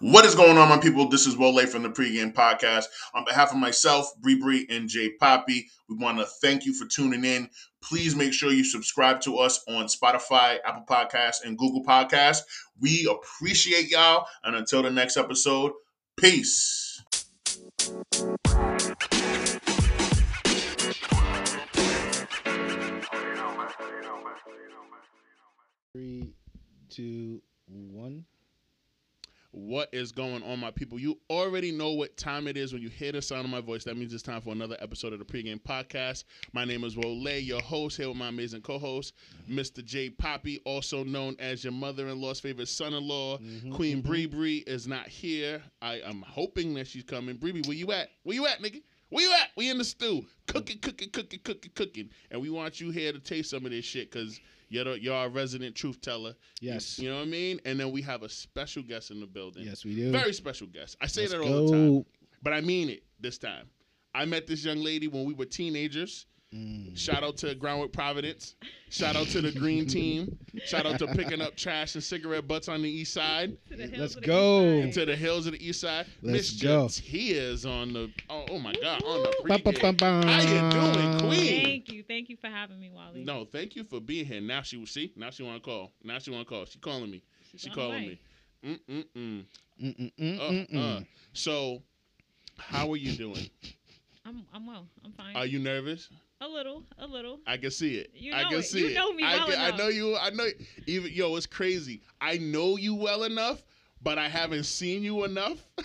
What is going on, my people? This is Wole from the Pregame Podcast. On behalf of myself, Bree Bree, and Jay Poppy, we want to thank you for tuning in. Please make sure you subscribe to us on Spotify, Apple Podcasts, and Google Podcasts. We appreciate y'all. And until the next episode, peace. Three, two, one. What is going on, my people? You already know what time it is when you hear the sound of my voice. That means it's time for another episode of the pregame podcast. My name is Wole, your host, here with my amazing co host, Mr. J Poppy, also known as your mother in law's favorite son in law. Mhm, Queen mhm. Bree Bree is not here. I am hoping that she's coming. Bree Bree, where you at? Where you at, nigga? Where you at? We in the stew. Cooking, cooking, cooking, cooking, cooking. And we want you here to taste some of this shit because you're, the- you're our resident truth teller. You- Yes. You, know what I mean? And then we have a special guest in the building. Yes, we do. Very special guest. I say Let's that all the go. time, but I mean it this time. I met this young lady when we were teenagers. Mm. Shout out to Groundwork Providence. Shout out to the Green Team. Shout out to picking up trash and cigarette butts on the East Side To the Let's hills of the go. east side. and to the hills of the East Side. Let's Miss go. Tears on the oh, oh my god on the Ba, ba, ba, pregame. ba. How you doing, Queen? Thank you. Thank you for having me, Wally. No, thank you for being here. Now she see. Now she want to call. Now she want to call. She calling me. She on calling the me. Mm mm mm. Mm, mm, mm, mm, Uh, uh. mm. So, how are you doing? I'm, I'm well. I'm fine. Are you nervous? a little, a little. I can see it. You I know can it. see You it. know me I, well can- I enough. know you. I know. Even yo, it's crazy. I know you well enough, but I haven't seen you enough.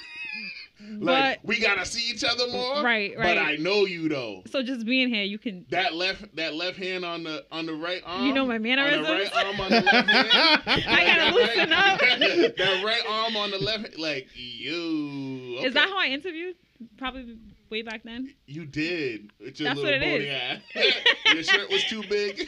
like we gotta see each other more. but right, But right. I know you though. so just being here, you can. That left, that left hand on the on the right arm. you know my on mannerisms. the right arm on the left hand. I gotta Like, loosen that up. right- that right arm on the left, like you. Is that how I interviewed? Probably way back then. you did? With your That's little what it bony is. eye. your shirt was too big.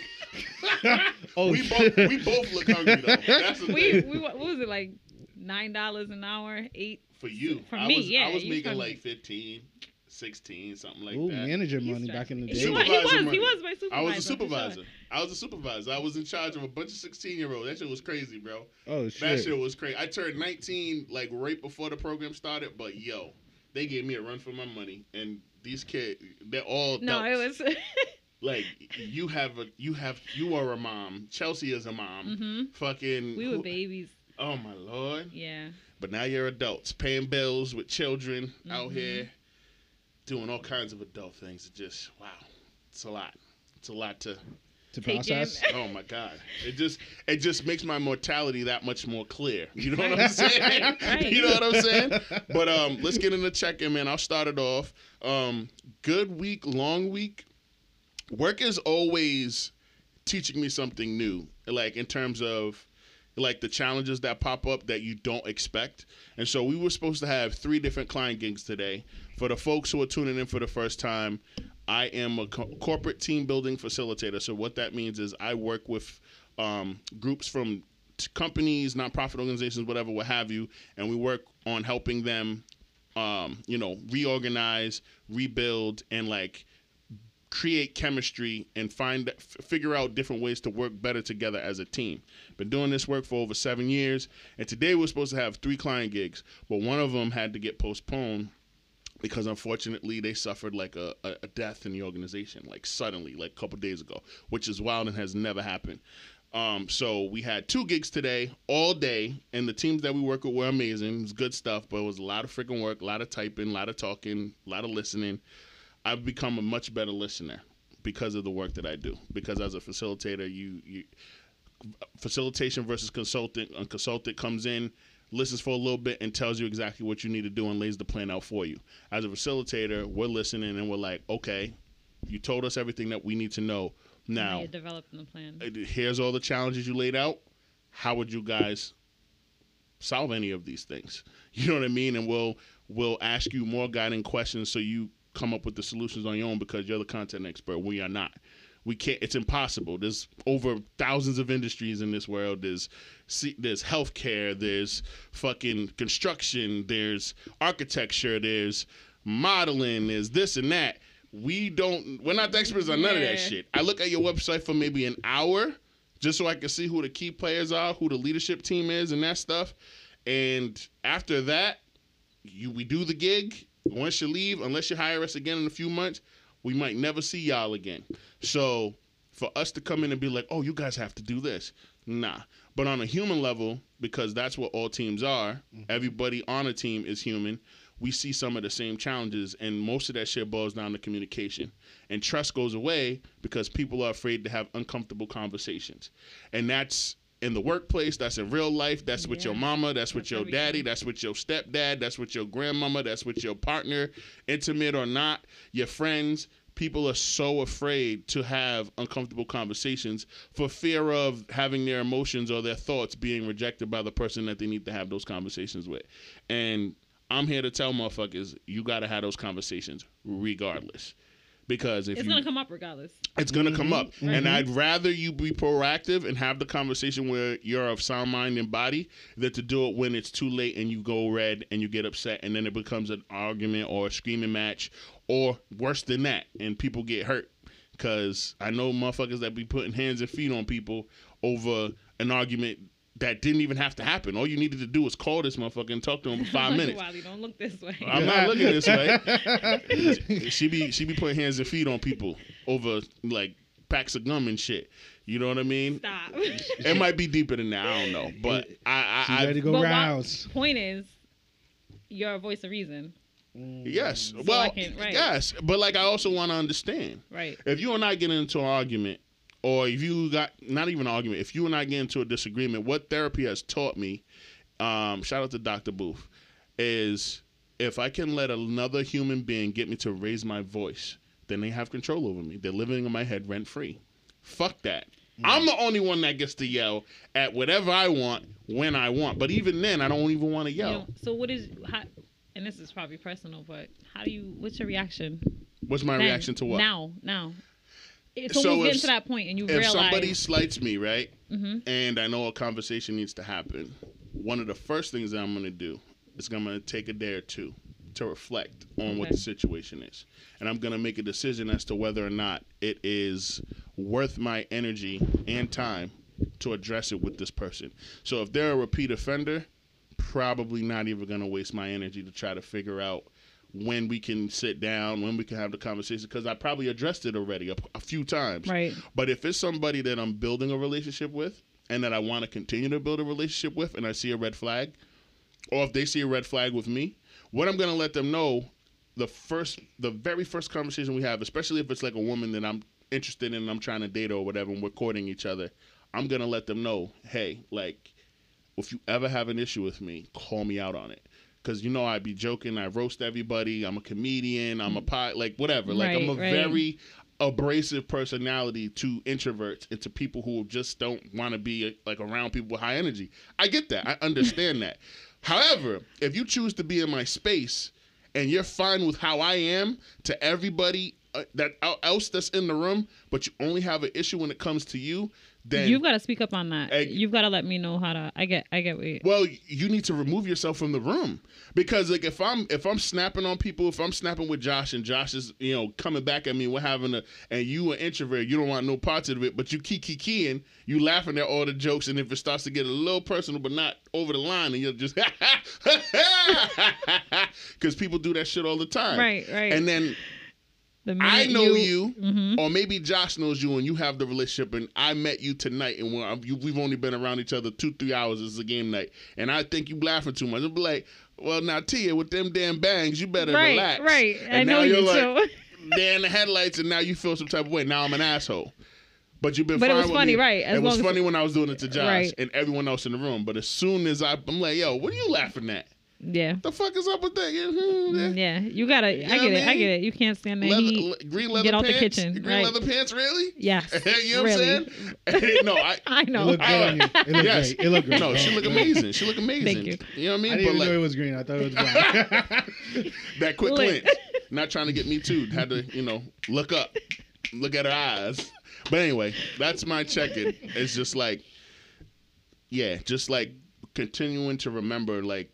Oh, we both we both look hungry though. That's the We, thing. we what was it like? Nine dollars an hour, eight. For you, For I me, was, yeah, I was you making from- like 15, 16, something like Ooh, that. manager He money started- back in the He day. was, he Supervisor was, money. he was my supervisor. I was a for sure. supervisor. I was a supervisor. I was in charge of a bunch of sixteen year olds. That shit was crazy, bro. Oh That shit. shit was crazy. I turned 19 like right before the program started, but yo, they gave me a run for my money, and these kids, they're all No, it adults. was. like you have a you have you are a mom. Chelsea is a mom. hmm Fucking We who- were babies. oh my lord! Yeah. But now you're adults paying bills with children out Mhm. here doing all kinds of adult things. It just wow, it's a lot. It's a lot to To Take process. him. oh my god it just it just makes my mortality that much more clear you know what i'm saying Right. you know what i'm saying but um let's get into check-in man i'll start it off um good week long week work is always teaching me something new like in terms of like the challenges that pop up that you don't expect and so we were supposed to have three different client gigs today for the folks who are tuning in for the first time I am a co- corporate team building facilitator. So what that means is I work with um, groups from t- companies, nonprofit organizations, whatever, what have you, and we work on helping them, um, you know, reorganize, rebuild, and like create chemistry and find f- figure out different ways to work better together as a team. Been doing this work for over seven years, and today we're supposed to have three client gigs, but one of them had to get postponed because unfortunately they suffered like a, a, a death in the organization like suddenly like a couple days ago which is wild and has never happened um, so we had two gigs today all day and the teams that we work with were amazing it was good stuff but it was a lot of freaking work a lot of typing a lot of talking a lot of listening i've become a much better listener because of the work that i do because as a facilitator you, you facilitation versus consultant. A consultant comes in, listens for a little bit, and tells you exactly what you need to do and lays the plan out for you. As a facilitator, we're listening and we're like, okay, you told us everything that we need to know. Now, You're developing the plan. here's all the challenges you laid out. How would you guys solve any of these things? You know what I mean? And we'll we'll ask you more guiding questions so you come up with the solutions on your own because you're the content expert. We are not. We can't. It's impossible. There's over thousands of industries in this world. There's see, there's healthcare. There's fucking construction. There's architecture. There's modeling. There's this and that. We don't. We're not the experts on none of that Yeah. shit. I look at your website for maybe an hour just so I can see who the key players are, who the leadership team is, and that stuff. And after that, you we do the gig. Once you leave, unless you hire us again in a few months, we might never see y'all again. So for us to come in and be like, oh, you guys have to do this, nah. But on a human level, because that's what all teams are, Mm-hmm. everybody on a team is human. We see some of the same challenges, and most of that shit boils down to communication. And trust goes away because people are afraid to have uncomfortable conversations. And that's in the workplace, that's in real life, that's with your Yeah. mama, that's with That's your everything. daddy, that's with your stepdad, that's with your grandmama, that's with your partner, intimate or not, your friends. People are so afraid to have uncomfortable conversations for fear of having their emotions or their thoughts being rejected by the person that they need to have those conversations with. And I'm here to tell motherfuckers, you gotta have those conversations regardless. Because if It's you, gonna come up regardless. it's going to come up. And mhm. I'd rather you be proactive and have the conversation where you're of sound mind and body than to do it when it's too late and you go red and you get upset and then it becomes an argument or a screaming match or worse than that and people get hurt. Because I know motherfuckers that be putting hands and feet on people over an argument that didn't even have to happen. All you needed to do was call this motherfucker and talk to him for five minutes. Wiley, don't look this way. I'm not looking this way. she be she be putting hands and feet on people over like packs of gum and shit. You know what I mean? Stop. It might be deeper than that. I don't know, but I, She's I, ready to I go But why- rounds. Point is, you're a voice of reason, Mm. yes. So Well, I can- right. yes, but like I also want to understand right? if you and I get into an argument, or if you got not even an argument, if you and I get into a disagreement, what therapy has taught me, um, shout out to Doctor Booth, is if I can let another human being get me to raise my voice, then they have control over me. They're living in my head rent free. Fuck that. I'm the only one that gets to yell at whatever I want when I want. But even then, I don't even want to You yell. know, so what is how? And this is probably personal, but how do you? What's your reaction? What's my Then, reaction to what? Now, now. It's So almost if getting s- to that point, and you if realize. somebody slights me, right? Mhm. and I know a conversation needs to happen, one of the first things that I'm going to do is I'm going to take a day or two to reflect on what Okay. the situation is. And I'm going to make a decision as to whether or not it is worth my energy and time to address it with this person. So if they're a repeat offender, probably not even going to waste my energy to try to figure out when we can sit down, when we can have the conversation, because I probably addressed it already a, a few times. Right. But if it's somebody that I'm building a relationship with and that I want to continue to build a relationship with and I see a red flag, or if they see a red flag with me, what I'm going to let them know the first the very first conversation we have, especially if it's like a woman that I'm interested in and I'm trying to date or whatever and we're courting each other, I'm going to let them know, "Hey, like if you ever have an issue with me, call me out on it." Cause you know I be joking, I roast everybody. I'm a comedian. I'm a pot, like whatever. Like I'm a Right, Mm. right. very very abrasive personality to introverts and to people who just don't want to be like around people with high energy. I get that. I understand that. However, if you choose to be in my space and you're fine with how I am to everybody uh, that el- else that's in the room, but you only have an issue when it comes to you, then You've got to speak up on that. Egg- You've got to let me know how to. I get. I get. What you, well, you need to remove yourself from the room because like if I'm if I'm snapping on people, if I'm snapping with Josh and Josh is you know coming back at me, we're having a and you an introvert, you don't want no parts of it, but you key key keying, you laughing at all the jokes, and if it starts to get a little personal but not over the line, and you're just because people do that shit all the time, right. Right. And then the I minute know you, mhm. or maybe Josh knows you, and you have the relationship. And I met you tonight, and we're, you, we've only been around each other two, three hours. It's a game night, and I think you laughing too much. I'll be like, "Well, now Tia, with them damn bangs, you better Right. relax." Right. And I now know you you're like, too. "They're in the headlights," and now you feel some type of way. Now I'm an asshole. But you've been. But it fine was with funny, me. right, as it was long as- funny when I was doing it to Josh Right. and everyone else in the room. But as soon as I, I'm like, "Yo, what are you laughing at? yeah. The fuck is up with that?" Yeah, hmm, yeah. Yeah. You gotta. You I know get what it. I I get mean? it. You can't stand that. Leather, heat. le- green leather get out the pants. kitchen, Green right. leather pants, really? yes. you know really. what I'm saying? no, I. I It know. looked good on you. It looked Yes. great. It looked great. No, she Oh, look yeah. amazing. She look amazing. Thank you. know what I mean? I didn't but even like know it was green. I thought it was black. that quick Look. glance. Not trying to get me too. Had to, you know, look up, look at her eyes. But anyway, that's my check-in. It's just like, yeah, just like continuing to remember like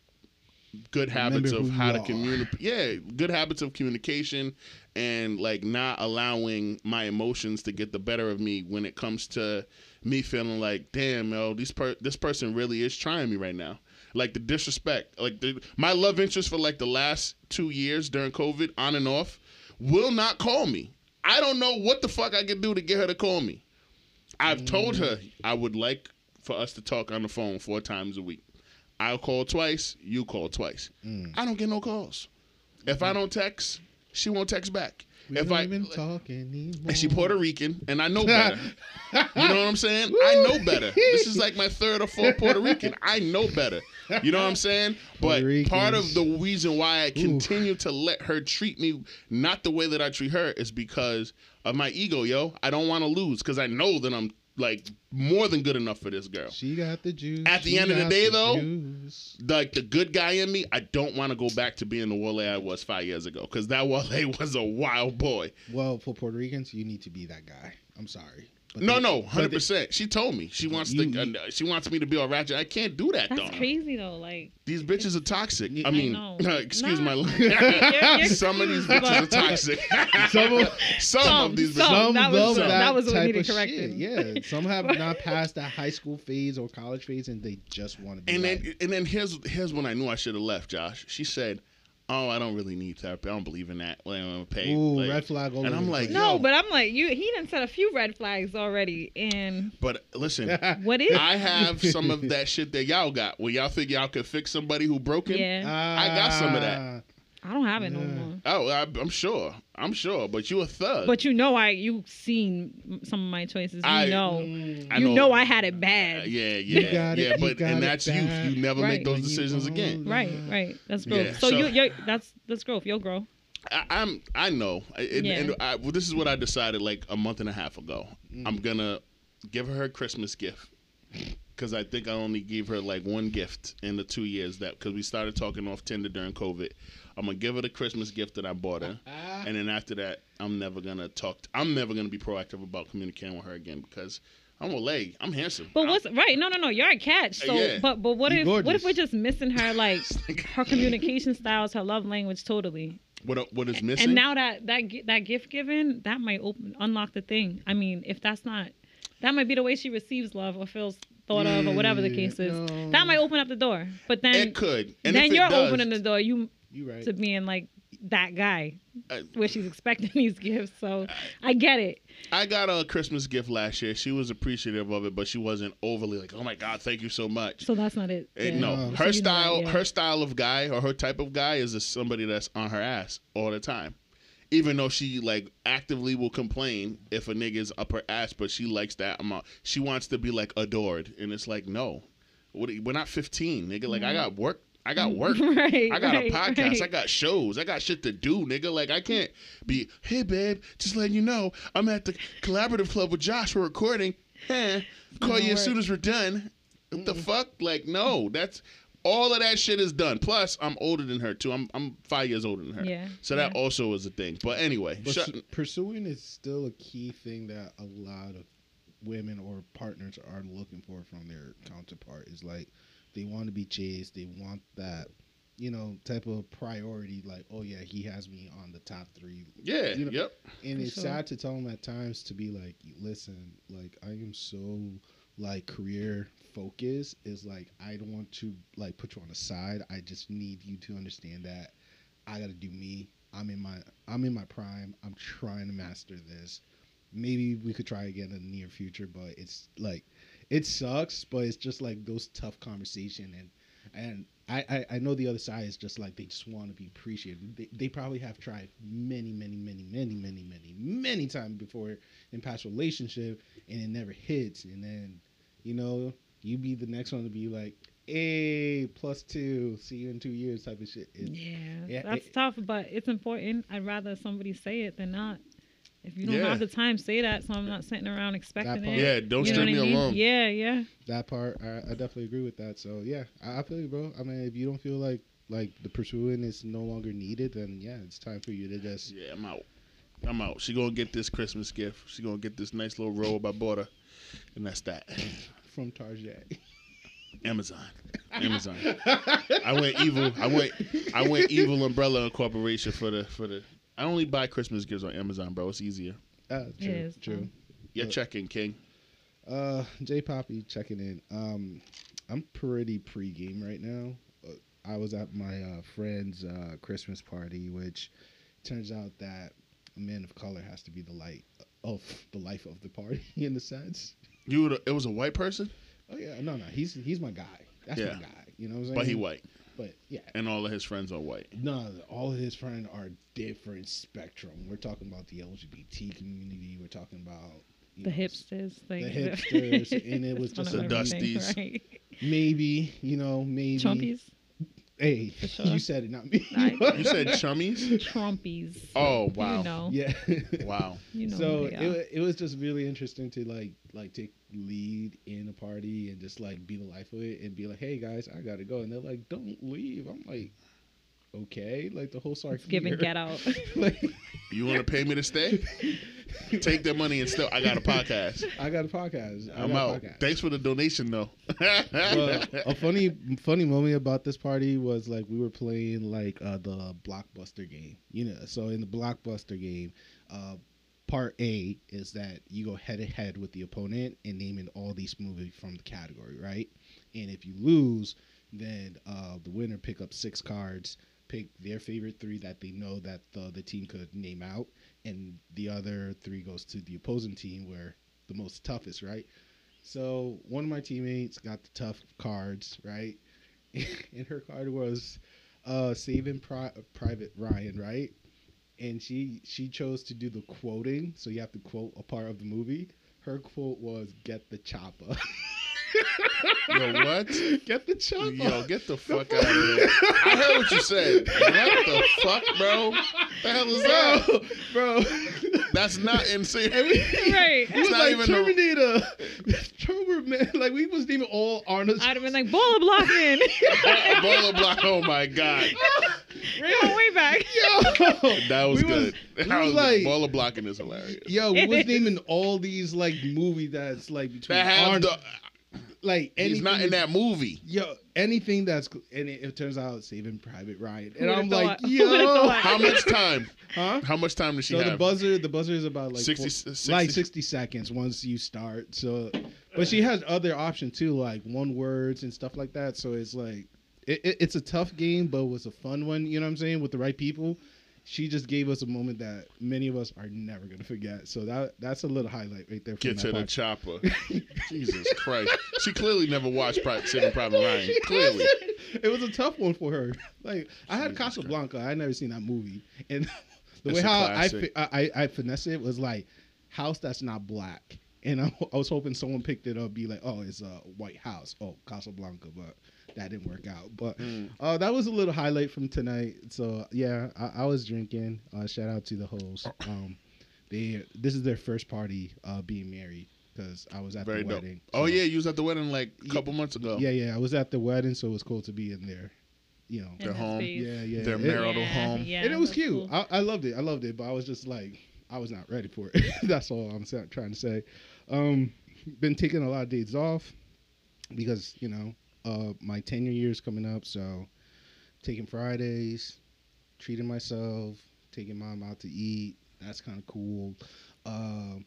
good habits Remember of who how you to are. communicate. Yeah, good habits of communication and like not allowing my emotions to get the better of me when it comes to me feeling like, damn, yo, this per- this person really is trying me right now. like the disrespect, like the, my love interest for like the last two years during COVID, on and off, will not call me. I don't know what the fuck I can do to get her to call me. I've told her Mm. I would like for us to talk on the phone four times a week. I'll call twice, you call twice. Mm. I don't get no calls. If I don't text, she won't text back. We if don't I even talk anymore. and she Puerto Rican, and I know better. you know what I'm saying? I know better. This is like my third or fourth Puerto Rican. I know better. You know what I'm saying? But Puerto Ricans. part of the reason why I continue to let her treat me not the way that I treat her is because of my ego, yo. I don't want to lose because I know that I'm like more than good enough for this girl. She got the juice. At the She end of the got day, though, juice. Like the good guy in me, I don't want to go back to being the Wale I was five years ago because that Wale was a wild boy. Well, for Puerto Ricans, you need to be that guy. I'm sorry. But No, they- no, hundred they- percent. She told me she wants You- to. uh, she wants me to be all ratchet. I can't do that That's though. crazy though. Like These bitches are toxic. I I mean, know. excuse Nah. my. you're- you're some of these cute, bitches are but- toxic. Some of- some, of these some. bitches. Some that was- love that that, was what type needed of correcting. shit. Yeah, some have not passed that high school phase or college phase, and they just want to be. And like, then, and then here's here's when I knew I should have left. Josh. She said, "Oh, I don't really need therapy. I don't believe in that. Well, I'm gonna pay." Ooh, Like, red flag. All and I'm over the like, place. yo. no, but I'm like you. He done set a few red flags already, and But listen, what is? I have some of that shit that y'all got. Where y'all think y'all could fix somebody who broken. yeah, I got some of that. Ah, I don't have it no Yeah. more. Oh, I, I'm sure. I'm sure. But you a thug. But you know, I you seen some of my choices. You I- know, mm, I you know- know, I had it Uh, bad. Yeah, yeah, got it, yeah. you But got and it that's youth. back. You never Right. make those When you decisions again. own- Right, right. That's growth. Yeah, so so- you, you, that's that's growth. You'll grow. I, I'm, I know, I- and, Yeah. and I, well, this is what I decided like a month and a half ago. I'm gonna give her her Christmas gift because I think I only gave her like one gift in the two years that because we started talking off Tinder during COVID. I'm gonna give her the Christmas gift that I bought her, Ah. and then after that, I'm never gonna talk. i I'm never gonna be proactive about communicating with her again because I'm Olay. I'm handsome. But I- what's right? No, no, no. You're a catch. So, Yeah. but but what You if what if gorgeous. we're just missing her like her communication styles, her love language, totally? what what is missing? And now that that gi- that gift given, that might open unlock the thing. I mean, if that's not, that might be the way she receives love or feels thought of or whatever the Yeah, case is. no. That might open up the door. But then Mm, it could. And then if it you're does, opening the door. You You right. to being like that guy I- where she's expecting these gifts. So I get it. Uh, I got a Christmas gift last year. She was appreciative of it, but she wasn't overly like, "Oh my God, thank you so much." So that's not it. Eh, Yeah. No, No. So her you know style, that, yeah. her style of guy or her type of guy is a, somebody that's on her ass all the time. Even though she like actively will complain if a nigga's up her ass, but she likes that amount. She wants to be like adored, and it's like, no, what, we're not fifteen, nigga. Like Mm-hmm. I got work, I got work. right. I got right, a podcast. right. I got shows. I got shit to do, nigga. Like I can't be. Hey, babe, just letting you know, I'm at the collaborative club with Josh. We're recording. Eh, call Gonna you as soon work. as we're done. What Mm-hmm. the fuck? Like no, that's all of that shit is done. Plus, I'm older than her too. I'm I'm five years older than her. Yeah, So that yeah. also is a thing. But anyway, But shut, s- pursuing is still a key thing that a lot of women or partners are looking for from their counterpart. Is like they want to be chased. They want that, you know, type of priority. Like, oh yeah, he has me on the top three. yeah, you know, yep. And For it's sure. sad to tell them at times to be like, listen, like I am so like career focused is like I don't want to like put you on the side. I just need you to understand that I gotta do me. I'm in my I'm in my prime. I'm trying to master this. Maybe we could try again in the near future, but it's like it sucks, but it's just like those tough conversation and and I, I, I know the other side is just like they just want to be appreciated. They, they probably have tried many, many, many, many, many, many, many times before in past relationship and it never hits. And then, you know, you be the next one to be like, hey, plus two, see you in two years type of shit. It- Yeah, Yeah, that's it- tough, but it's important. I'd rather somebody say it than not. If you don't Yeah. have the time, say that. So I'm not sitting around expecting part. it. Yeah, don't you know string me what I mean? along. Yeah, yeah. that part I, I definitely agree with that so yeah I, I feel you bro i mean if you don't feel like like the pursuing is no longer needed then yeah it's time for you to just Yeah, I'm out. I'm out. She gonna get this Christmas gift. She gonna get this nice little robe I bought her, and that's that. from target Amazon. Amazon. I went evil. I went. I went evil umbrella corporation for the for the. I only buy Christmas gifts on Amazon, bro. It's easier. uh, true, is, true You're Uh, checking, King. uh j poppy checking in um I'm pretty pre-game right now. Uh, I was at my uh, friend's uh, Christmas party, which turns out that a man of color has to be the light of the life of the party in a sense. You were the, it was a white person, Oh yeah, no, no, he's he's my guy. That's Yeah. my guy. You know what I'm saying? but he white, But yeah, and all of his friends are white. no, all of his friends are different spectrum. We're talking about the LGBT community. We're talking about you The know, hipsters, like hipsters, and it was It's one just of a- those The things, dusties. right? Maybe you know, maybe Trumpies, Hey, sure. you said it, not me. I did. You said chummies. Trumpies. Oh wow, You know, yeah. wow. you know. so they it, are. wa- it was just really interesting to like like take lead in a party and just like be the life of it and be like, hey guys, I gotta go, and they're like, don't leave. I'm like, okay, like the whole it's sarc giving get out. like, You want to pay me to stay? Take that money and still, I got a podcast. I got a podcast. I I'm got a out. podcast. Thanks for the donation, though. Well, a funny funny moment about this party was like we were playing like uh, the blockbuster game you know so in the blockbuster game uh, part a is that you go head to head with the opponent and naming all these movies from the category right and if you lose then uh, the winner pick up six cards pick their favorite three that they know that the, the team could name out and the other three goes to the opposing team where the most toughest right so one of my teammates got the tough cards, right? and her card was uh, saving Pri- Private Ryan, right? And she she chose to do the quoting, so you have to quote a part of the movie. Her quote was "Get the chopper, Yo, what? get the chopper." Yo, get the fuck out of here. I heard what you said. What the fuck, bro? The hell is that? bro, bro. That's not insane. And we- right. We was not like even a- Terminator, Terminator, man. Like we was even all Arnold. I'd have been like, bola blocking. Bola block. Oh my god, Go way back. Yo, that was We good. was that was like- Bola blocking is hilarious. Yo, we It was is. naming all these like movie that's like between That has Arn- the, like anything. he's not in that movie. Yo, anything that's and it, it turns out Saving Private Ryan, and would've I'm like, thought? Who would've yo, thought? How much time? huh? How much time does she So the have? buzzer, the buzzer is about like 60 four- s- like 60 sixty seconds once you start. So, but she has other option too, like one words and stuff like that. So it's like, it, it, it's a tough game, but it was a fun one. You know what I'm saying? With the right people, she just gave us a moment that many of us are never gonna forget. So that that's a little highlight right there. From Get that to the part. chopper. Jesus Christ. She clearly never watched Private Saving Private Ryan. Clearly. it was a tough one for her. Like I had Jesus Casablanca. I never seen that movie, and the It's way a how I, fi- classic. I I I finessed it was like house that's not black, and I, I was hoping someone picked it up, be like, oh, it's a white house, oh Casablanca, but that didn't work out. But Mm. uh, that was a little highlight from tonight. So yeah, I, I was drinking. Uh, shout out to the host. Um, they this is their first party uh, being married because I was at Very the dope. wedding. Oh, so- yeah. You was at the wedding like a couple months ago. yeah, yeah. I was at the wedding, so it was cool to be in there. You know. Yeah. They're home. Yeah, yeah. Their It- marital home. Yeah, and it was that's cute. cool. I, I loved it. I loved it, but I was just like, I was not ready for it. That's all I'm sa- trying to say. Um, been taking a lot of days off because you know uh, my tenure year is coming up, so taking Fridays, treating myself, taking mom out to eat. That's kind of cool. Um,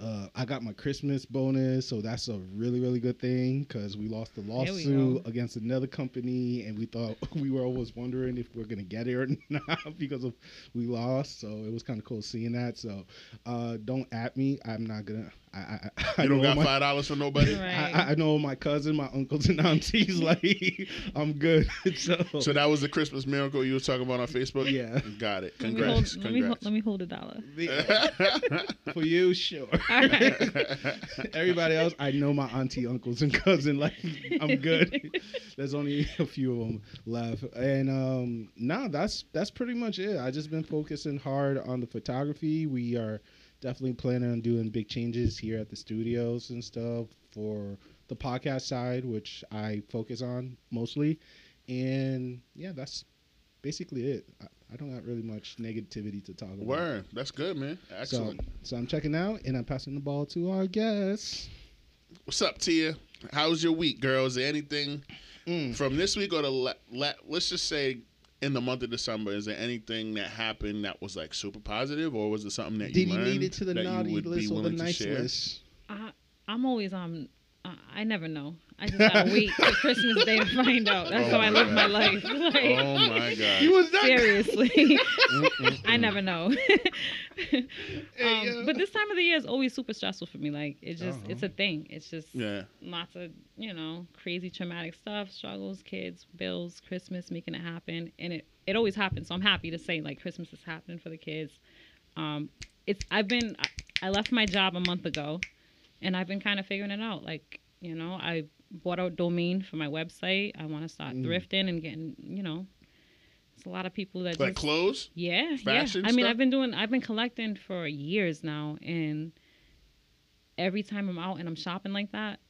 uh, I got my Christmas bonus, so that's a really, really good thing because we lost the we lawsuit against another company, and we thought we were always wondering if we're gonna get it or not because of we lost. So it was kind of cool seeing that. So uh, don't at me. I'm not gonna. I, I, I I You don't know got my- $5 for nobody? Right. I, I- I know my cousin, my uncles and aunties. Like I'm good. so, So that was the Christmas miracle you were talking about on Facebook? Yeah. Got it. Let me, hold, Congrats. let, me hold, Congrats. let me hold a dollar. yeah, for you, sure. All right. Everybody else, I know my auntie, uncles, and cousin. Like I'm good. There's only a few of them left, and um, now that's that's pretty much it. I just been focusing hard on the photography. We are definitely planning on doing big changes here at the studios and stuff for the podcast side, which I focus on mostly, and yeah, that's basically it. I, I don't have really much negativity to talk about. Word. That's good, man. So, Excellent. so I'm checking out, and I'm passing the ball to our guest. What's up, Tia? How's your week, girl? Is there anything Mm. from this week or the la- la- let's just say in the month of December? Is there anything that happened that was like super positive, or was it something that Did you he learned made it to the that you naughty would be list or the willing to nice share? list? I, I'm always on. Um, Uh, I never know. I just gotta wait till Christmas Day to find out. That's Oh how I my live my God. life. Like, Oh my god. You was not. Mm, seriously, Mm-mm-mm. I never know. Hey, um, yo. but this time of the year is always super stressful for me. Like it's just, Uh-huh. it's a thing. It's just Yeah. lots of you know crazy traumatic stuff, struggles, kids, bills, Christmas, making it happen, and it it always happens. So I'm happy to say like Christmas is happening for the kids. Um, it's I've been I- I left my job a month ago, and I've been kind of figuring it out. Like you know I bought a domain for my website. I want to start Mm. thrifting and getting you know. It's a lot of people that Like just- clothes. yeah, fashion yeah. I mean, stuff? I've been doing, I've been collecting for years now, and every time I'm out and I'm shopping like that,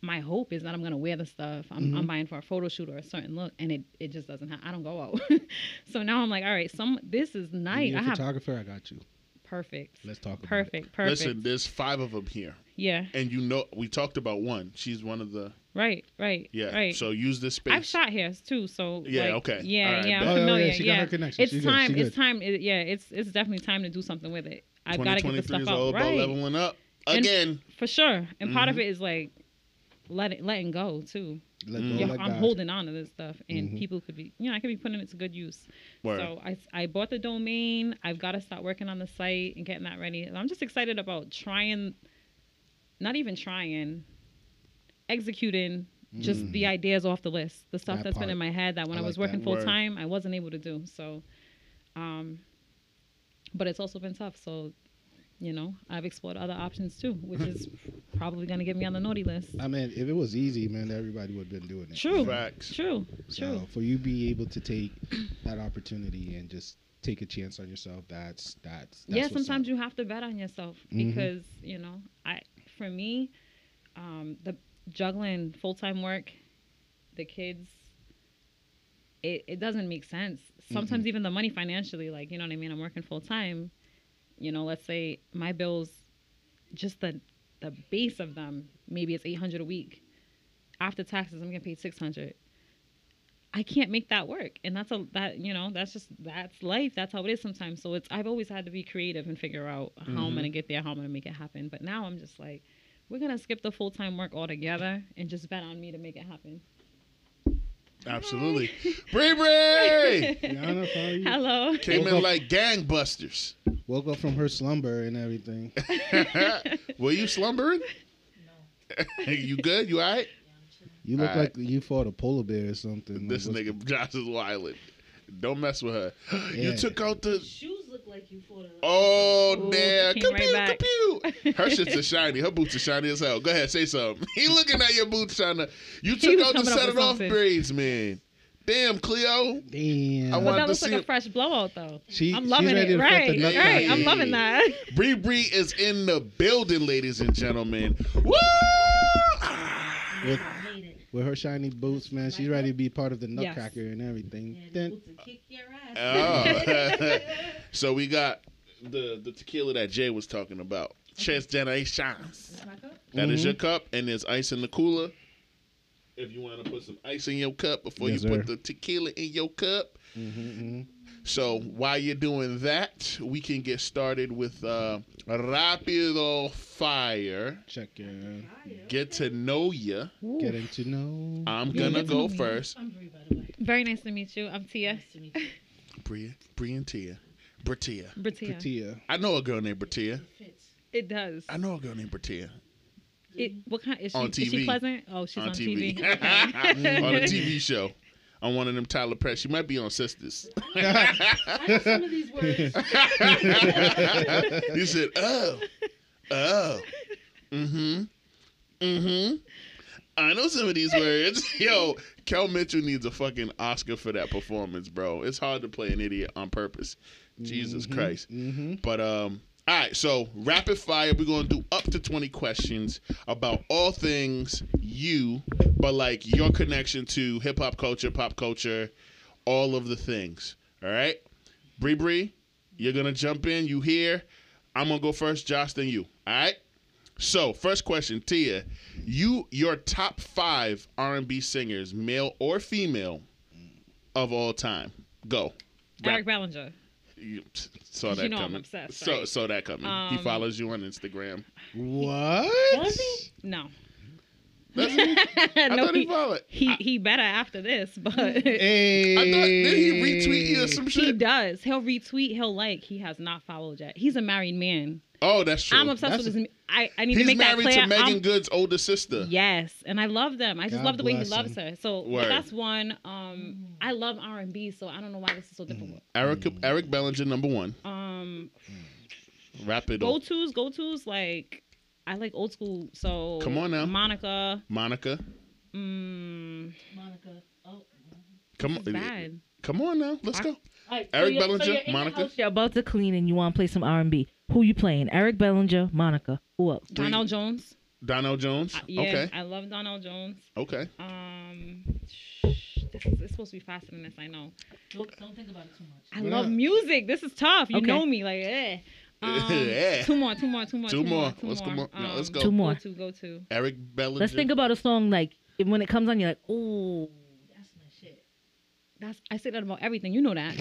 my hope is that I'm gonna wear the stuff I'm, I'm Mm-hmm. Mhm. buying for a photo shoot or a certain look, and it it just doesn't. Ha- I don't go out, so now I'm like, all right, some this is You nice. need a I have photographer. I got you. perfect, Let's talk about it. perfect, perfect. Listen, there's five of them here, yeah, and you know we talked about one. She's one of the right, right, yeah. right. So use this space. I've shot here too, so Yeah, like, okay. All yeah, right, yeah, bet. I'm Oh, yeah, familiar. yeah, she got her connection. It's She good, time. she It's good. time. It, yeah, it's it's definitely time to do something with it. I've got to get the 2023 stuff is out. all about right. leveling up And- again. For sure. And part of Mm-hmm. Mhm. it is like letting letting go too. Let go. Mm. Yeah, Mm-hmm. let I'm God. holding on to this stuff and Mhm. people could be you know, I could be putting it to good use. Word. So I, I bought the domain. I've got to start working on the site and getting that ready. And I'm just excited about trying not even trying executing just the ideas off the list. The stuff Mm. That that has been in part. my head that when I I, was like working that. full Word. time I wasn't able to do. So um but it's also been tough. So you know, I've explored other options too, which is probably gonna get me on the naughty list. I mean, if it was easy, man, everybody would have been doing it. True. Facts. True, true. So for you be able to take that opportunity and just take a chance on yourself, that's that's, that's yeah, sometimes you have to bet on yourself Mhm. because you know, I for me, um, the juggling full time work, the kids, it, it doesn't make sense. Sometimes even the money financially, like you know what I mean. I'm working full time. You know, let's say my bills, just the the base of them, maybe it's eight hundred a week. After taxes, I'm getting paid six hundred. I can't make that work, and that's a that you know that's just that's life. That's how it is sometimes. So it's I've always had to be creative and figure out how I'm gonna get there, how I'm gonna make it happen. But now I'm just like, we're gonna skip the full time work altogether and just bet on me to make it happen. Absolutely. Bree Bree Yana, how are you? Hello. came Woke in up- like gangbusters. woke up from her slumber and everything. Were you slumbering? you good? You all right? You look Alright. like you fought a polar bear or something. This Like, nigga Josh is wildin'. Don't mess with her. You Yeah. took out the Shoes look like you fought a Oh, Ooh, damn. came right Computer, back. computer. Her shit's are shiny. Her boots are shiny as hell. Go ahead, say something. He looking at your boots, trying to. You He took was out the coming up set with it off something. braids, man. Damn, Cleo. Damn. I But wanted that to looks see like a it. fresh blowout though. She- I'm she's loving ready it. to put the Right, nut right. back I'm in. loving that. Bree Bree is in the building, ladies and gentlemen. Woo! Ah. with, I hate it. with her shiny boots, man, she's ready to be part of the Nutcracker and Yeah, everything. the Then, boots will kick your ass. Uh. Oh. so we got the, the tequila that Jay was talking about. Chess Generations. That's my cup. That is Mhm. your cup, and there's ice in the cooler. If you want to put some ice in your cup before Yes, you put sir. the tequila in your cup. Mhm, mhm. So while you're doing that, we can get started with uh, Rapido Fire. check your Fire. Get to know ya. Ooh. getting to know. I'm Yeah, gonna get to go know me. first. I'm Bree, by the way. Very nice to meet you. I'm Tia. Nice to meet you. Bria, Bria and Tia. Bratia. Bratia. Patia. I know a girl named Bratia. It fits. It does. I know a girl named Bratia. It, what kind is she? On Is TV. she pleasant? Oh, she's on, on, TV. Mm-hmm. Okay. on a TV show. On one of them Tyler Perry. She might be on Sisters. I know some of these words. you said, oh, oh, mm-hmm, mm-hmm. I know some of these words. Yo, Kel Mitchell needs a fucking Oscar for that performance, bro. It's hard to play an idiot on purpose. Jesus Christ. Mm-hmm. But um, all right. So rapid fire, we're gonna do up to twenty questions about all things you, but like your connection to hip hop culture, pop culture, all of the things. All right, Bree Bree, you're gonna jump in. You here? I'm gonna go first, Josh, then you. All right. So first question, Tia, you your top five R&B singers, male or female, of all time. Go. Eric Ballinger. You saw 'Cause that you know I'm coming. obsessed, so right? saw that coming. he Um, follows you on Instagram. What? No. That's it. I no, thought he he, followed. he, he better after this, but Hey. I thought did he retweet you or some he shit? does. He'll retweet. He'll like. He has not followed yet. He's a married man. Oh, that's true. I'm obsessed That's with his. I I need to He's make that married clear. to Megan I'm- Good's older sister. Yes, and I love them. I just God love the way he bless loves her. So Word. that's one. Um, I love R and B, so I don't know why this is Mm. so difficult. Eric Eric Bellinger number one. Um, Wrap it go up. tos, go tos. Like I like old school. So Come on now. Monica. Monica. Mm, Monica. Oh. Come it's on. bad. Come on now. Let's go. Alright, Eric you're- Bellinger, you're in the Monica. house, You're about to clean and you want to play some R&B. Who you playing? Eric Bellinger, Monica. Who up? Three. Donald Jones. Donnell Jones. Uh, yeah, Okay. I love Donald Jones. Okay. Um, sh- this is, it's supposed to be faster than this. I know. Don't, don't think about it too much. I Why love not? music. This is tough. You Okay. know me, like eh. Um, Yeah. Two more, two more, two more, Two two, more. more. two Let's more. Um, come on. No, let's go. Go Two more. to, go to. Eric Bellinger. Let's think about a song like when it comes on, you're like, oh, that's my shit. That's I say that about everything. You know that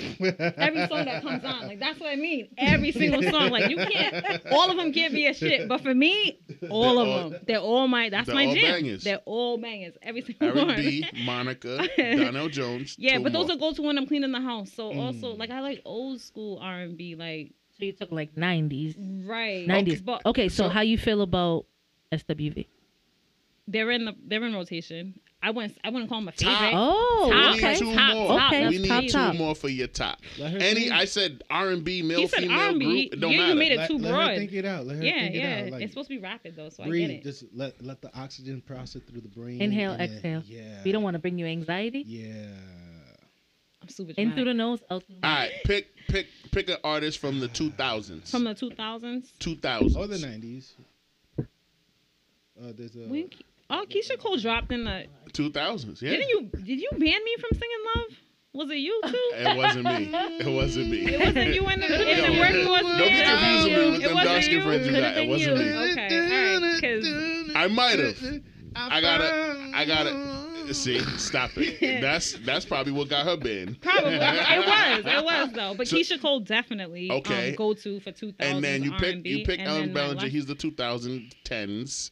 every song that comes on, like that's what I mean. Every single song, like you can't. All of them can't be a shit, but for me, all They're of all- them. They're all my. That's they're my all jam. bangers. They're all bangers. Every single Eric one. B. Monica. Donnell Jones. yeah, two but those more. are go to when I'm cleaning the house. So also, Mm. like I like old school R and B, like So you took like 90s. right 90s. But Okay, so, so- how you feel about SWV? they're in the they're in rotation. I wouldn't I wouldn't call them a favorite. Top. Oh, Top, We okay. need two top, more. top, Okay, we that's top, need top. two more for your top. Let her Any, sing. I said R and B male Mm-hmm. He said female R&B. group. It don't Yeah, you matter. made it. let, too let broad. her think it out. Let her yeah, think it yeah. out. Like, it's supposed to be rapid though, so I breathe. get it. Just let let the oxygen process through the brain. Inhale, and then- exhale. Yeah. We don't want to bring you anxiety. Yeah. I'm super In through dramatic. the nose, out through the All right, pick pick pick an artist from the two thousands. from the 2000s. two thousands. Or the nineties. Uh, there's a. When Ke- oh, Keisha Cole dropped in the. Two thousands. Yeah. Didn't you? Did you ban me from singing love? Was it you too? It wasn't me. It wasn't me. It wasn't you in the, in the Yo, workforce. Don't man. get confused with me with It them wasn't dark you? skin friends you got. It Could've been wasn't you. me. Okay, all right, 'cause- I might have. I gotta- I gotta- See, stop it. That's that's probably what got her banned. Probably it was. It was though. But So- Keisha Cole definitely Okay. um, go to for 2000s And then you pick R&B, you pick and Ellen then my Bellinger. last- He's the two thousand tens.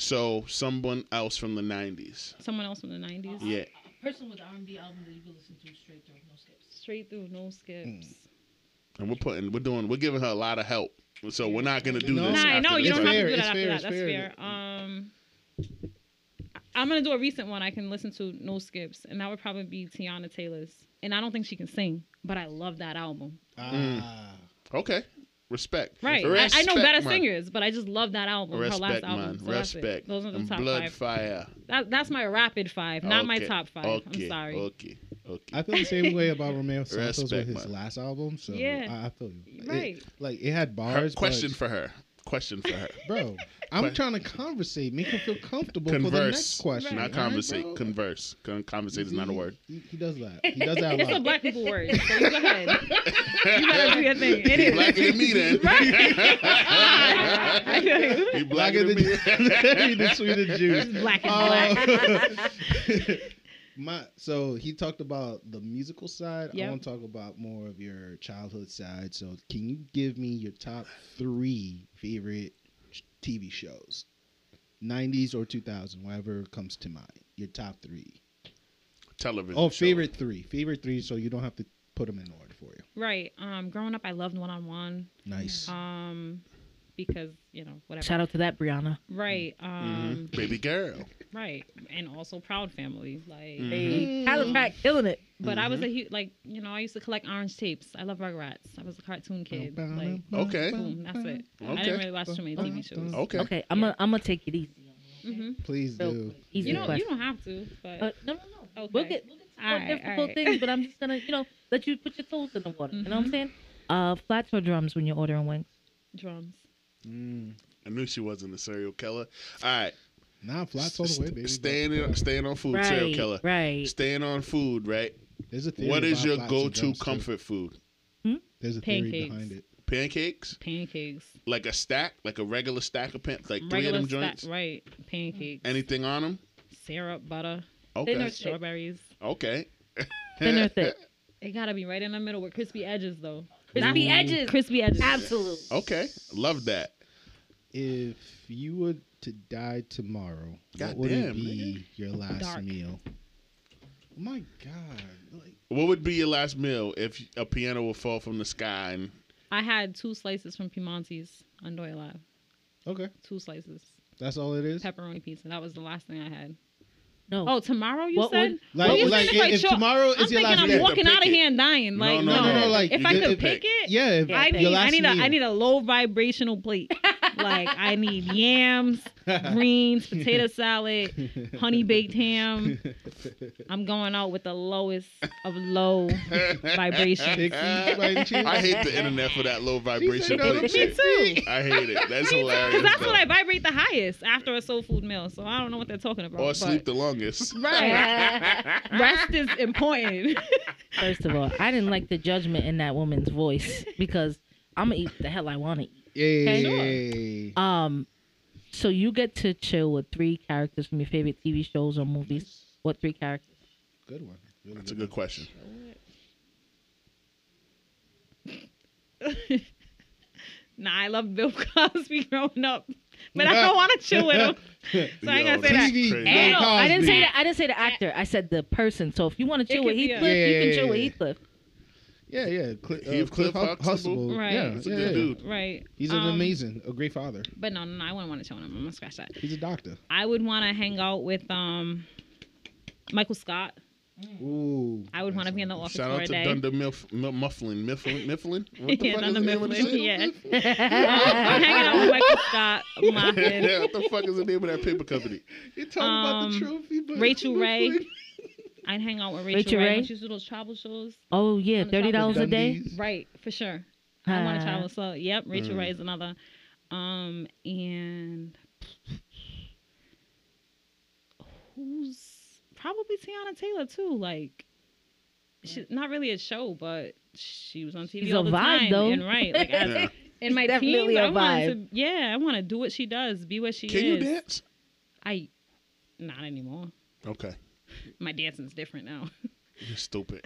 So someone else from the nineties. someone else from the 90s. Yeah. A person with R&B album that you can listen to straight through, no skips. Straight through, no skips. Hmm. And we're putting we're doing we're giving her a lot of help. So we're not gonna do No. this. Nah, Nah, after no, you this, don't right? have to fair, do it's that after fair, that. it's fair. That's fair. Um, I- I'm gonna do a recent one I can listen to no skips, and that would probably be Tiana Taylor's. And I don't think she can sing, but I love that album. Mm. Ah. Okay. Respect. Right, I, I Respect, know better man. singers, but I just love that album. her last Respect, album. man. So that's it. Respect. Those are the and top blood five. fire. That, that's my rapid five, not my Okay, top five. Okay. I'm sorry. Okay. Okay. I feel the same way about Romeo Santos Respect, with his man. last album. So Yeah. I, I feel you. It- Right. like it had Her- bars. question but- for her. Question for her. bro. I'm But- trying to conversate, make her feel comfortable for the next Converse. question. Not all right, conversate. bro? Converse. Con- conversate is not a He- word. He, he does that. He does that a It's a lot. black people word. So you go ahead. You gotta do He your thing. It is. blacker than me then. I feel you. He Blacker than me. the sweet and juice. Black and black. Uh, my so he talked about the musical side. I Yep. want to talk about more of your childhood side. So can you give me your top three favorite sh- TV shows, '90s or 2000, whatever comes to mind. Your top three. Television. Oh, show. favorite three. Favorite three. So you don't have to put them in order for you. Right. Um, growing up, I loved one on one. Nice. Um, because you know whatever. Shout out to that, Brianna. Mm-hmm. Right. Um, Baby girl. right. And also proud family. Like, Mm-hmm. Hey, Tyler Mack, killing it. but I was a huge like you know I used to collect orange tapes. I love Rugrats. I was a cartoon kid. Like, Okay. boom, that's it. I Okay. Oh. didn't really watch too many TV shows. Okay. Okay, I'm gonna I'm gonna take it easy. hmm Please Real do. quick. Easy You don't you question. don't have to, but Uh, no, no, no. We'll Okay. get, we'll get to more All right, all difficult right. things, but I'm just gonna, you know, let you put your toes in the water. You know what I'm saying? Uh, flats or drums when you're ordering wings? drums. Mm, I knew she wasn't a serial killer. All right. nah, flats all the way, baby. Staying in, staying on food, serial killer. right. Staying on food, right? There's a theory What is about your flats and go-to drums, too. comfort food? There's a theory Pancakes. behind it. Pancakes, Pancakes. like a stack, like a regular stack of pan, like three of Regular them sta- joints. right. Pancakes. Anything on them? syrup, butter, Okay. Dinner. strawberries. Okay. Thin or thick? It gotta be right in the middle with crispy edges though. Crispy edges. Crispy edges. Absolutely. Okay. Love that. If you would to die tomorrow, what God would damn, it be your last Dark. meal? My God, like What would be your last meal if a piano would fall from the sky? And I had two slices from Piemonte's on Doyle Ave. okay, Two slices. that's all it is. Pepperoni pizza. That was the last thing I had. No. Oh, tomorrow you What said? would- Like, Well, you like said if, it's if cho- tomorrow I'm is your thinking last I'm You day. have to walking pick out of it. here dying. No, Like, no, no, no, like, if you I get could to pick pick. it, Yeah, if- I your need, I last need a, I meal. need a low vibrational plate. like I need yams, greens, potato salad, honey baked ham. I'm going out with the lowest of low vibration. Big C's by any chance? I hate the internet for that low vibration said no to plate Me shit. too. I hate it. That's hilarious. Because that's though. what I vibrate the highest after a soul food meal. So I don't know what they're talking about. or but sleep the longest. Rest is important. First of all, I didn't like the judgment in that woman's voice because I'm gonna eat the hell I want to eat. Yay. Um, so you get to chill with three characters from your favorite TV shows or movies. What three characters? Good one. Really That's a good one. question. nah, I love Bill Cosby growing up, but I don't want to chill with him. So I ain't Yo, gonna say that. that's TV. crazy. Bill No, no, I didn't say Cosby. that. I didn't say the actor. I said the person. So if you want to chill could with be a- Heathcliff, you can Yeah, chill with yeah, yeah. Heathcliff. Yeah, yeah. Cl- uh, Heath Cliff Cliff Huxtable. Huxtable. Right. Yeah, That's a yeah, good yeah. dude. Right. He's an Um, amazing, a great father. But no, no, no, I wouldn't want to chill with him. I'm gonna scratch that. He's a doctor. I would want to hang out with um Michael Scott. Ooh. I would that's want to be in the one. office Shout for out a to day. Dunder Miff, Mil- Mifflin. Mifflin? Mifflin? What the Yeah, fuck Dunder is the name of the Mifflin, shit? yeah. I'm hanging out with Michael Scott, laughing. yeah, what the fuck is the name of that paper company? You're talking about the Um, trophy, but Rachel Ray. I'd hang out with Rachel, Rachel Ray. Ray? when She used to do those travel shows. Oh yeah, On the thirty dollars a day. Dundees. Right, for sure. I want to Ah. travel. So yep, Rachel Mm. Ray is another. Um and who's probably Tiana Taylor too? Like, she's not really a show, but she was on TV She's all a the vibe, time. though. And right, like as, Yeah. in my Definitely teens, a I wanted to, yeah, I want to do what she does, be what she Can you is. dance? I not anymore. Okay. My dancing's different now. You're stupid.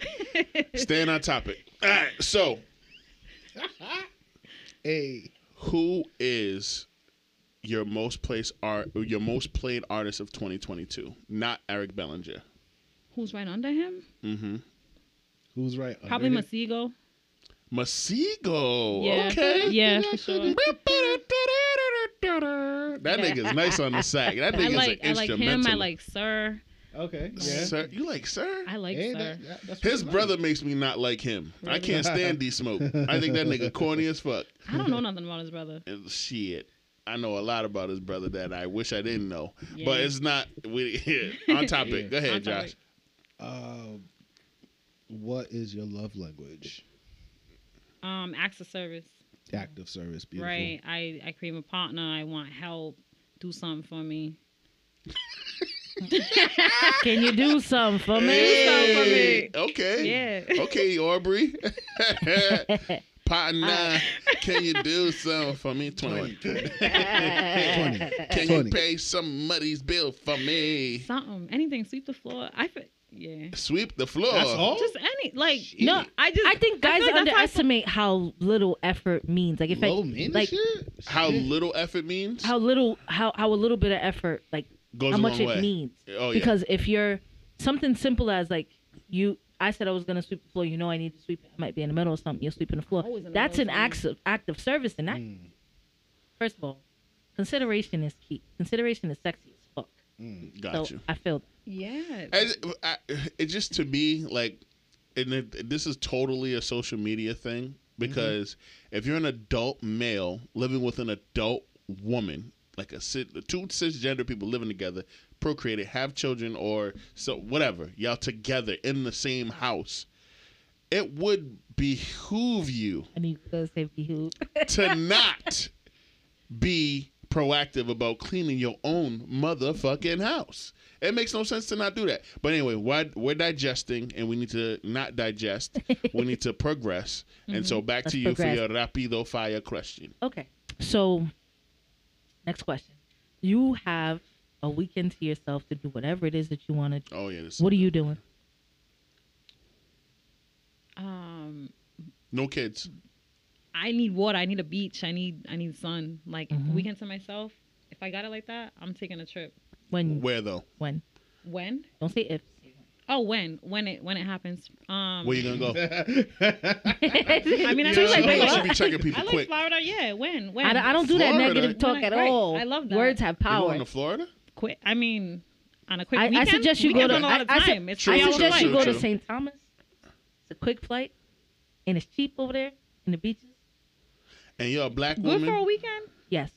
Staying on topic. All right. So, Hey. who is your most placed art, or your most played artist of 2022? Not Eric Bellinger. Who's right under him? Mm-hmm. Who's right? Probably under Masego. Masego. Yeah. Okay. Yeah, for sure. That nigga's nice on the sack. That I nigga's like an I like him. instrumental. I like Sir. it? Okay. Yeah. Sir, you like sir? I like Hey, Sir. that- that- that's His what's brother makes me not like him. I can't stand D Smoke. I think that nigga corny as fuck. I don't know nothing about his brother. And shit. I know a lot about his brother that I wish I didn't know. But Yeah. it's not we yeah, on topic. Go ahead, On topic. Josh. Um, what is your love language? Um, acts of service. Active service. Beautiful. Right. I I create a partner. I want help. Do something for me. Can you do something for me? something for Hey, me. Okay. Yeah. Okay, Aubrey. Uh. Partner, can you do something for me? 21. Twenty. Can you Twenty. pay somebody's bill for me? Something. Anything. Sweep the floor. I fe- yeah. Sweep the floor. That's all. Just any like. No, I just I think guys feel like that's how I feel- underestimate how little effort means. Like if I, Low men like shit. How Shit. little effort means how little how how a little bit of effort like goes how a much long it way. means. Oh yeah. Because if you're something simple as like you, I said I was gonna sweep the floor. You know, I need to sweep. I might be in the middle of something. You're sweeping the floor. I'm always in the That's an middle of act of act of service. And that, Mm, first of all, consideration is key. Consideration is sexy as fuck. mm. Got so you. I feel Yeah. As, I, it just to me like, and it, this is totally a social media thing because if you're an adult male living with an adult woman, like a cis- two cisgender people living together, procreated, have children, or so whatever, y'all together in the same house, it would behoove you I need to go safety hoop. to not be proactive about cleaning your own motherfucking house. It makes no sense to not do that. But anyway, why, we're digesting and we need to not digest. we need to progress. Mm-hmm. And so back Let's to you progress. for your rapido fire question. Okay. So, next question. You have a weekend to yourself to do whatever it is that you want to do. Oh yeah, this What are you doing? Um. no kids. I need water. I need a beach. I need I need sun. Like Mhm. weekend to myself. If I got it like that, I'm taking a trip. When? Where though? When? When? Don't say if. Oh, when? When it when it happens. Um, Where you gonna go? I mm. I mean, I You just know, like, you wait, should what? be checking people I like quick. Florida. Yeah, when? When? I, don't- I don't do that Florida. negative talk Right, at right. all. I love that. Words have You power. going to Florida? Quick. I mean, on a quick I- I weekend. suggest you go Weekends to- on a lot of I- I su- time. It's True, three I true, hours suggest away. you go true. to St. Thomas. It's a quick flight, and it's cheap over there in the beaches. And you're a black Good woman. for a weekend. Yes,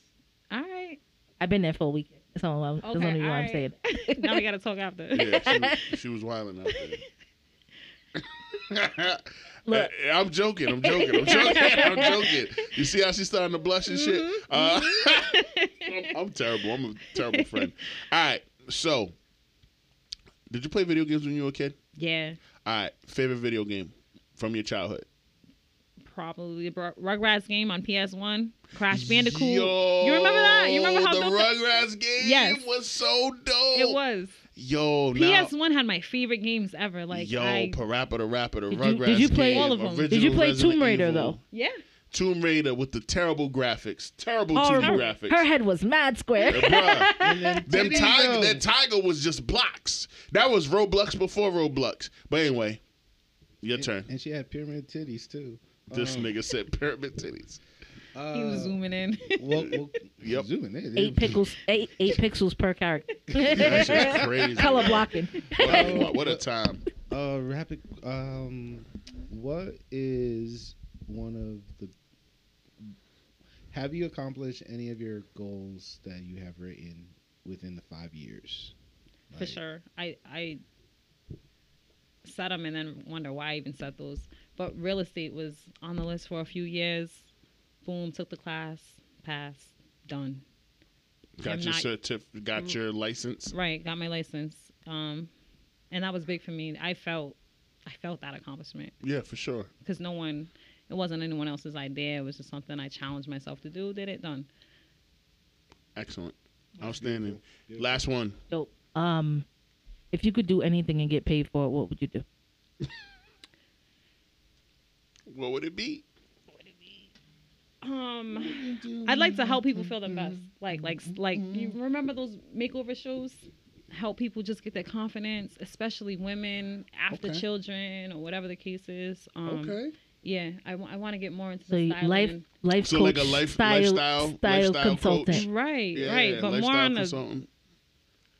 All right. I've been there for a week. That's all. I'm, that's Okay, only why all I'm right. saying. it. now we gotta talk after. yeah, she was, she was wilding out there. Look. Uh, I'm joking. I'm joking. I'm joking. I'm joking. You see how she's starting to blush and Mm-hmm. shit. Uh, I'm, I'm terrible. I'm a terrible friend. All right. So, did you play video games when you were a kid? Yeah, All right. Favorite video game from your childhood? probably Br- Rugrats game on PS One. Crash Bandicoot. you remember that? You remember how the dope that- Rugrats game Yes. was so dope. it was? Yo, now, PS One had my favorite games ever. Like, yo, I, Parappa the Rapper, the Did you- Rugrats did you play- game, All of 'em. original Did you play Resident Tomb Raider, Evil. though? yeah, Tomb Raider with the terrible graphics, terrible Oh, Tomb her, Uh, graphics. her head was mad square. Yeah, bruh. And then Them titties, tiger, though. that tiger was just blocks. That was Roblox before Roblox. But anyway, your And- turn. And she had pyramid titties too. This Oh. Um, nigga said pyramid titties. Uh, he was zooming in. Well, well, Yep. zooming in. eight pickles, eight eight pixels per character. That's just crazy. Color blocking. What a, what a time. Uh, rapid. Um, what is one of the? Have you accomplished any of your goals that you have written within the five years? For Like, sure. I I set them and then wonder why I even set those. But real estate was on the list for a few years. Boom, took the class, passed, done. Got I'm your not- certif- Mm. got your license. Right, got my license. Um, and that was big for me. I felt I felt that accomplishment Yeah, for sure. because no one, it wasn't anyone else's idea. It was just something I challenged myself to do. Did it done. Excellent. Outstanding. Beautiful. Last one. Dope. Um, if you could do anything and get paid for it, what would you do? What would it be? Um, I'd like to help people feel their best. Like, like, like Mm-hmm. you remember those makeover shows? Help people just get their confidence, especially women after Okay. children or whatever the case is. Um, okay. Yeah, I, w- I want to get more into So the you- styling. life life So coach, like a life- style, lifestyle- style lifestyle consultant. coach. right, Yeah, right, but more lifestyle on the consultant.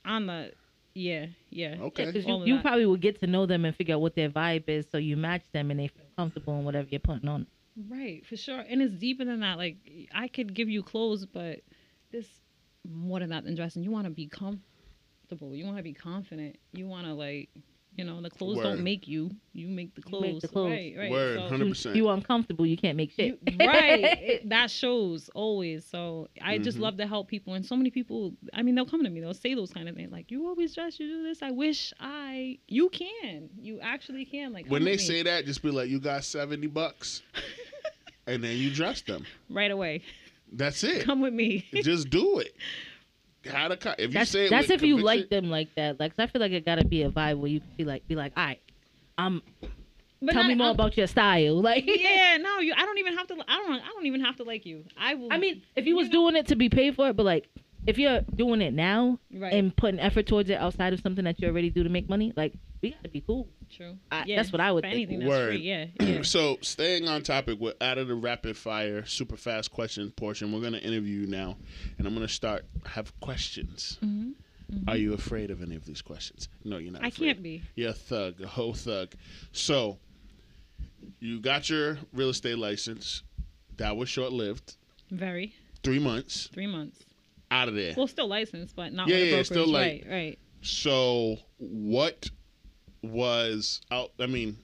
on the yeah, yeah. Okay. 'Cause All you, of you that. probably will get to know them and figure out what their vibe is, so you match them and they feel comfortable in whatever you're putting on. Right, for sure. And it's deeper than that. Like I could give you clothes, but this more than that than dressing. You want to be comfortable. You want to be confident. You want to like, you know, the clothes Word. don't make you. You make the You clothes. make the clothes. Right, right. Word, so- 100%. You uncomfortable, you can't make shit. you- right. It- that shows always. So I just Mhm. love to help people, and so many people. I mean, they'll come to me. They'll say those kind of things, like, "You always dress. You do this. I wish I. You can. You actually can. Like When come they to me say that, just be like, you got 70 bucks. and then you dress them. right away, That's it. come with me. just do it. How to co- if you that's say it that's with if you like conviction- them like that. Like 'cause I feel like it gotta be a vibe where you can be like, be like, all right, um, But tell not- me more I'm- about your style. Like, yeah, no, you. I don't even have to. I don't. I don't even have to like you. I will. I mean, if you was know? doing it to be paid for it, but like, if you're doing it now Right. and putting effort towards it outside of something that you already do to make money, like, we gotta be cool. true. I- that's what I would for think. Anything that's Word. free, yeah. yeah. So staying on topic, we're out of the rapid fire, super fast question portion. We're gonna interview you now, and I'm gonna start I have questions. Mm-hmm. Mhm. Are you afraid of any of these questions? No, you're not. I afraid. can't be. You're a thug, a whole thug. So you got your real estate license. That was short lived. Very Three months three months. out of there. Well, still licensed, but not Yeah, with a yeah, brokerage. still like- right, right. So what was out I mean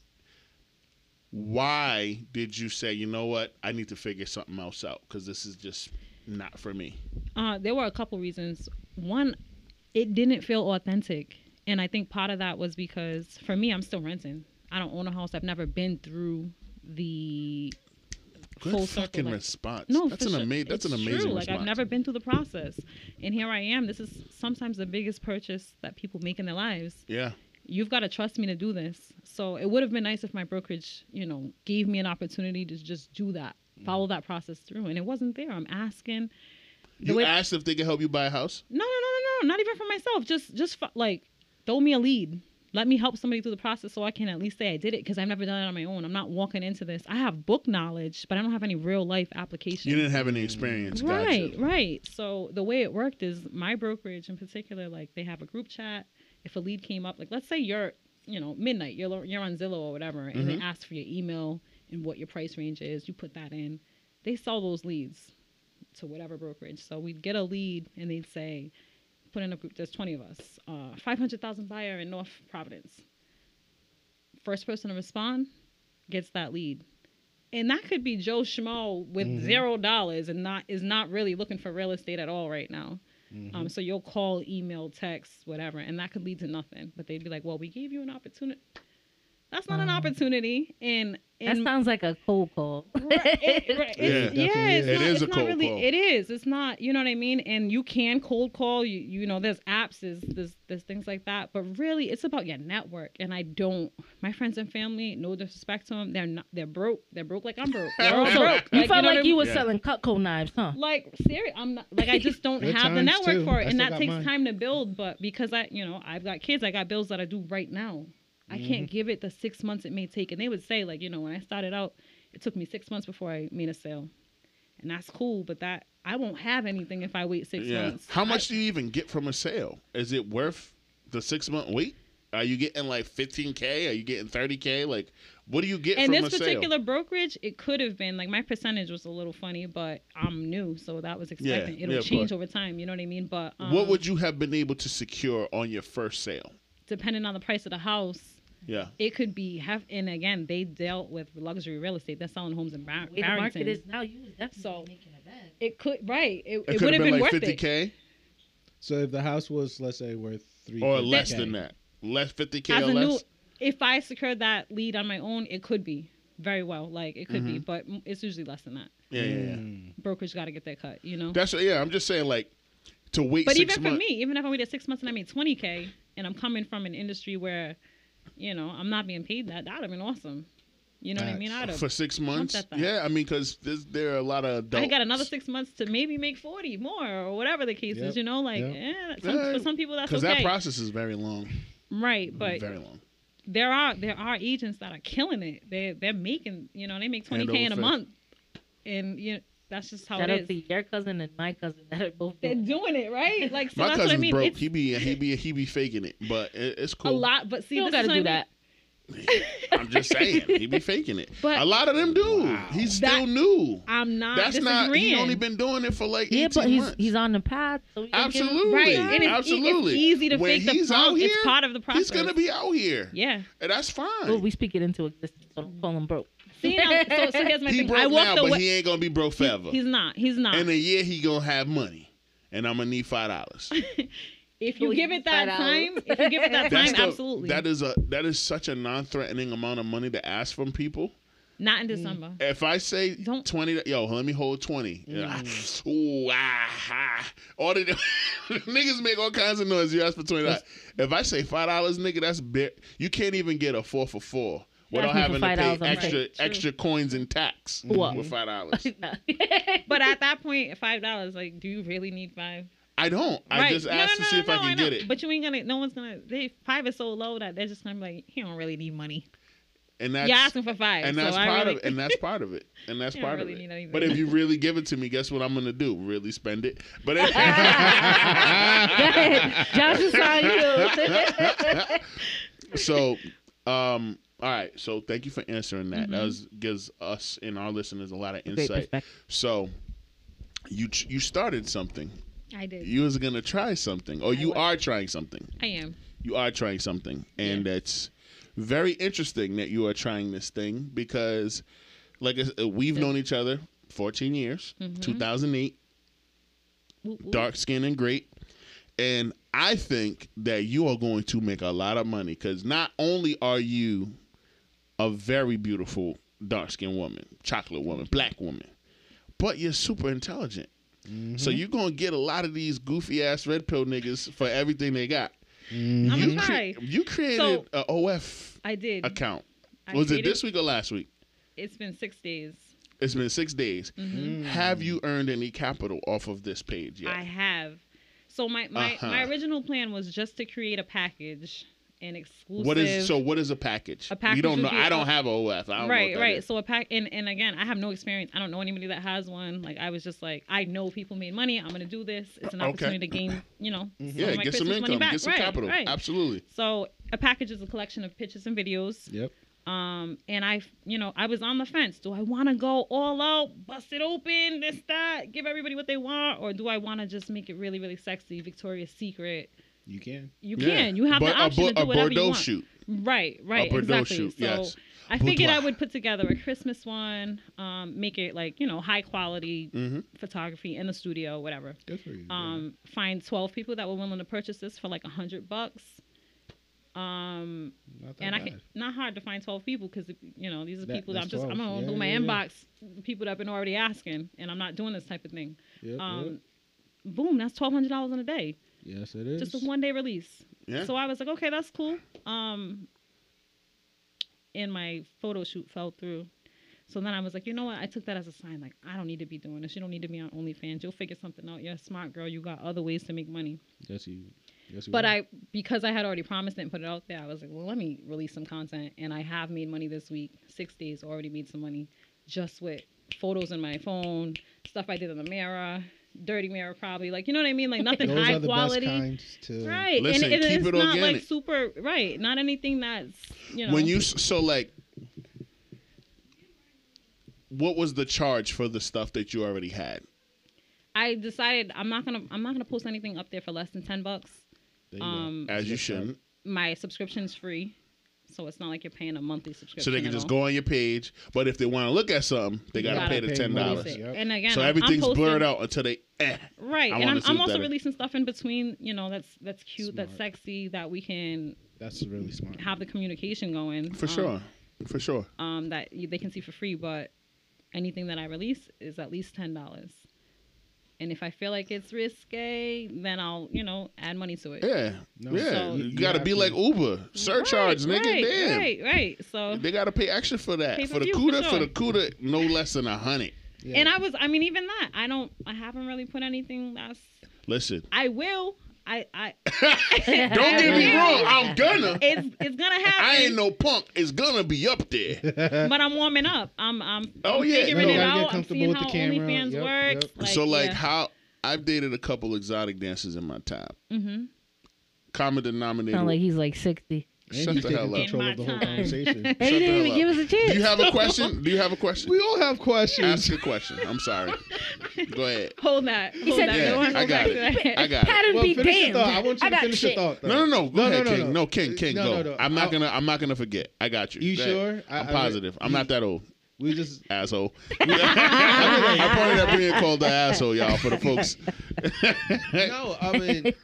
why did you say, you know what, I need to figure something else out cuz this is just not for me. Uh, there were a couple reasons. One, it didn't feel authentic, and I think part of that was because for me, I'm still renting. I don't own a house. I've never been through the Good full circle, fucking like- response. No, that's for an sure. amazing that's an It's amazing true. response. Like I've never been through the process, and here I am. This is sometimes the biggest purchase that people make in their lives. Yeah. You've got to trust me to do this. So it would have been nice if my brokerage, you know, gave me an opportunity to just do that, follow that process through, and it wasn't there. I'm asking. You way- asked if they could help you buy a house. No, no, no, no, no. Not even for myself. Just, just fu- like, throw me a lead. Let me help somebody through the process so I can at least say I did it because I've never done it on my own. I'm not walking into this. I have book knowledge, but I don't have any real life application. You didn't have any experience. right, Gotcha. right. So the way it worked is my brokerage in particular, like they have a group chat. If a lead came up, like let's say you're, you know, midnight, you're lo- you're on Zillow or whatever, and Mm-hmm. they ask for your email and what your price range is. You put that in. They sell those leads to whatever brokerage. So we'd get a lead and they'd say, put in a group. There's 20 of us. Uh, 500,000 buyer in North Providence. First person to respond gets that lead. And that could be Joe Schmo with zero dollars and not is not really looking for real estate at all right now. Um, so you'll call, email, text, whatever, and that could lead to nothing. But they'd be like, "Well, we gave you an opportunity. That's not an Wow. opportunity." And, That and sounds like a cold call. Right, it- right, it's- Yeah, yeah, it is. definitely it's not, It is it's a not cold really. call. It is. It's not. You know what I mean? And you can cold call. You you know, there's apps. There's there's, there's things like that. But really, it's about your network. And I don't. My friends and family. No disrespect to them. They're not. They're broke. They're broke. Like I'm broke. They're all So, broke. you Like, know felt what I like you mean? were Yeah. selling Cutco knives, huh? Like seriously, I'm not like I just don't Good have times, the network too. for I it, and still that got takes mine. time to build. But because I, you know, I've got kids, I got bills that I do right now. I Mm-hmm. can't give it the six months it may take. And they would say, like, you know, when I started out, it took me six months before I made a sale, and that's cool. But that I won't have anything if I wait six Yeah. months. How much do you even get from a sale? Is it worth the six month wait? Are you getting like 15k? Are you getting 30k? Like, what do you get and from this a sale? particular brokerage, it could have been like my percentage was a little funny, but I'm new, so that was expected. yeah, It'll of course. change over time. You know what I mean? But um, what would you have been able to secure on your first sale? depending on the price of the house. Yeah. it could be have and again they dealt with luxury real estate they're selling homes in Bar- The way the market barrington is now, you was definitely So- making a bag. it could right it, it, could've would have been, worth like it 50k So if the house was, let's say, worth three or less That- than that. Less 50k as or a less. new if i secured that lead on my own it could be very well like it could be but m- it's usually less than that yeah, yeah, Mm. yeah. Hmm, brokerage got to get that cut you know That's yeah. I'm just saying like to wait. but six even for months, me even if i waited six months and i made 20k and i'm coming from an industry where you know i'm not being paid that that would have been awesome you know what i mean i'd for have six months. at that. Yeah, I mean, because there are a lot of adults. I got another six months to maybe make forty more or whatever the case Yep, is. You know, like yep. eh, some, Yeah, for some people that's okay. Because that process is very long. Right, but very long. there are there are agents that are killing it. They they're making you know they make twenty Hand k over in a fist. month, and you know, that's just how Shout it out is. to your cousin and my cousin that are both They're doing doing it right, like so My that's what cousin's I mean. broke. It's He be he be he be faking it, but it, it's a cool. lot, but see, You don't this gotta is what I do mean. that. I'm just saying he be faking it. But- a lot of them do. He's That- still new. I'm not. That's not. He disagreeing. only been doing it for like Yeah, 18 but he's months. he's on the path. So we gotta give him- absolutely Right, and it's e- it's absolutely easy to when fake the he's pump. out here. It's part of the He's gonna process. be out here. yeah. and that's fine. Well, we speak it into existence. So don't call him broke. See, now, so, so here's my he thing. broke I walk now, the but way. he ain't gonna be broke forever. he's not. He's not. in a year he gonna have money, and I'm gonna need five dollars. if you Who give he it that flat out. time, if you give it that time, the- absolutely. That is a that is such a non-threatening amount of money to ask from people. not Mm. in December. If I say Don't- Mm. twenty, yo, let me hold twenty. Ooh, ah, ha. All the niggas make all kinds of noise. You ask for twenty dollars. If I say five dollars, nigga, that's bit. You can't even get a four for four without me for having to pay $5, I'm extra right. True. extra coins and tax Well. with five dollars. Nah. But at that point, five dollars. Like, do you really need five? I don't. I just No, asked to no, see no, if I no, can know. get it. But you ain't gonna. No one's gonna. They five is so low that they're just gonna be like, he don't really need money. and that's You're asking for five, and so that's I part really- of and that's part of it and that's You don't part really of need it anything. but if you really give it to me guess what i'm gonna do really spend it but it, Josh is on you. so um all right so thank you for answering that Mm-hmm. that was, gives us and our listeners a lot of Great insight perspective. so you ch- you started something I did. you was gonna try something or you was. are trying something I am. you are trying something and it's very interesting that you are trying this thing because like I said, we've known each other 14 years 2008 Ooh, ooh. dark skin and great and i think that you are going to make a lot of money because not only are you a very beautiful dark skinned woman chocolate woman black woman but you're super intelligent so you're going to get a lot of these goofy ass red pill niggas for everything they got I'm you, gonna cre- try. you created So- a OF I did. account. I Was it created- this week or last week? It's been six days. It's been six days. Mhm. Have you earned any capital off of this page yet? I have. So my my, Uh-huh. my original plan was just to create a package, an exclusive. What is so? What is a package? A package you don't would know. be I don't a- have a OF. I don't right, know what that right. is. So a pack, and, and again, I have no experience. I don't know anybody that has one. Like I was just like, I know people made money. I'm gonna do this. It's Okay. an Mm-hmm. opportunity to gain, you know, Mhm. of Yeah, my get some Christmas money income, back. get some Right, capital. right. Absolutely. So a package is a collection of pictures and videos. Yep. Um, and I, you know, I was on the fence. Do I want to go all out, bust it open, this that, give everybody what they want, or do I want to just make it really, really sexy, Victoria's Secret? You can. You Yeah. can. You have but the option a, to do a whatever Bordeaux you want. shoot. Right, right, a Bordeaux exactly. shoot. So Yes. I figured I Boudoir. would put together a Christmas one, um, make it like you know high quality Mm-hmm. photography in the studio, whatever. Good for you. Um, find twelve people that were willing to purchase this for like a hundred bucks. Um, bro. Not that and I bad. can not hard to find twelve people because you know these are That- people that I'm that's just I'm 12. gonna Yeah, do my yeah, yeah. inbox the people that I've been already asking, and I'm not doing this type of thing. Yep, Um, boom, that's twelve hundred dollars in a day, yep. Yes, it is. just a one day release. Yeah. So I was like, okay, that's cool. Um, and my photo shoot fell through. So then I was like, you know what? I took that as a sign. Like, I don't need to be doing this. You don't need to be on OnlyFans. You'll figure something out. You're a smart girl. You got other ways to make money. Yes, you. Yes, you But are. I, because I had already promised it and put it out there, I was like, well, let me release some content. And I have made money this week. Six days already made some money just with photos in my phone, stuff I did in the mirror, dirty mirror, probably. Like, you know what I mean? Like, nothing Those high are the quality. best kinds to. Right. Listen, and, and keep it's it not organic. like super right, not anything that's you know When you s- so like, what was the charge for the stuff that you already had? I decided I'm not gonna I'm not gonna post anything up there for less than ten bucks. There you go. Um As you That's right. shouldn't. my subscription's free. So it's not like you're paying a monthly subscription. So they can at just all. go on your page, but if they want to look at something, they You gotta, gotta pay the pay ten more. dollars. Release it. Yep. And again, So I'm- I'm everything's posting- blurred out until they. Eh. Right. I and wanna I'm, see I'm what also that is. releasing stuff in between, you know, that's that's cute, that's Smart. sexy, that we can That's really smart. have the communication going. For um, sure, for sure. um, that you, they can see for free, but anything that I release is at least ten dollars. And if I feel like it's risque, then I'll you know add money to it. Yeah, No, yeah. so- you, You gotta have be to- like Uber surcharge, right, nigga. Right, Damn. right, right. So They gotta pay extra for that. Pay For per the view, for CUDA, for sure. the CUDA, no less than a hundred. Yeah. and I was I mean even that I don't I haven't really put anything that's Listen, I will I I don't get me wrong. I'm gonna. it's it's gonna happen. I ain't no punk. It's gonna be up there. But I'm warming up. I'm I'm Oh, I'm yeah, figuring no. Gotta it get out. I'm comfortable seeing with the how camera. OnlyFans Yep, works. yep. so like how I've dated a couple exotic dancers in my time. hmm Common denominator. Sound like he's like 60. And Shut you the taking hell up. control of the whole In my time. conversation. Hey, you the didn't hell even up. give us a chance. Do you have a question? Do you have a question? we all have questions. Ask a question. I'm sorry. Go ahead. hold that. Hold said that. that. I wanna Yeah, go I got back to it. that. I got it. Pattern Well, be finish your damned. thought. I want you to got finish shit. your thought. though. No, no, no. Go No, no, ahead, no, King. no. No, King, King, No, go. no, no. I'm not I'll- gonna. I'm not gonna forget. I got you. You Go ahead. sure? I- I'm I- positive. I, am not that old, We just asshole. I pointed at being called the asshole, y'all, for the folks. no. I mean,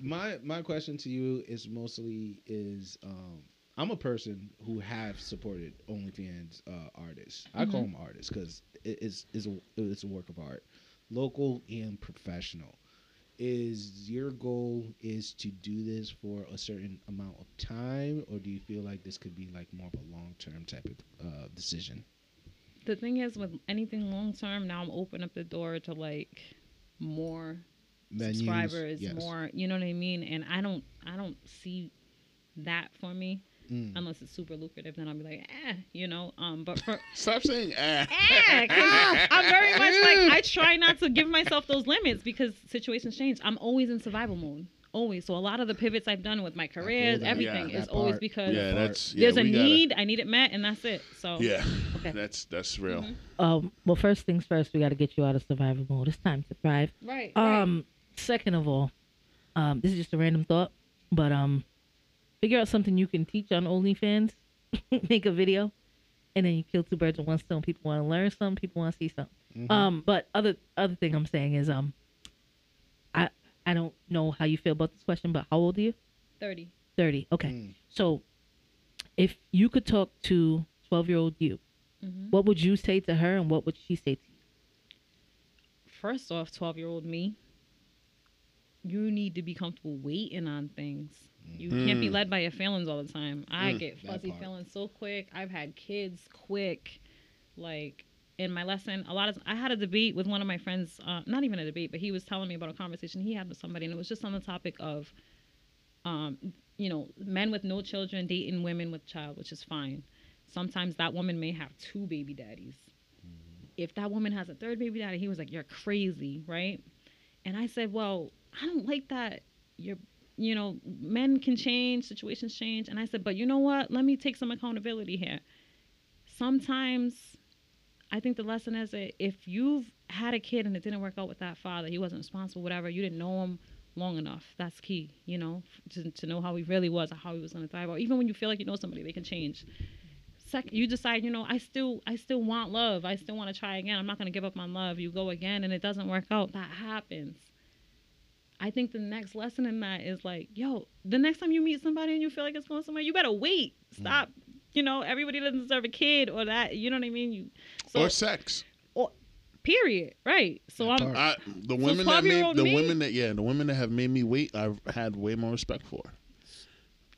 my my question to you is mostly is um, I'm a person who have supported OnlyFans uh, artists. I call them artists because it is is a, it's a work of art, local and professional. Is your goal is to do this for a certain amount of time, or do you feel like this could be like more of a long term type of uh, decision? the thing is with anything long term now i'm opening up the door to like more Menus, subscribers yes. more you know what i mean and i don't i don't see that for me Mm. unless it's super lucrative then i'll be like eh, you know um but for Stop saying ah. Eh, 'cause i'm very much like i try not to give myself those limits because situations change i'm always in survival mode always so a lot of the pivots i've done with my careers that. everything Yeah. is That always part. because Yeah, that's yeah, there's a we gotta- need i need it met and that's it so Yeah, Okay. that's that's real. Mm-hmm. Um, well, first things first, we got to get you out of survival mode. It's time to thrive. right, right. Um, second of all, um, this is just a random thought, but um, figure out something you can teach on OnlyFans, make a video, and then you kill two birds with one stone. People want to learn something, people want to see something. Um, but other other thing I'm saying is um, I I don't know how you feel about this question, but how old are you? 30 Thirty. Okay. Mm. So, if you could talk to twelve year old you, Mhm. what would you say to her, and what would she say to you? first off, 12 year old me, you need to be comfortable waiting on things. You can't be Mm. led by your feelings all the time. I Mm. get That fuzzy part. feelings so quick. I've had kids quick. Like, in my lesson, a lot of I had a debate with one of my friends, uh, not even a debate, but he was telling me about a conversation he had with somebody, and it was just on the topic of, um, you know, men with no children dating women with child, which is fine. Sometimes that woman may have two baby daddies. Mm-hmm. If that woman has a third baby daddy, he was like, "You're crazy, right?" And I said, "Well, I don't like that. You're." You know, men can change, situations change. And I said, but you know what? Let me take some accountability here sometimes I think the lesson is that if you've had a kid and it didn't work out with that father, he wasn't responsible, whatever, you didn't know him long enough. That's key, you know, f- to, to know how he really was or how he was going to thrive. Or even when you feel like you know somebody, they can change. Sec- you decide, you know, I still, I still want love. I still want to try again. I'm not going to give up on love. You go again and it doesn't work out. That happens. I think the next lesson in that is like, yo, the next time you meet somebody and you feel like it's going somewhere, you better wait. Mm. Stop. You know, everybody doesn't deserve a kid or that. You know what I mean? You so or sex. period. Right. So I'm I, the women that made 12-year-old the me? women that yeah the women that have made me wait I've had way more respect for,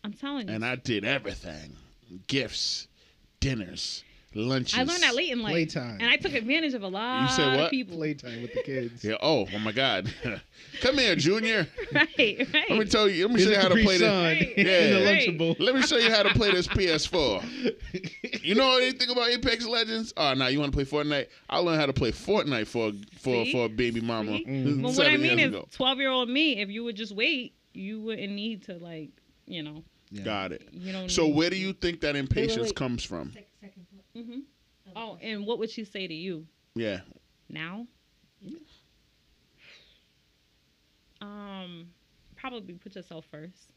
I'm telling you. and I did everything, gifts, dinners, lunches. I learned that late in life. Playtime. And I took advantage of a lot what? of people. Playtime with the kids. Yeah. Oh, oh my God. Come here, Junior. Right, right. Let me tell you. Let me show you how to play this. Right. Yeah. the Right. Lunchable. Let me show you how to play this PS4. You know anything about Apex Legends? Oh, now you want to play Fortnite? I learned how to play Fortnite for for See? for a baby mama. Mm-hmm. See? seven But what I mean years is, ago. 12 year old me, if you would just wait, you wouldn't need to, like, you know, Yeah. got it. you don't So need- where do you think that impatience wait. comes from? Sec- second thought. Mhm. Oh, and what would she say to you? Yeah. now? Um, probably put yourself first.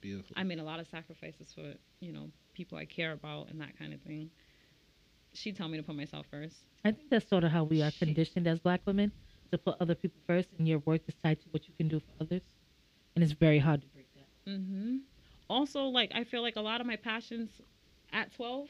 Beautiful. I made a lot of sacrifices for you know people I care about and that kind of thing. She told me to put myself first. I think that's sort of how we are conditioned as black women to put other people first, and your worth is tied to what you can do for others. And it's very hard to break that. Mm-hmm. Also, like I feel like a lot of my passions at twelve,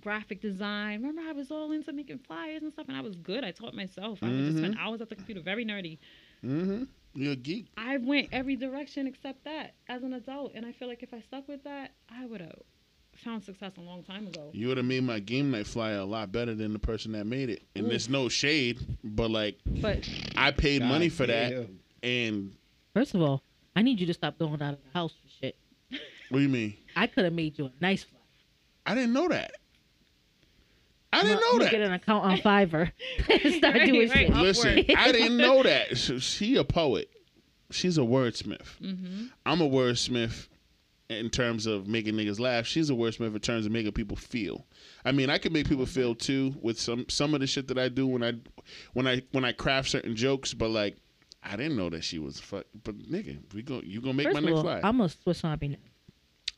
graphic design. Remember, I was all into making flyers and stuff, and I was good. I taught myself. I would just spend Mm-hmm. hours at the computer, very nerdy. Mm-hmm. You're a geek. I went every direction except that as an adult, and I feel like if I stuck with that, I would have found success a long time ago. You would have made my game night flyer a lot better than the person that made it. And there's no shade, but like But I paid money for that. Goddamn. And First of all, I need you to stop going out of the house for shit. what do you mean? I could have made you a nice fly. I didn't know that. I didn't You know that. Get an account on Fiverr and start Right, doing right. shit. Upward. Listen, I didn't know that. So She a poet. She's a wordsmith. Mm-hmm. hmm I'm a wordsmith in terms of making niggas laugh. She's a wordsmith in terms of making people feel. I mean, I can make people feel too with some some of the shit that I do when I when I when I craft certain jokes. But like, I didn't know that she was fuck. But nigga, we go you gonna make First my of next all, life? I'm a Swiss Army knife.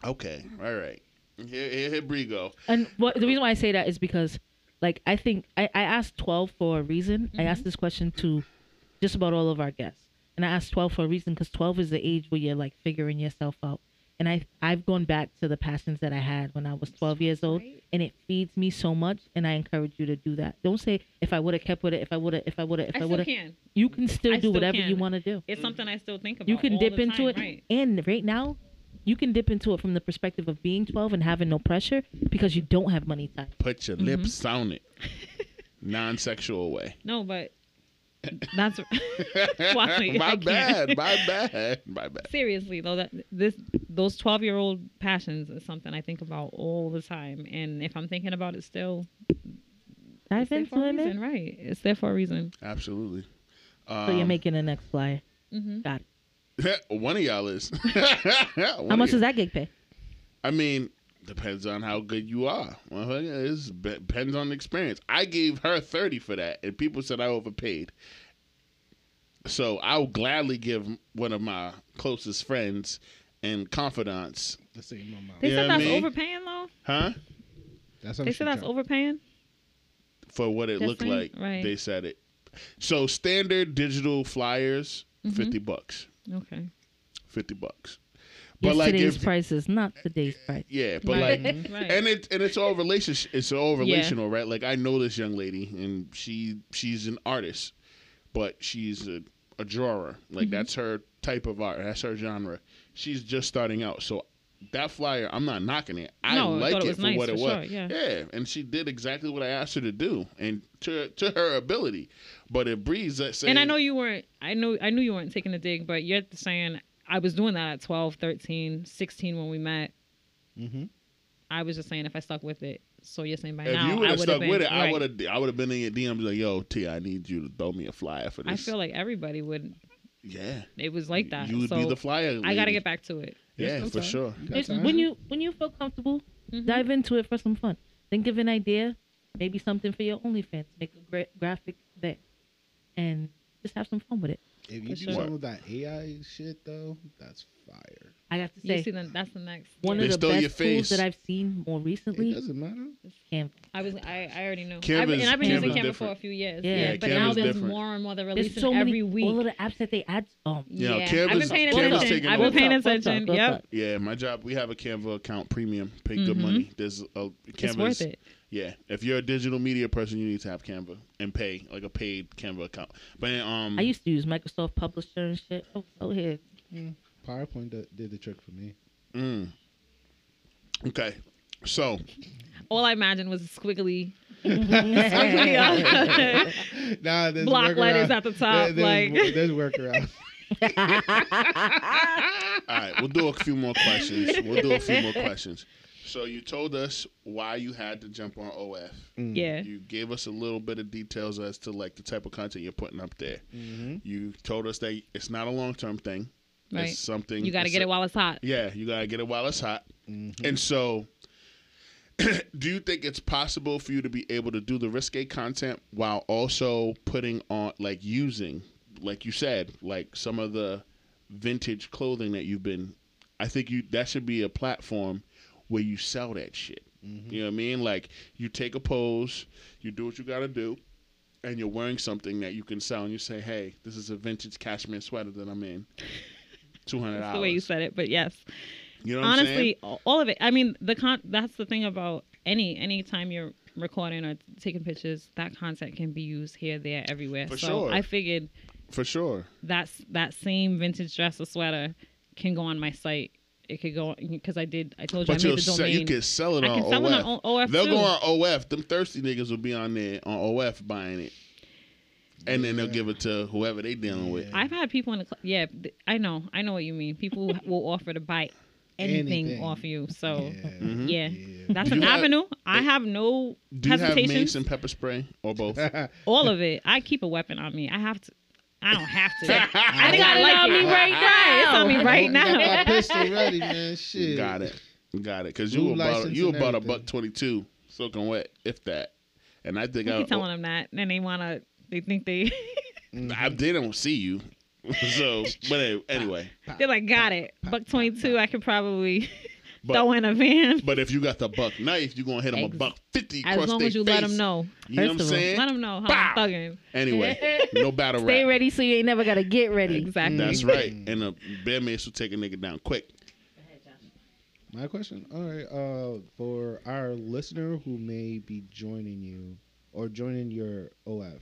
okay, all right. Here, here, here Bree go. And what the reason why I say that is because, like, I think I, I asked 12 for a reason. I Mm-hmm. asked this question to just about all of our guests. And I asked 12 for a reason because 12 is the age where you're like figuring yourself out. And I, I've gone back to the passions that I had when I was 12 years old, Right. and it feeds me so much. And I encourage you to do that. Don't say, if I would have kept with it, if I would have, if I would have, if I I, still would have. can. You can still I do still whatever you can. want to do. It's something I still think about. You can all dip the into time, it. Right. And right now, you can dip into it from the perspective of being 12 and having no pressure because you don't have money tied. Put your lips on it. Non-sexual way. No, but that's Why? I my can't. bad. My bad. My bad. seriously though that this those 12 year old passions is something I think about all the time, and if I'm thinking about it still, it's Dive there into for a it, man. reason. Right? It's there for a reason. Absolutely. So Um, you're making the next flyer. hmm Got it. one of y'all is. How much does that gig pay? I mean, depends on how good you are. Well, it depends on the experience. I gave her thirty for that, and people said I overpaid. So I'll gladly give one of my closest friends and confidants, The same amount. They Yeah, said that's me. overpaying though. huh? That's what They I'm said that's trying- overpaying. For what it That's looked right, like, right. they said it. So standard digital flyers, Mm-hmm. Mhm. fifty bucks, Okay. fifty bucks. But Yesterday's like today's if price is not today's price. yeah, but right. like right. and it and it's all relationship. It's all Yeah. relational, right? Like I know this young lady, and she she's an artist, but she's a, Mm-hmm. a drawer. Like that's her type of art. That's her genre. She's just starting out, so that flyer, I'm not knocking it. I No, I like thought it, it was for nice, what it for was. sure, yeah. and she did exactly what I asked her to do, and to to her ability. But it breeds that saying. and I know you weren't. I know. I knew you weren't taking a dig, but you're saying I was doing that at 12, 13, 16 when we met. Mm-hmm. I was just saying if I stuck with it. So you're saying by if now you I would have would've stuck been- with it, I right. would have. I would have been in your DMs like, "Yo, T, I need you to throw me a flyer for this." I feel like everybody would. yeah, It was like that. You would so be the flyer. I gotta lady. get back to it. Yeah, There's no for time. sure. You got Just time? when you when you feel comfortable, Mhm. dive into it for some fun. Think of an idea, maybe something for your OnlyFans. Make a gra- graphic there, and just have some fun with it. if you For do sure. some of that AI shit though, that's fire. I got to You say, see, then that's the next. one They of the stole your best face. tools that I've seen more It recently is doesn't matter. Canva. I was. I, I already knew. Canva's- I've, been- and I've been using Canva's Canva for a different. few years. Yeah. Yeah, Yeah, but now Canva's there's different. more and more. They're There's releasing so many every week. all of the apps that they add. Um, Yeah, yeah, I've Canva's- been paying Canva's attention. taking I've over. been paying What's up, what's up, attention. what's Yep, up? Yeah, my job. We have a Canva account, premium, pay good Mhm. money. There's a Canva. it's worth it. Yeah, if you're a digital media person, you need to have Canva and pay like a paid Canva account. But um, I used to use Microsoft Publisher and shit. Oh, so here. PowerPoint d- did the trick for me. mm. okay, so All I imagined was squiggly Nah, there's block workaround. letters at the top. There- there's, like there's workaround. all right, we'll do a few more questions. We'll do a few more questions. So you told us why you had to jump on OF. Mm. yeah, You gave us a little bit of details as to like the type of content you're putting up there. Mhm. You told us that it's not a long term thing. Mm-hmm. right. It's something You got to it's get a- it while it's hot. Yeah, you gotta get it while it's hot. Mhm. And so, do you think it's possible for you to be able to do the risque content while also putting on, like, using, like you said, like some of the vintage clothing that you've been? I think you that should be a platform where you sell that shit. You know what I mean? Like, you take a pose, you do what you gotta do. And you're wearing something that you can sell, and you say, "Hey, this is a vintage cashmere sweater that I'm in, two hundred That's the way you dollars." said it, but yes. You know what I'm saying? honestly a- all of it i mean the con that's the thing about any any time you're recording or taking pictures that content can be used here there everywhere For so sure. i figured for sure. that's that same vintage dress or sweater can go on my site it could go because i did i told you But i you'll made the sell, domain you can sell it I on can sell OF. it on O- OF They'll too. go on OF. Them thirsty niggas will be on there on OF buying it, and then they'll Yeah. give it to whoever they dealing with. Yeah. i've had people in the cl- yeah th- i know i know what you mean people who will offer to buy anything, Anything. off you so Yeah. Mhm. yeah, Yeah. that's Do an you have- eh, avenue i have no Do you have hesitation mace and pepper spray or both? all of it. I keep a weapon on me. I have to. I don't have to. I think I like it. It's on me right You got now. that pistol ready, man. Shit. Got it, got it. Cause Blue you about license you and about a everything. buck twenty two soaking wet, if that. And I think You I, oh, keep telling them that, and they wanna. They think they. I they don't see you. so, but anyway, They're like, got it. Buck twenty two. I could probably but throw in a van. but if you got the buck knife, you are gonna hit them a Ex- buck fifty. As across long they as you let 'em let them face. know. You know what First I'm of all, saying? Let them know how Bow. I'm thugging. Anyway, no battle rap. Stay ready, so you ain't never gotta get ready. Exactly. That's right. And a bear mace will take a nigga down quick. My question. All right. Uh, for our listener who may be joining you or joining your OF,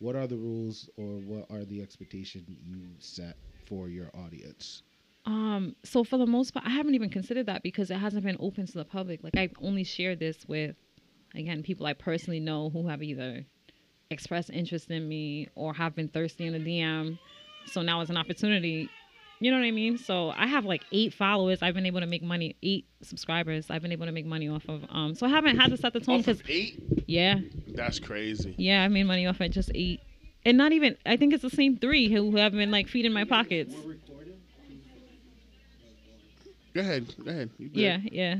what are the rules or what are the expectations you set for your audience? Um, so for the most part, I haven't even considered that because it hasn't been open to the public. Like I've only shared this with, again, people I personally know who have either expressed interest in me or have been thirsty in the DM. So now it's an opportunity. You know what I mean? So I have like eight followers. I've been able to make money. Eight subscribers. I've been able to make money off of. Um, so I haven't had to set the tone Off because of eight? yeah, That's crazy. yeah, I made money off at just eight, and not even. I think it's the same three who have been like feeding my pockets. Go ahead. Go ahead. You good. Yeah, yeah.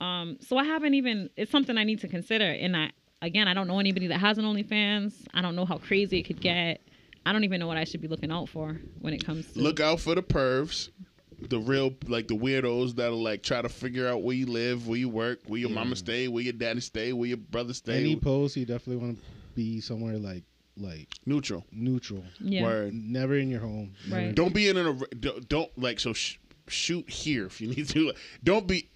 Um, so I haven't even. It's something I need to consider, and I again, I don't know anybody that has an OnlyFans. I don't know how crazy it could get. I don't even know what I should be looking out for when it comes to. Look out for the pervs. The real, like the weirdos that'll like try to figure out where you live, where you work, where your mama stay, where your daddy stay, where your brother stay. Any post, you definitely want to be somewhere like like Neutral. neutral. yeah, Word. Never in your home. never Right. in- Don't be in an ar- don't, don't like so sh- shoot here if you need to. Don't be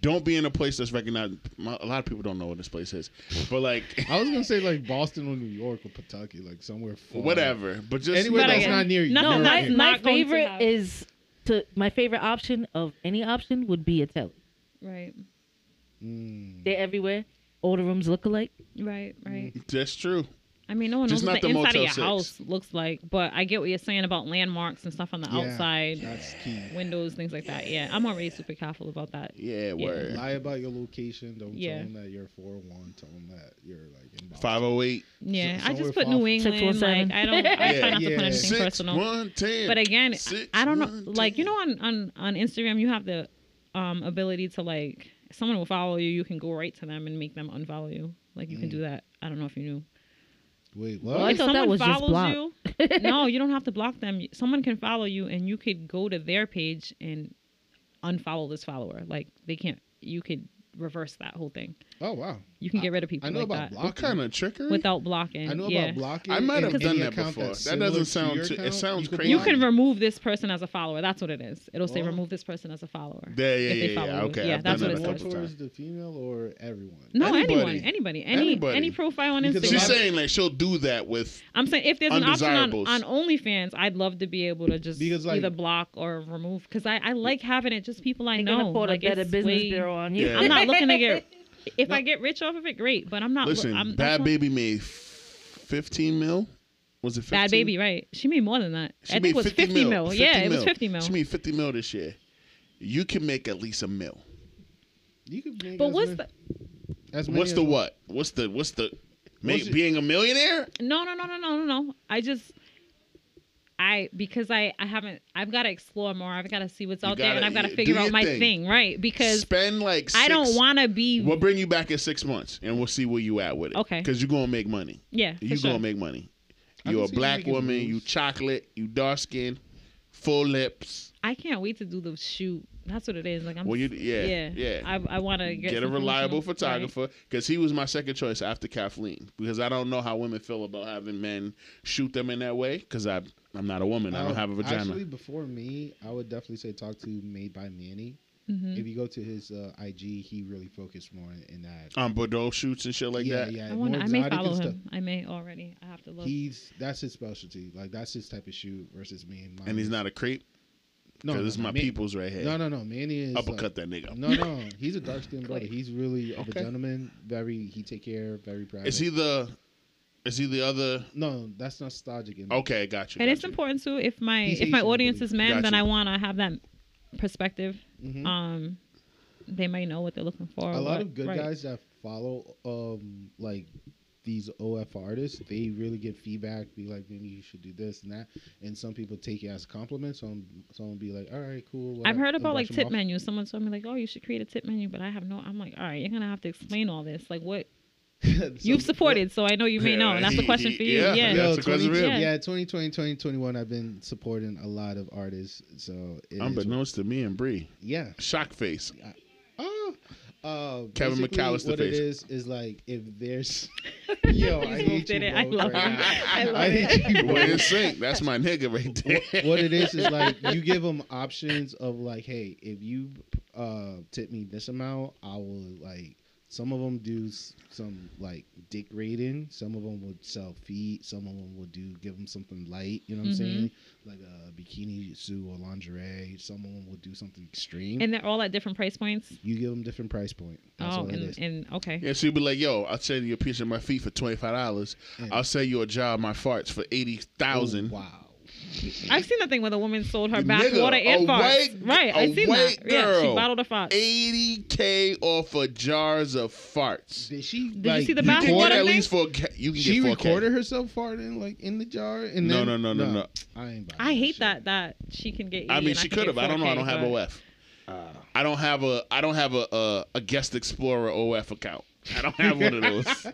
don't be in a place that's recognized. My, a lot of people don't know what this place is, but like I was gonna say like Boston or New York or Kentucky, like somewhere. Far. whatever. But just Anywhere But that's again, not near you. no, Never my, that's in- not my going to favorite happen. is to my favorite option of any option would be a telly. Right. Mm. They're everywhere. All the rooms look alike. Right. Mm-hmm. Right. That's true. I mean, no one Just not knows what the, the inside of Motel your Six. house looks like, but I get what you're saying about landmarks and stuff on the Yeah, outside, That's key. windows, things like that. Yeah, I'm already super careful about that. Yeah, Yeah. word. Lie about your location. Don't Yeah. tell them that you're 401. Tell them that you're like in Boston. Five oh eight. Yeah, So- I so we're just put far- New England. 617. Like I don't, I try not to Yeah. put anything Six personal. one ten. but again, I- Six, I don't know. one, Like you ten. know, on on on Instagram, you have the um ability to like if someone will follow you. You can go right to them and make them unfollow you. Like you can Mm. do that. I don't know if you knew. Wait, Well, Oh, I what? If thought that someone was just follows block. You, no, you don't have to block them. Someone can follow you, and you could go to their page and unfollow this follower. Like they can't. You could reverse that whole thing. Oh wow. You can get rid of people I know like about that block- what kind of trickery? without blocking. I know yeah. about blocking. I might have any done that account before. that's That doesn't similar sound your too- it account, sounds you could crazy. You block can it. remove this person as a follower. That's what it is. It'll say Oh. remove this person as a follower. yeah, yeah, if they yeah, yeah. follow you. Okay, Yeah, I've that's done that what it a more says. couple times. towards the female or everyone. No, Anybody. anyone, anybody, any Anybody. any profile on You could Instagram. block She's saying like she'll do that with I'm saying if there's an option on, Undesirables. on OnlyFans, I'd love to be able to just Because, like- either block or remove because I, I like having it just people I They're know. gonna put Like, a better it's business way- bureau on you. Yeah. I'm not looking to get. If I get rich off of it, great. But I'm not. lo- Listen, I'm, that's Bad why- Baby made f- 15 mil. Was it 15? Bad baby, right? She made more than that. She I think made it was 50, mil. Yeah, it was 50 mil. She made 50 mil this year. You can make at least a mil. You could make but as what's many- the as many What's as the you want. what? What's the what's the ma- What's it- being a millionaire? No, no, no, no, no, no, no. I just I because I I haven't I've got to explore more. I've got to see what's You out there and gotta- I've got to yeah, figure do out your my thing. thing, right? Because Spend like six, I don't want to be We'll bring you back in six months and we'll see where you at with it. Okay. Because you're gonna make money. yeah, for You sure. gonna make money. I You're can a see you black making woman. moves. You chocolate. You dark skin. Full lips. I can't wait to do the shoot. That's what it is. Like I'm Well, you yeah yeah. yeah. I I want to get get, a some reliable promotional- right. photographer because he was my second choice after Kathleen because I don't know how women feel about having men shoot them in that way because I I'm not a woman I Uh, don't have a vagina. Actually, before me, I would definitely say talk to Made by Manny. Mhm. If you go to his uh, IG, he really focused more in, in that. on Um, Bordeaux shoots and shit like yeah, that. yeah. I want. more I may exotic and follow stuff. him. I may already. I have to look. He's that's his specialty. Like that's his type of shoot versus me and mine. And he's not a creep No, because no, this is no, my Ma- people's right here. No, no, no. Manny is like- Uppercut that nigga. no, no. He's a dark skinned brother. Click. He's really of a Okay. gentleman. Very. He take care. Very private. Is he the? Is he the other? No, that's nostalgic. In Okay, got you. and got it's you. important too. If my He's if my Asian, I audience believe. is men, then Gotcha. I want to have that perspective. Mhm. Um, they might know what they're looking for. or a lot what- of good right. guys that follow um like these OF artists, they really get feedback, be like, maybe you should do this and that. And some people take it as compliments. Some someone be like, all right, cool. I've whatever," heard and about brush like 'em tip off. menus. Someone told me like, "Oh, you should create a tip menu," but I have no. I'm like, "All right, you're gonna have to explain all this. Like, what Some- you've supported, so I know you may Yeah, know. And that's the he- question he- for you. yeah. Yeah, Yeah. yeah. That's Yo, a question 20, for him. yeah, 2020, 2021, I've been supporting a lot of artists. So, it is- Unbeknownst to me and Bree, yeah. shock face. Oh, uh, Kevin basically McAllister What it face. is is like if there's, yo, I These hate moves you did it. I both love right it. now. I I love it. hate you We're in both. sync. That's my nigga right there. what it is is like you give them options of like, hey, if you uh tip me this amount, I will like. Some of them do s- some like dick rating. Some of them would sell feet. Some of them would do give them something light. You know what Mhm. I'm saying? Like a bikini suit or lingerie. Some of them would do something extreme. And they're all at different price points. you give them different price point. That's Oh, what it and, is. and okay. Yeah, she'd be like, "Yo, I'll sell you a piece of my feet for twenty five dollars. Yeah. I'll sell you a jar of my farts for eighty thousand. Mm. Wow. I've seen that thing where the woman sold her Nigga, back water a and white- farts. Right, a I've seen white that. Yeah, girl. she bottled a fox. Eighty k off of jars of farts. Did she? Did you see the You back can get water at thing? least four. K- You can She get four recorded K. herself farting like in the jar, and No, then, no, no, no, no. I ain't. buying I hate shit. that that she can get. 80 I mean, and she can could have. get I don't know. I don't 4K, have but- OF. Ah. I don't have a. I don't have a, a a guest explorer OF account. I don't have one of those.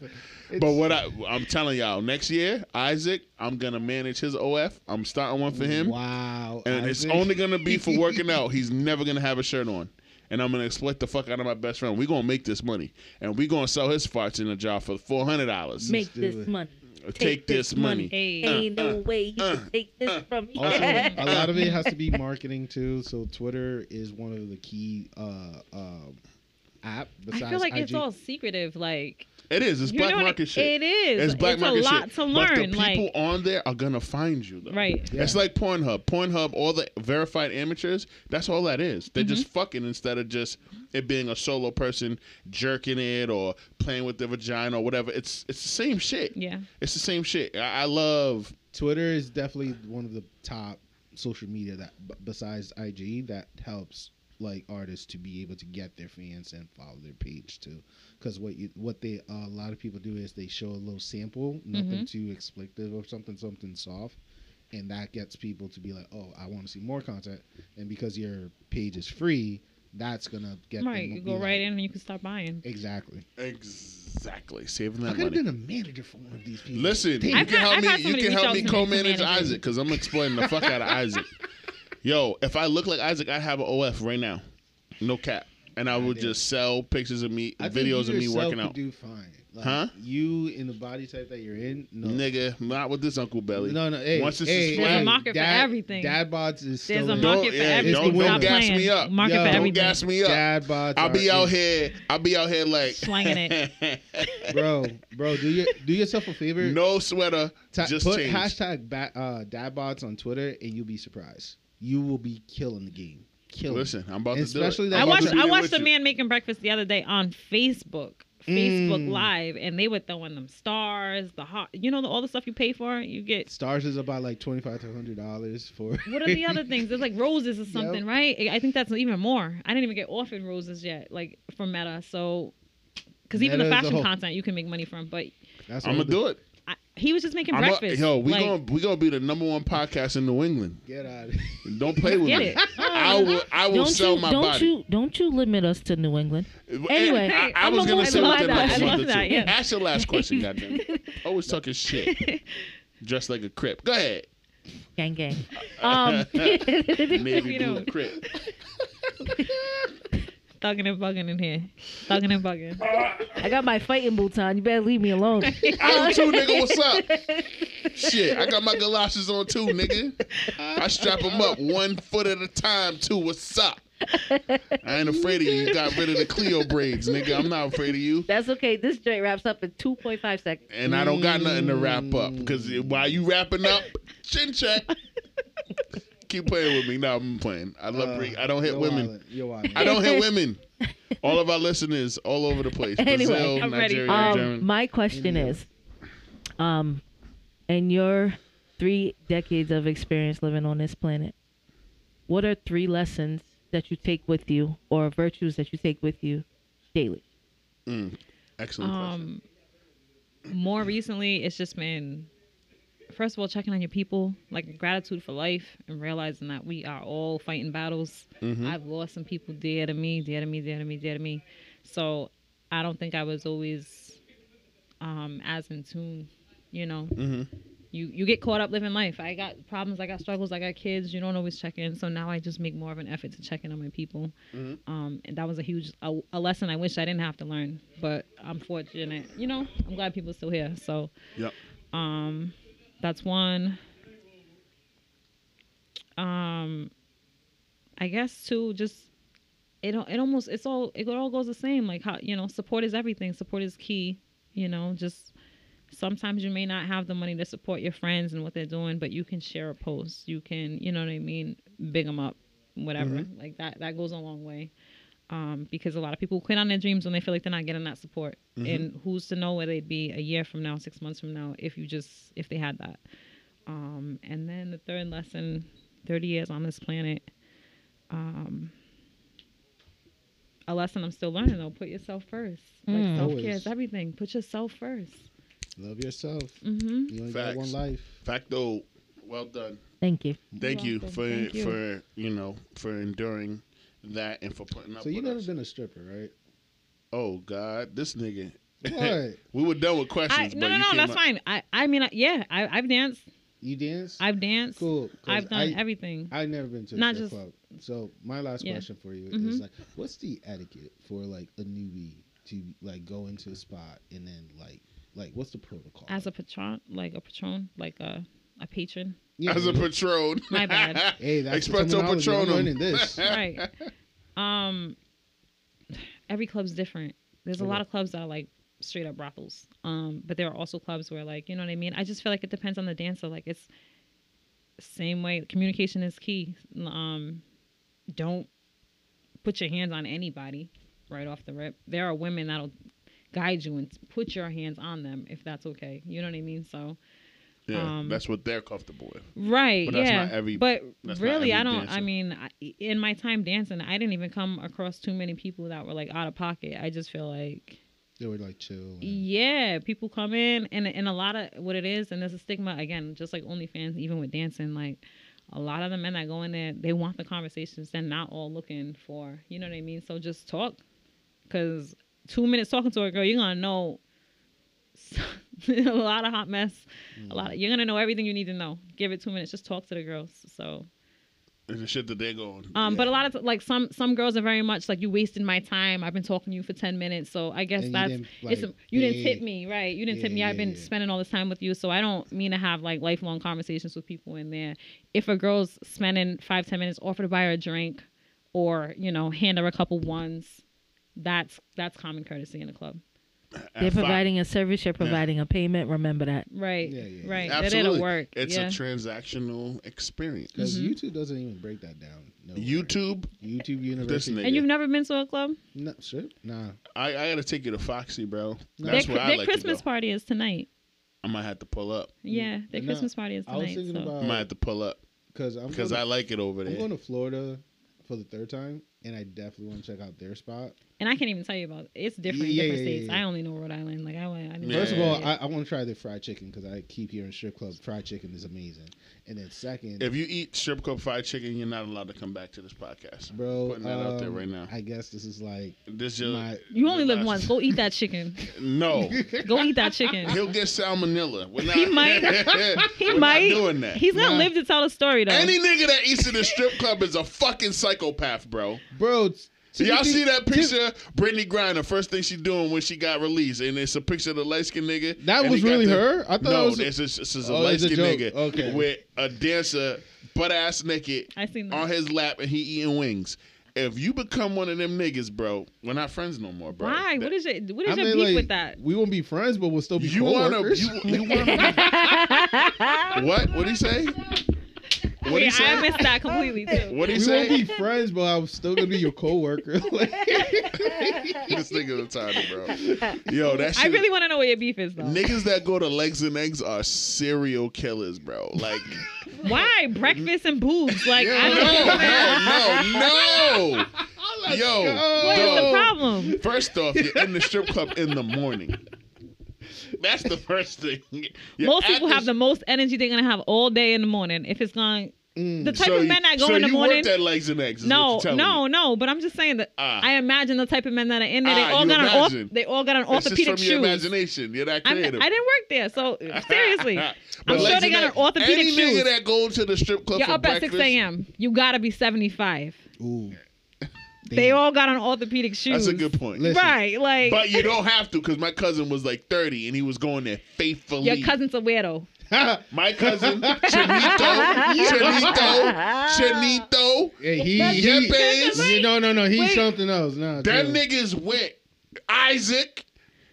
But what I, I'm telling y'all, next year Isaac, I'm gonna manage his OF. I'm starting one for him. Wow. and it's Isaac. only gonna be for working out. He's never gonna have a shirt on, and I'm gonna exploit the fuck out of my best friend. We gonna make this money, and we gonna sell his farts in a jar for four hundred dollars. Make do this it. money. Take, this money. Hey. Ain't no way you uh. can take this from me. Also, a lot of it has to be marketing too. So Twitter is one of the key uh, uh, app I besides feel like IG? it's all secretive. Like It is. It's you black know what I- market shit. It is. It's black market a lot shit. to But the learn. people Like on there are gonna find you though. right. Yeah. It's like Pornhub. Pornhub, all the verified amateurs, that's all that is. They're just fucking instead of just it being a solo person jerking it or playing with their vagina or whatever. It's it's the same shit. Yeah. It's the same shit. I, I love Twitter is definitely one of the top social media that b- besides IG that helps like artists to be able to get their fans and follow their page too. Because what you what they uh, a lot of people do is they show a little sample, nothing Mm-hmm. too explicit or something something soft, and that gets people to be like, oh, I want to see more content. And because your page is free, that's gonna get them Right. to You be go like- right in and you can start buying. Exactly. exactly saving I that could have money. been a manager for one of these people. Listen, you can Damn. got- help I've had me. You somebody can reach help out me to me to co-manage manage it. Isaac because I'm explaining the fuck out of Isaac. Yo, if I look like Isaac, I'd have an OF right now, no cap, and I would did. just sell pictures of me, I think videos you of me yourself working could out. Do fine, Like, Huh? You in the body type that you're in, no, Nigga, not with this Uncle Belly. no, no. Hey, Once this hey, is There's a flat, hey, market for dad- everything. Dad bods is still There's a in. Don't- market for yeah, everything. don't- don't Stop gas playing. me up. Market Yo, for don't don't everything. gas me up. Dad bods. I'll be are out in. here. I'll be out here like Slanging bro, bro. Do your do yourself a favor. no sweater, Ta- just put change. hashtag ba- uh, dad bods on Twitter, and you'll be surprised. You will be killing the game. Killing. it. Listen, I'm about to do Especially it. I'm that I about to watch- watched be I there watched with a you. man making breakfast the other day on Facebook, Facebook Mm. Live, and they were throwing them stars, the hot, you know, the, all the stuff you pay for, you get. Stars is about like twenty five to hundred dollars for. What are the other things? There's like roses or something, right? I think that's even more. I didn't even get offered roses yet, like from Meta. So, because even the Meta is a fashion whole- content you can make money from, but That's I'm gonna do it. I, he was just making I'm a, breakfast. yo, we like, gonna we gonna be the number one podcast in New England. Get out. of here. Don't play with Get me. it. Oh, I will. I will don't sell you, my don't body. you don't you limit us to New England? And Anyway, I, I I'm was a gonna woman. say I love within that. next I month love or two. that, yeah. Ask your last question, goddamn. Always talking shit. Dressed like a crip. Go ahead. Gang gang. Um, Navy You blue know. crip. thugging and bugging in here, thugging and bugging. I got my fighting boots on. You better leave me alone. I do too, nigga. What's up? Shit, I got my galoshes on too, nigga. I strap them up one foot at a time too. What's up? I ain't afraid of you. You got rid of the Cleo braids, nigga. I'm not afraid of you. That's okay. This joint wraps up in 2.5 seconds. And I don't got nothing to wrap up because while you wrapping up, chin check. Keep playing with me. No, I'm playing. I love. Uh, Brie. I don't hit you're women. wildin', You're I wildin'. don't hit women. All of our listeners all over the place. Anyway, Brazil, I'm ready. Nigeria, Germany. Um, my question is, um, in your three decades of experience living on this planet, what are three lessons that you take with you, or virtues that you take with you daily? Mm, Excellent question. Um, more recently, it's just been first of all checking on your people, like gratitude for life, and realizing that we are all fighting battles. I've lost some people dear to me, dear to me, dear to me, dear to me. So I don't think I was always um, as in tune. You know, you you get caught up living life. I got problems, I got struggles, I got kids. You don't always check in, so now I just make more of an effort to check in on my people. Um, and that was a huge a, a lesson I wish I didn't have to learn, but I'm fortunate. You know, I'm glad people are still here. So Yep. um, that's one. Um, I guess too, just it al- it almost it's all it all goes the same. Like how you know, support is everything. Support is key. You know, just sometimes you may not have the money to support your friends and what they're doing, but you can share a post. You can, you know what I mean, big them up, whatever. Like that that goes a long way. Um, because a lot of people quit on their dreams when they feel like they're not getting that support. And who's to know where they'd be a year from now, six months from now, if you just if they had that. Um, and then the third lesson, thirty years on this planet. Um, a lesson I'm still learning though. Put yourself first. Mm. Like self care Always. is everything. Put yourself first. Love yourself. hmm You only got Facts. one life. Facto. Well done. Thank you. Thank you welcome. for Thank you. for you know for enduring that and for putting up. So you with never us. been a stripper, right? Oh God, this nigga. What? We were done with I, questions. no, but no, you no. came That's up- fine. I, I mean, I, yeah. I, I've danced. You dance? I've danced. cool. 'cause I've done I, everything. I've never been to a Not strip just- club. So my last Yeah. question for you is Mhm. like, what's the etiquette for like a newbie to like go into a spot and then like like what's the protocol? As a patron, like a patron, like a a patron. Yeah, As a yeah. patron. My bad. hey, that's Espresso terminology. Patronum. I'm learning this. right. Um, every club's different. There's a lot Yeah. of clubs that are like straight up brothels. Um, but there are also clubs where like, you know what I mean? I just feel like it depends on the dancer. Like it's same way communication is key. Um, don't put your hands on anybody right off the rip. There are women that'll guide you and put your hands on them if that's okay. You know what I mean? So Yeah, Um, that's what they're comfortable with. Right. But yeah. that's not every- but that's not really, every I don't. I dancer. mean, I, in my time dancing, I didn't even come across too many people that were like out of pocket. I just feel like, They were like chill. And, yeah, people come in, and and a lot of what it is, and there's a stigma again, just like OnlyFans, even with dancing, like. A lot of the men that go in there, they want the conversations. They're not all looking for, you know what I mean. So just talk, because two minutes talking to a girl, you're gonna know a lot of hot mess a lot. You're gonna know everything you need to know. Give it two minutes. Just talk to the girls. So, And the shit that they're going. um, but a lot of t- like some some girls are very much like you wasted my time. I've been talking to you for ten minutes. So I guess And you that's didn't, it's like, you didn't pay- tip me right. You didn't tip Yeah, me. I've yeah, been yeah. spending all this time with you. So I don't mean to have like lifelong conversations with people in there. If a girl's spending five ten minutes, offer to buy her a drink, or you know hand her a couple ones. That's that's common courtesy in the club, At They're five- providing a service. You're providing a payment. Remember that. right? Yeah, yeah, yeah. Right. That Absolutely. it'll work. It's yeah. a transactional experience. Because Mhm. YouTube doesn't even break that down. No YouTube, YouTube this University. nigga. and you've never been to a club? No, shit. Nah. I, I gotta take you to Foxy, bro. No. That's their where I their like Christmas to go. party is tonight. I might have to pull up. Yeah, their No, Christmas party is I was tonight. thinking so. I might have about to pull up because Oh. I'm because going I to- like it over I'm there. going to Florida for the third time, and I definitely want to check out their spot. and I can't even tell you about it's different in Yeah, different yeah, yeah, states. yeah. I only know Rhode Island. Like I went. I didn't Yeah. First of know all, it. I, I want to try their fried chicken because I keep hearing strip clubs fried chicken is amazing. And then second, If you eat strip club fried chicken, you're not allowed to come back to this podcast. bro, putting that out there um, right now. I guess this is like This your, my you only your live last- once. Go eat that chicken. No, Go eat that chicken. he'll get salmonella. We're not, He might. He He might. doing that. He's gonna Nah. live to tell the story though. Any nigga that eats in a strip club is a fucking psychopath, bro. bro. Do y'all Timothy- see that Tim- picture? Brittany Griner, first thing she doing when she got released, and it's a picture of the light skinned nigga. That and was he got really the- her? I thought no, it was a- this is, this is a Oh, light it's a skinned nigga joke. Okay. with a dancer, butt ass naked I seen on that. his lap, and he eating wings. If you become one of them niggas, bro, we're not friends no more, bro. Why? That- What is your What is I your mean, beef like, with that? We won't be friends, but we'll still be you wanna? coworkers. You, you wanna? what? What he say? What he Wait, I say? missed that completely too. What he we say? won't be friends, but I'm still gonna be your coworker. like, this nigga retarded, bro. Yo, that shit. I really want to know what your beef is though. Niggas that go to legs and eggs are serial killers, bro. Like, Why breakfast and boobs? Like no, I don't know. no, no, no. Yo, What is the dog. problem? first off, you're in the strip club in the morning. That's the first thing. You're most at people have the most energy they're gonna have all day in the morning. If it's going, Mm. the type so of you- men that go so in the you morning. worked at legs and eggs. is No, what you're telling no, me. no. But I'm just saying that Ah. I imagine the type of men that are in there. They Ah, all you got an imagine. off, They all got an It's just from orthopedic your shoe. imagination. You're that I'm, I did creative. not work there, so seriously, But I'm sure legs they and got an eggs- orthopedic any shoes. nigga that go to the strip club you're for up breakfast, at 6 a.m. You gotta be 75. ooh, They all got an orthopedic That's shoes. a good point. Listen, right? Like But you don't have to, because my cousin was like 30 and he was going there faithfully. your cousin's a weirdo. My cousin, Chanito, Chanito, Chanito. Hey, he, Yeah, he, babes. Yeah, no, no, no. He's Wait. something else. Nah, Them chill. niggas went. Isaac.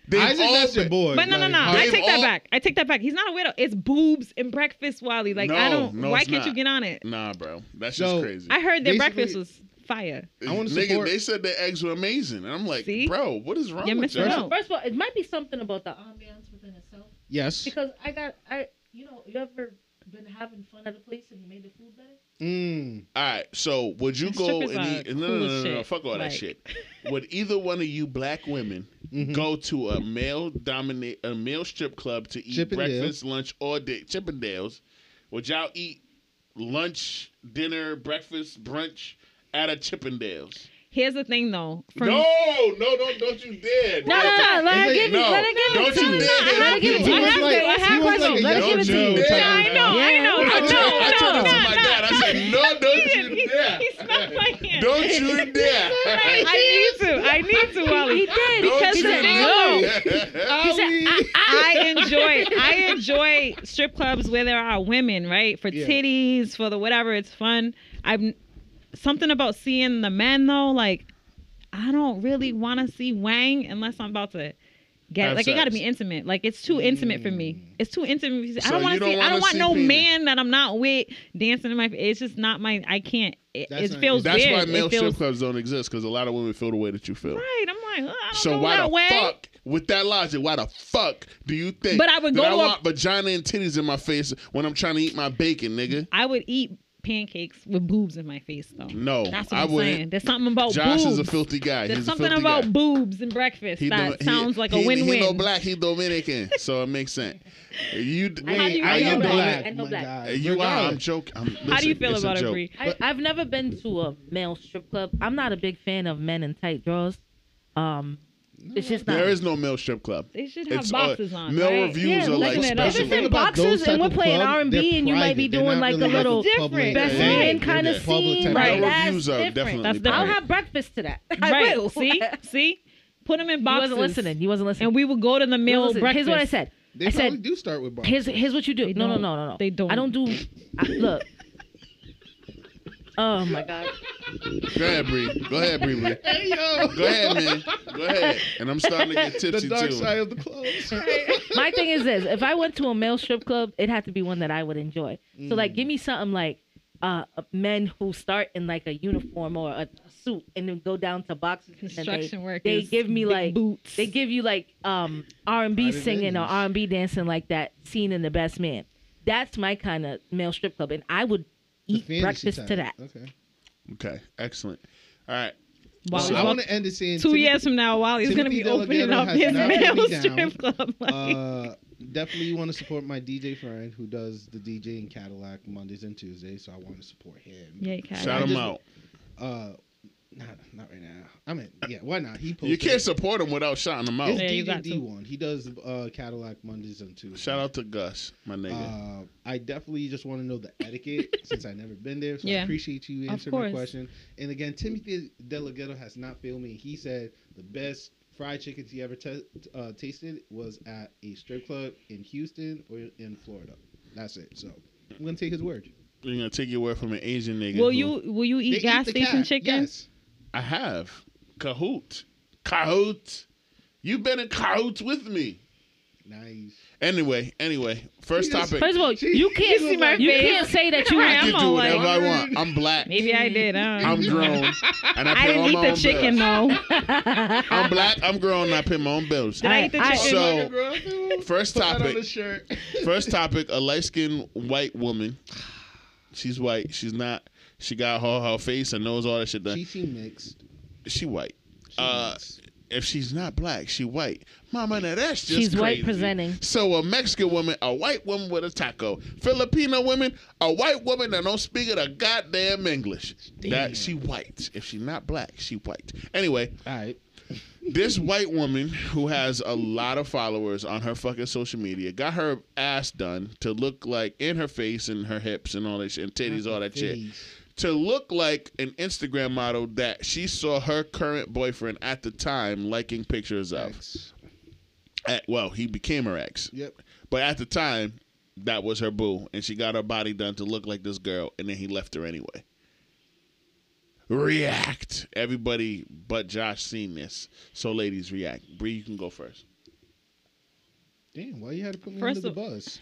They Isaac, all that's your been- boy. But no, no, Like, no. how- I they've take all- that back. I take that back. He's not a weirdo. It's boobs and breakfast, Wally. Like I No, don't. no, why it's can't you not. get on it? Nah, bro. That's So- just crazy. I heard their Basically- breakfast was fire. I wanna Nigga, support- They said the eggs were amazing. And I'm like, See? bro, what is wrong You're with missing you? out. First of all, it might be something about the ambiance within itself Yes. because I got I you know you ever been having fun at a place and you made the food better? Mm. All right, so would you And go and strippers are eat? No, no, cool no, as no, no, shit. fuck all that Like- shit. Would either one of you black women Mhm. go to a male dominate a male strip club to eat Chippendale. breakfast, lunch, or di- Chippendales? Would y'all eat lunch, dinner, breakfast, brunch at a Chippendales? Here's the thing, though. For no, no, no, don't you dare! No, no, no. Let her It's give it. like- Let her no, give it don't to you you. dare Let her do give that. it to He was you. I have to. I like- have he was questions. like a Let her give it to young you. Joe type Yeah, I of know, guy. I know, I, No, told- I told I know, it to no, my no. dad. I said, no, He don't did. He, you he smacked dare! my hand. Don't you dare! I need to. I need to, Wally. He did. Don't Because you the thing- dare! He said, "Ah, Ali. I, I enjoy. I enjoy strip clubs where there are women, right? For Yeah. titties, for the whatever. It's fun. I'm something about seeing the men though. Like I don't really want to see Wang unless I'm about to get Have like it got to sex. Mm. be intimate. Like it's too intimate for me. It's too intimate. I So don't want you to don't see. I wanna don't want see no penis. man that I'm not with dancing in my. It's just not my. I can't. It, That's it not- feels That's Oh. weird. why male it feels strip clubs don't exist because a lot of women feel the way that you feel. right. I'm like, "Ugh, I don't So know why that the way. fuck, with that logic, why the fuck do you think? But I would that go I to a- want vagina and titties in my face when I'm trying to eat my bacon, nigga. I would eat pancakes with boobs in my face though. No, That's what I am wouldn't. saying. There's something about Josh boobs. is a filthy guy. There's He's something a filthy about guy. boobs and breakfast He that Dom- he- sounds like he- a win-win. He no black, he Dominican, so it makes sense. You, I- wait, do ah, are you feel you about doing that? it? I know My black. God. You are. I'm Regardless. joking. I'm, How do you listen, feel it's a about it, joke. Bree? I, I've never been to a male strip club. I'm not a big fan of men in tight drawers. Um, it's just not. There is no male strip club. They should have It's, uh, boxes on. male right? reviews Yeah, are like Looking it up. if it's special. in About those boxes type and we're of playing club, R and B, they're and you might be private. They're doing not like really a little That's different. public best thing. man They're kind of that public scene. type Right. Male Like Male reviews that's are different. definitely That's I'll private. have breakfast to that. I will. Right. See? See? Put them in You boxes. wasn't listening. You wasn't listening. And we would go to the You meal wasn't listening. breakfast. Here's what I said. They I probably said do start with Here's here's what you do. They No, no, don't. no, no, no. They don't. I don't do. I, look. oh my god. Go ahead, Bree. Go ahead, Bree. Bree. Hey yo, Go ahead, man. Go ahead. And I'm starting to get the tipsy dark too. side of the clothes. My thing is this: if I went to a male strip club, it had to be one that I would enjoy. So like, give me something like uh men who start in like a uniform or a suit and then go down to boxes. and then Construction they, workers. They give me big like boots. they give you like um R and B Private singing or venues. R and B dancing like that scene in The Best Man. That's my kind of male strip club, and I would The eat fantasy breakfast to that. type. Okay. Okay, excellent. All right. While So he's I walk- want to end this in two years from now, while he's going Timothy to be Delgado opening up has his not let male me down. strip club. Like, Uh, definitely want to support my DJ friend who does the DJ in Cadillac Mondays and Tuesdays. So I want to support him. yeah, Kat. Shout I him just- out. Uh, not not right now. I mean, yeah, why not? He posted. You can't support him without shouting him out. It's Yeah, you DJ got to. D one. He does uh Cadillac Mondays and Tuesdays. Shout out to Gus, my nigga. Uh, I definitely just want to know the etiquette since I've never been there. So I Yeah. appreciate you Of answering my course. question. And again, Timothy Delgado has not failed me. He said the best fried chickens he ever te- uh, tasted was at a strip club in Houston or in Florida. That's it. So I'm going to take his word. You're gonna take your word from an Asian nigga. will who- you will you eat They gas the station cat. chicken? Yes. I have. Cahoot. Cahoot. You've been in cahoot with me. Nice. Anyway, anyway, first Jesus. topic. First of all, She- you can't she was you like- can't say that you. I Right. can I'm do all whatever like- I want. I'm black. Maybe I did. I, don't I'm know. grown. And I, I pay didn't all my eat the own chicken bills. though. I'm black. I'm grown. And I pay my own bills. Did I eat the I- chicken? So- Put First that on topic. the shirt. First topic: a light skinned white woman. She's white. She's not. She got her her face and nose, all that shit done. She seemed mixed. She white. She Uh, mixed. if she's not black, she white. Mama, now that's just She's white crazy. presenting. So a Mexican woman, a white woman with a taco, Filipino women, a white woman that don't speak it a goddamn English. That she white. If she's not black, she white. Anyway, All right. this white woman who has a lot of followers on her fucking social media got her ass done to look like in her face and her hips and all that shit and titties, all that shit Titties. to look like an Instagram model that she saw her current boyfriend at the time liking pictures of. Thanks. At, well, he became her ex, Yep. but at the time, that was her boo, and she got her body done to look like this girl, and then he left her anyway. React. Everybody but Josh seen this, so ladies, react. Bree, you can go first. Damn, why you had to put me First under the of- bus?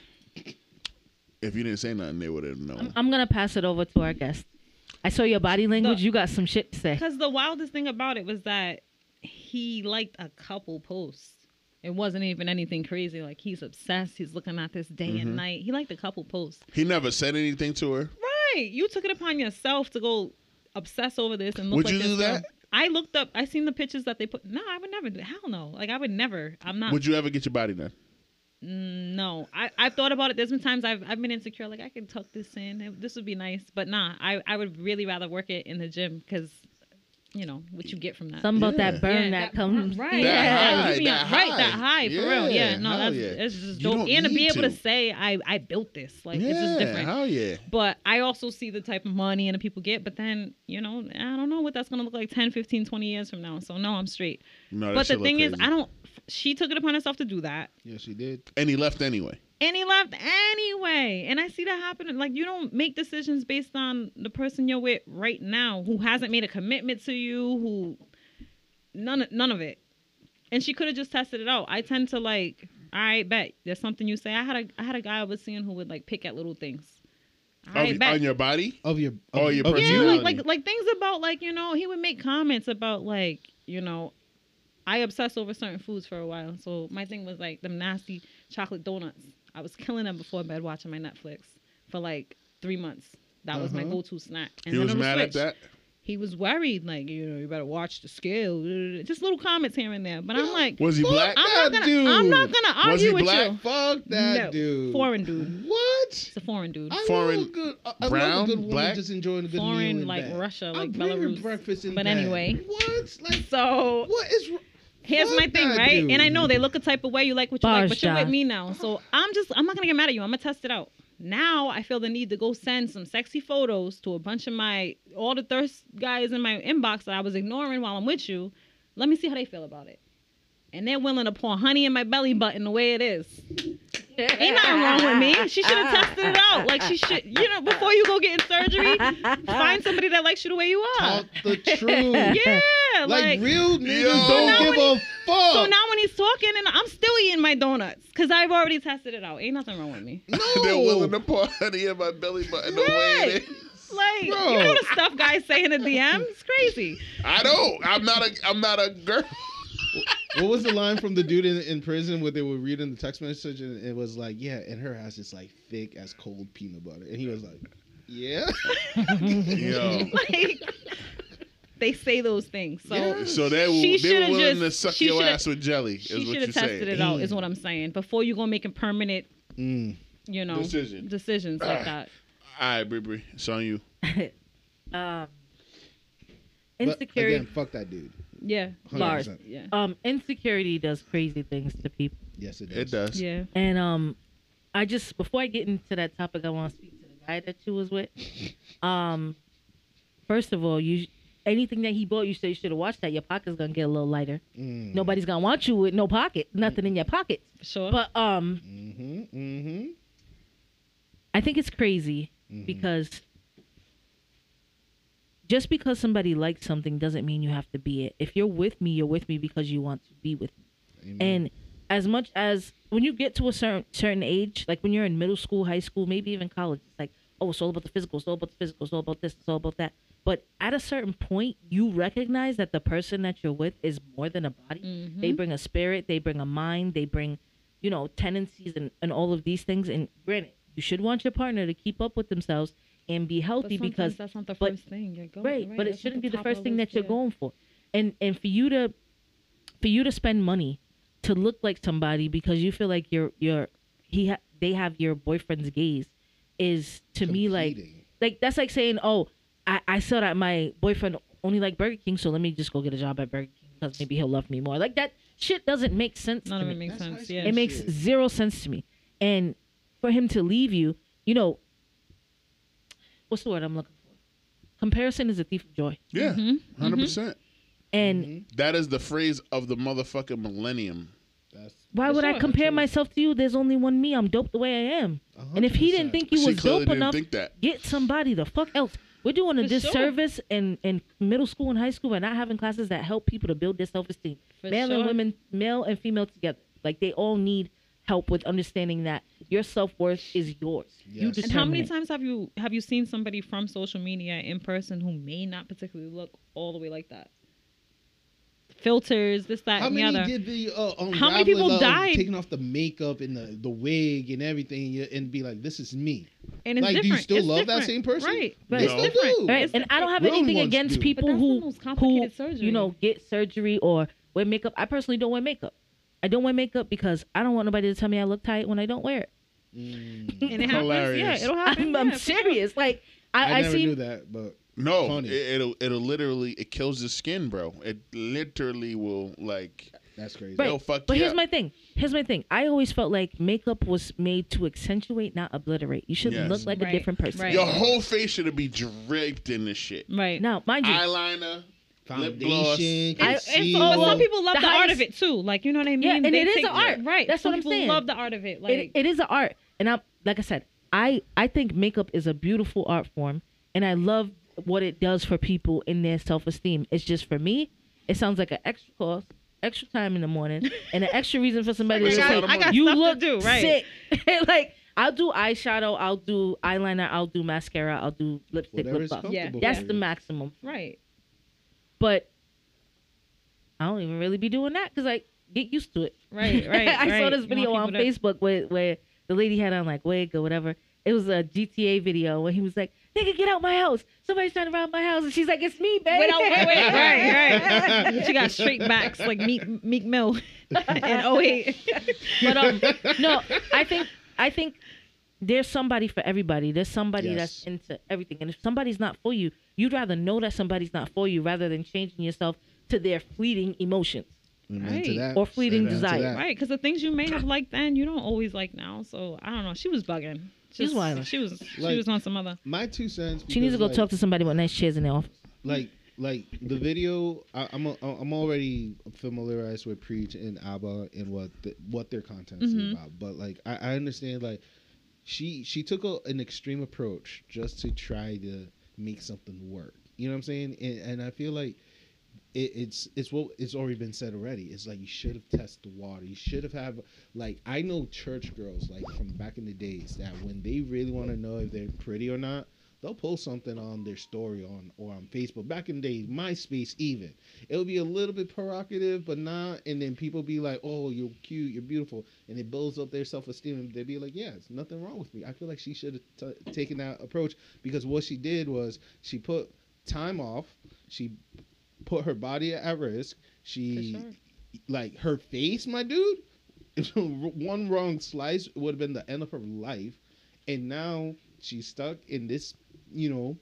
If you didn't say nothing, they would have known. Mm. I'm gonna pass it over to our guest. I saw your body language. No. You got some shit to say. Because the wildest thing about it was that he liked a couple posts. It wasn't even anything crazy. Like he's obsessed. He's looking at this day Mm-hmm. and night. He liked a couple posts. he never said anything to her. Right. You took it upon yourself to go obsess over this and look Would like you this do girl. that? I looked up. I seen the pictures that they put. No, I would never. do Hell no. Like I would never. I'm not. Would you ever get your body done? No, I I've thought about it. There's been times I've I've been insecure. Like I could tuck this in. It- This would be nice, but nah. I I would really rather work it in the gym because, you know what you get from that. Something about Yeah. that burn Yeah, that, comes. right. That Yeah. high, Yeah, you that be right, that high. high for Yeah, real. Yeah, no, hell that's yeah. it's just You dope. don't And to be need able to. to say I I built this, like it's just different. Hell yeah. But I also see the type of money and the people get. But then you know I don't know what that's gonna look like 10, 15, 20 years from now. So no, I'm straight. No, that but the shit look thing is, crazy. I don't. She took it upon herself to do that. Yeah, she did. And he left anyway. and he left anyway. And I see that happening. Like you don't make decisions based on the person you're with right now, who hasn't made a commitment to you, who none none of it. And she could have just tested it out. I tend to like, all right, bet there's something you say. I had a I had a guy I was seeing who would like pick at little things. All right, Of- bet. Oh, on your body. of your of, Oh, your of yeah, like personality. like like things about like you know he would make comments about like you know. I obsessed over certain foods for a while. So my thing was like them nasty chocolate donuts. I was killing them before bed watching my Netflix for like three months. That was my Uh-huh. go-to snack. he then was on the mad at Switch, that. he was worried, like you know, you better watch the scale. Just little comments here and there. But I'm like, Was he Fuck black? Ah, I'm not that gonna, dude. I'm not gonna argue Was he with black? you. Fuck that No, dude. Foreign dude. What? It's a foreign dude. I Foreign, love a good, I- I love brown, a good woman black? just enjoying a good meal Foreign, in like bed. Russia, I like bring her Belarus. breakfast in But bed. anyway. what? Like So what is? wr- here's my fuck thing, that right? And I know dude. they look a type of way. You like what you like, but you're Barsha. with me now. So I'm just, I'm not gonna get mad at you. I'm gonna test it out. Now I feel the need to go send some sexy photos to a bunch of my all the thirst guys in my inbox that I was ignoring while I'm with you. Let me see how they feel about it. And they're willing to pour honey in my belly button the way it is. Ain't nothing wrong with me. She should have tested it out. Like she should, you know, before you go getting surgery, find somebody that likes you the way you are. Talk the truth. Ah. Yeah, Like, like, real So niggas now don't give a fuck. so now when he's talking, and I'm still eating my donuts because I've already tested it out. Ain't nothing wrong with me. They're willing to no. pour honey in my belly button. The way Right. it is. Like you Bro. know the stuff guys say in the DM. It's crazy. I don't. I'm not a. I'm not a girl. what was the line from the dude in, in prison where they were reading the text message and it was like, yeah, and her ass is like thick as cold peanut butter, and he was like, yeah. Yo. Like they say those things. So Yeah. So they will. She They shoulda were willing to just- suck she your shoulda- ass with jelly. Is she what should you're have tested saying. it out. Is what I'm saying. Before you go making permanent, Mm. you know, Decision. decisions Ah. like that. All right, Bri Bri, it's on you. But um, insecurity. again, fuck that dude. Yeah, 100%. Bars. yeah, um, insecurity does crazy things to people. Yes, it does. It does. yeah. And um, I just before I get into that topic, I want to speak to the guy that you was with. Um, first of all, you anything that he bought, you said you should have watched that. Your pocket's gonna get a little lighter. Mm. Nobody's gonna want you with no pocket, nothing in your pocket. For sure. But um, Mm-hmm. Mm-hmm. I think it's crazy because just because somebody likes something doesn't mean you have to be it. If you're with me, you're with me because you want to be with me. And as much as when you get to a certain certain age, like when you're in middle school, high school, maybe even college, it's like, oh, it's all about the physical, it's all about the physical, it's all about this, it's all about that. But at a certain point, you recognize that the person that you're with is more than a body. Mm-hmm. They bring a spirit, they bring a mind, they bring, you know, tendencies and, and all of these things. And granted, you should want your partner to keep up with themselves and be But healthy sometimes because that's not the but- first thing you're going. right, but it that's not shouldn't be the top first of thing list, that you're yeah. going for and and for you to for you to spend money to look like somebody because you feel like you're you're he ha- they have your boyfriend's gaze is to me like Competing. like that's like saying oh I, I saw that my boyfriend only like Burger King so let me just go get a job at Burger King because maybe he'll love me more like that shit doesn't make sense None to of me it makes That's high sense. school Yeah, it makes shit. zero sense to me. And for him to leave you, you know, what's the word I'm looking for? Comparison is a thief of joy. Yeah, Mm-hmm. 100 percent. Mm-hmm. And That is the phrase of the motherfucking millennium. That's why would I Sure. compare myself to you? There's only one me. I'm dope the way I am. A hundred And if he percent. didn't think you she was clearly dope didn't enough, think that. get somebody the fuck else. We're doing a For sure. disservice in, in middle school and high school by not having classes that help people to build their self esteem. For Male sure. and women, male and female together. Like they all need help with understanding that your self worth is yours. You Yes. determine And how many it. times have you have you seen somebody from social media in person who may not particularly look all the way like that? Filters, this, that, How and the many other. did the uh, How many people unraveling of died? taking off the makeup and the, the wig and everything you- and be like, this is me. and it's like, do you different. still It's love that different. same person? Right. Right. They No. still Different, do. Right, It's and I don't have Real anything ones against do. people But that's the who, most who complicated surgery. you know get surgery or wear makeup. I personally don't wear makeup. I don't wear makeup because I don't want nobody to tell me I look tight when I don't wear it. Mm. And it happens. Hilarious. Yeah, it'll happen. I'm, yeah, I'm for sure. serious. Like I, I, I, never seen knew that, but No, Funny. it, it'll it'll literally it kills the skin, bro. It literally will like that's crazy. Right. it'll fuck But you here's up. my thing. Here's my thing. I always felt like makeup was made to accentuate, not obliterate. You should Yes. look like Right, a different person. right. Your whole face should be draped in this shit. Right. Now, mind you, Eyeliner. Lip gloss. Foundation, I- And, it's and so, concealer. but some people love The the, art highest- of it too. Like you know what I mean? Yeah, and They it is take- an art. Right. That's some what I'm people saying. love the art of it. Like it, it is an art and i'm like i said i i think makeup is a beautiful art form and i love what it does for people in their self-esteem it's just for me It sounds like an extra cost, extra time in the morning, and an extra reason for somebody to Like, I say, got- I got "You stuff to look do," right. sick." like I'll do eyeshadow, I'll do eyeliner, I'll do mascara, I'll do lipstick, Whatever lip is gloss. comfortable. Yeah. for That's you. the maximum. Right. But I don't even really be doing that because like get used to it. Right. Right. I saw right. this You video on want people to- Facebook where where the lady had on like wig or whatever. It was a GTA video where he was like, "Nigga, get out my house! Somebody's trying to rob my house!" And she's like, "It's me, babe." Wait, wait, wait, wait, right, right. She got straight backs like Meek, Meek Mill in 08. But um, no, I think I think there's somebody for everybody. There's somebody that's Yes. into everything, and if somebody's not for you, you'd rather know that somebody's not for you rather than changing yourself to their fleeting emotions Amen to Right. that. or fleeting Amen to desire. that. Right, because the things you may have liked then, you don't always like now. So I don't know. She was bugging. She's Just- wildin'. She was. She Like- was on some other. My two cents. She needs to go because, like, talk to somebody with nice chairs in their office. like like the video I, I'm a, I'm already familiarized with Preach and Abba and what the, what their content is Mm-hmm. Mhm. about, but like I, I understand like she she took a, an extreme approach just to try to make something work. You know what I'm saying? And, and I feel like it, it's it's what it's already been said already. It's like you should have tested the water. You should have have like I know church girls like from back in the days that when they really want to know if they're pretty or not, they'll post something on their story on or on Facebook. Back in the days, MySpace even it'll be a little bit provocative, but not. And then people be like, "Oh, you're cute, you're beautiful," and it builds up their self esteem. And They'd be like, "Yeah, it's nothing wrong with me." I feel like she should have t- taken that approach because what she did was she put time off. She put her body at risk. For She sure. like her face, my dude. one wrong slice would have been the end of her life, and now she's stuck in this, you know,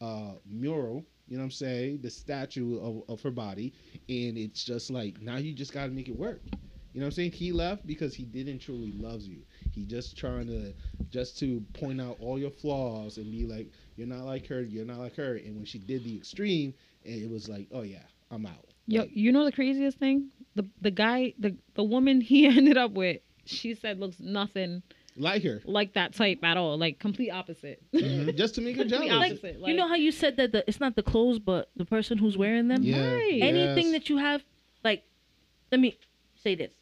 uh, mural. You know what I'm saying? The statue of, of her body, and it's just like now you just got to make it work. You know what I'm saying? He left because he didn't truly loves you. He just trying to just to point out all your flaws and be like, you're not like her, you're not like her. And when she did the extreme, it was like, oh yeah, I'm out. Yo, Like, you know the craziest thing? The the guy, the the woman he ended up with, she said looks nothing like her. like that type at all. Like complete opposite. Mm-hmm. just to make her Complete jealous. opposite. you like- know how you said that the, it's not the clothes, but the person who's wearing them. Yeah. Right. Anything yes. that you have, like, let me say this: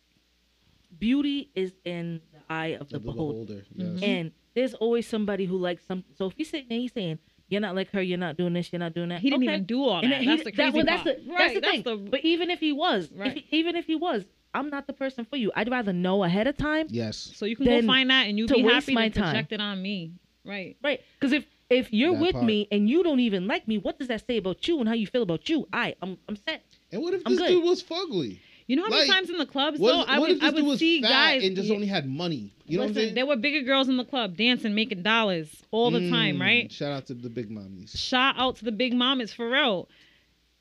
beauty is in the eye of the Of the beholder. beholder. Mhm. Yes. And there's always somebody who likes something. So if he's sitting there, he's saying, "You're not like her. You're not doing this. You're not doing that." he didn't okay. even do all that. And then he- that's the crazy well, part. that's the, right, that's the thing. but even if he was, if Right. he- even if he was, I'm not the person for you. I'd rather know ahead of time, Yes. so you can then go find that and you to be waste happy my to time. project it on me. Right. right? Because if if you're That with part. me and you don't even like me, what does that say about you and how you feel about you? I, I'm, I'm set. And what if I'm this good. dude was fugly? You know how many Like, times in the clubs What, though if- I what would if this I would dude was see fat guys and just yeah. only had money? You know Listen, what I'm saying? there were bigger girls in the club dancing, making dollars all the time, Mm, right? Shout out to the big mommies. Shout out to the big mamas for real.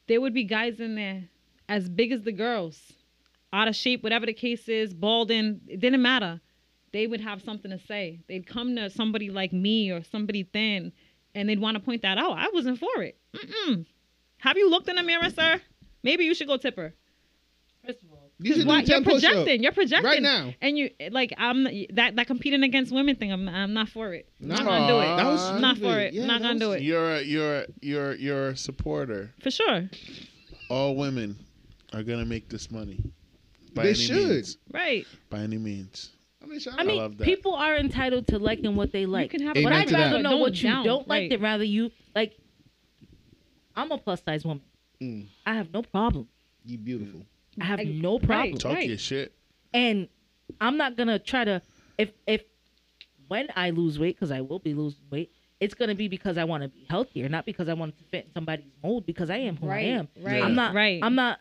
There would be guys in there as big as the girls, out of shape, whatever the case is, balding, it didn't matter. They would have something to say. They'd come to somebody like me or somebody thin, and they'd want to point that out. I wasn't for it. Mm-mm. Have you looked in the mirror, sir? Maybe you should go tip her. First of all, You should do Why- 10 you're push-ups. projecting. You're projecting Right now. and you like I'm that that competing against women thing. I'm I'm not for it. Nah, not gonna do it. That was not stupid. for it. Yeah, not that gonna do was- it You're a, you're a, you're a- you're a supporter. for sure. All women are gonna make this money. They should. Means. Right. By any means. I mean, shout I out. mean, love that. people are entitled to liking what they like. You can have Amen But Amen I'd to that. rather know Don't what you down, don't like right. than rather you like. I'm a plus size woman. Mm. I have no problem. You beautiful. I have I- no problem, right. Talk your shit. and I'm not gonna try to. If if when I lose weight, because I will be losing weight, it's gonna be because I want to be healthier, not because I want to fit in somebody's mold. Because I am who Right, I am. right, I'm not. right. I'm not.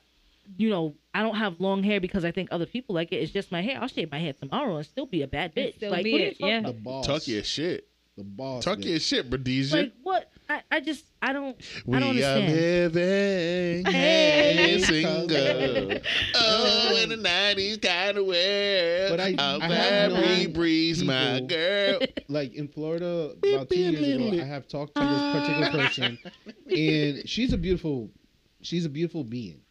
You know, I don't have long hair because I think other people like it. It's just my hair. I'll shave my hair tomorrow and still be a bad And bitch. still like, be what are you it, talking yeah. about? The boss. Talk your shit. The boss. Talk bitch. your shit, Bradija. Like what? I, I just I don't we I don't are understand. living Hey. and single. oh, in the nineties kind of way. But I- a I have Barbie known breeze, my people- girl. like in Florida about two years ago, I have talked to this particular person, and she's a beautiful, she's a beautiful being.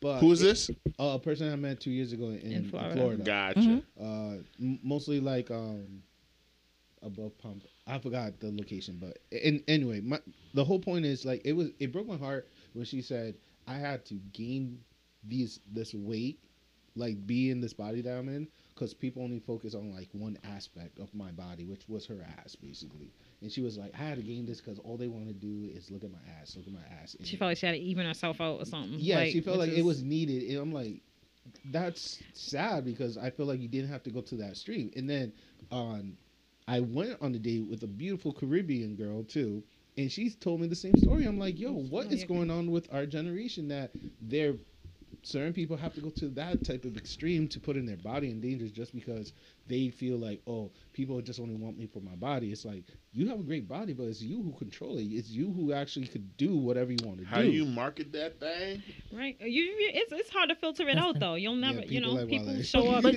But Who is this? Uh, a person I met two years ago in, In Florida. Florida. Florida. Gotcha. Mhm. Uh, m- mostly like um, above Pump. I forgot the location, but and anyway, my the whole point is like it was it broke my heart when she said I had to gain these this weight, like be in this body that I'm in, because people only focus on like one aspect of my body, which was her ass basically. And she was like, I had to gain this because all they want to do is look at my ass, look at my ass. And She felt like she had to even herself out or something. yeah, she felt which like it is- was needed. And I'm like, that's sad because I feel like you didn't have to go to that stream. And then on, I went on a date with a beautiful Caribbean girl too. And she's told me the same story. I'm like, yo, what is going on with our generation that they're certain people have to go to that type of extreme to put in their body in danger just because they feel like oh people just only want me for my body it's like you have a great body but it's you who control it it's you who actually could do whatever you want to How do you market that thing? right. You, you- it's it's hard to filter it out though. You'll never, Yeah, you people know, like people Wale. show up.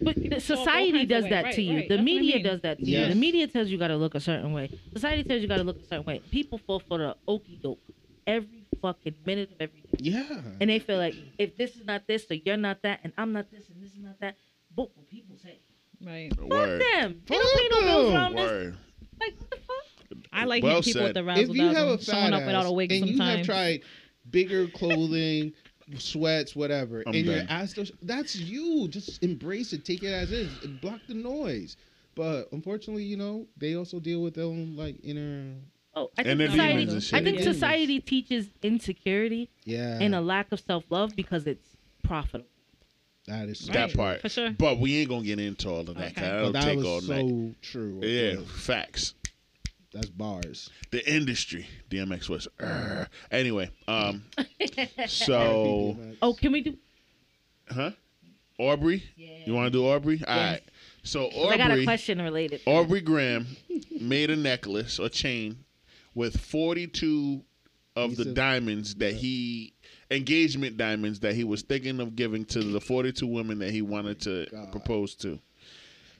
But People show up all society kinds of does ways. that Right, to you. right. The That's what I media mean. does that to Yes. you. The media tells you got to look a certain way. Society tells you got to look a certain way. People fall for the okey doke every fucking minute of every day. yeah And they feel like if this is not this, or you're not that, and I'm not this, and this is not that, book what people say. right. Fuck Word. them. They Fuck don't pay no bills them. around this. Word. Like, what the fuck? I like Well hitting people said. with the razzle if you have a dazzle, fat showing up ass without a wig and you have sometimes. tried bigger clothing, sweats, whatever, I'm and your done. ass does- that's you. Just embrace it, take it as is, and block the noise. But unfortunately, you know, they also deal with their own like inner Oh, I And think, their society, demons and shit. I think Yeah. society teaches insecurity yeah. Mm. and a lack of self love because it's profitable. that is so That true. part. for sure. But we ain't gonna get into all of that. 'cause Okay. That'll But that take was all so night. true. Yeah, Like, facts. that's bars. The industry. DMX was. "Arr." Anyway, um, so Oh, can we do? huh? Aubrey, you want to do Aubrey? All right. So 'cause I got a Aubrey, question related. Aubrey Graham made a necklace or chain with 42 of He the said- diamonds that he engagement diamonds that he was thinking of giving to the 42 women that he wanted to God. propose to.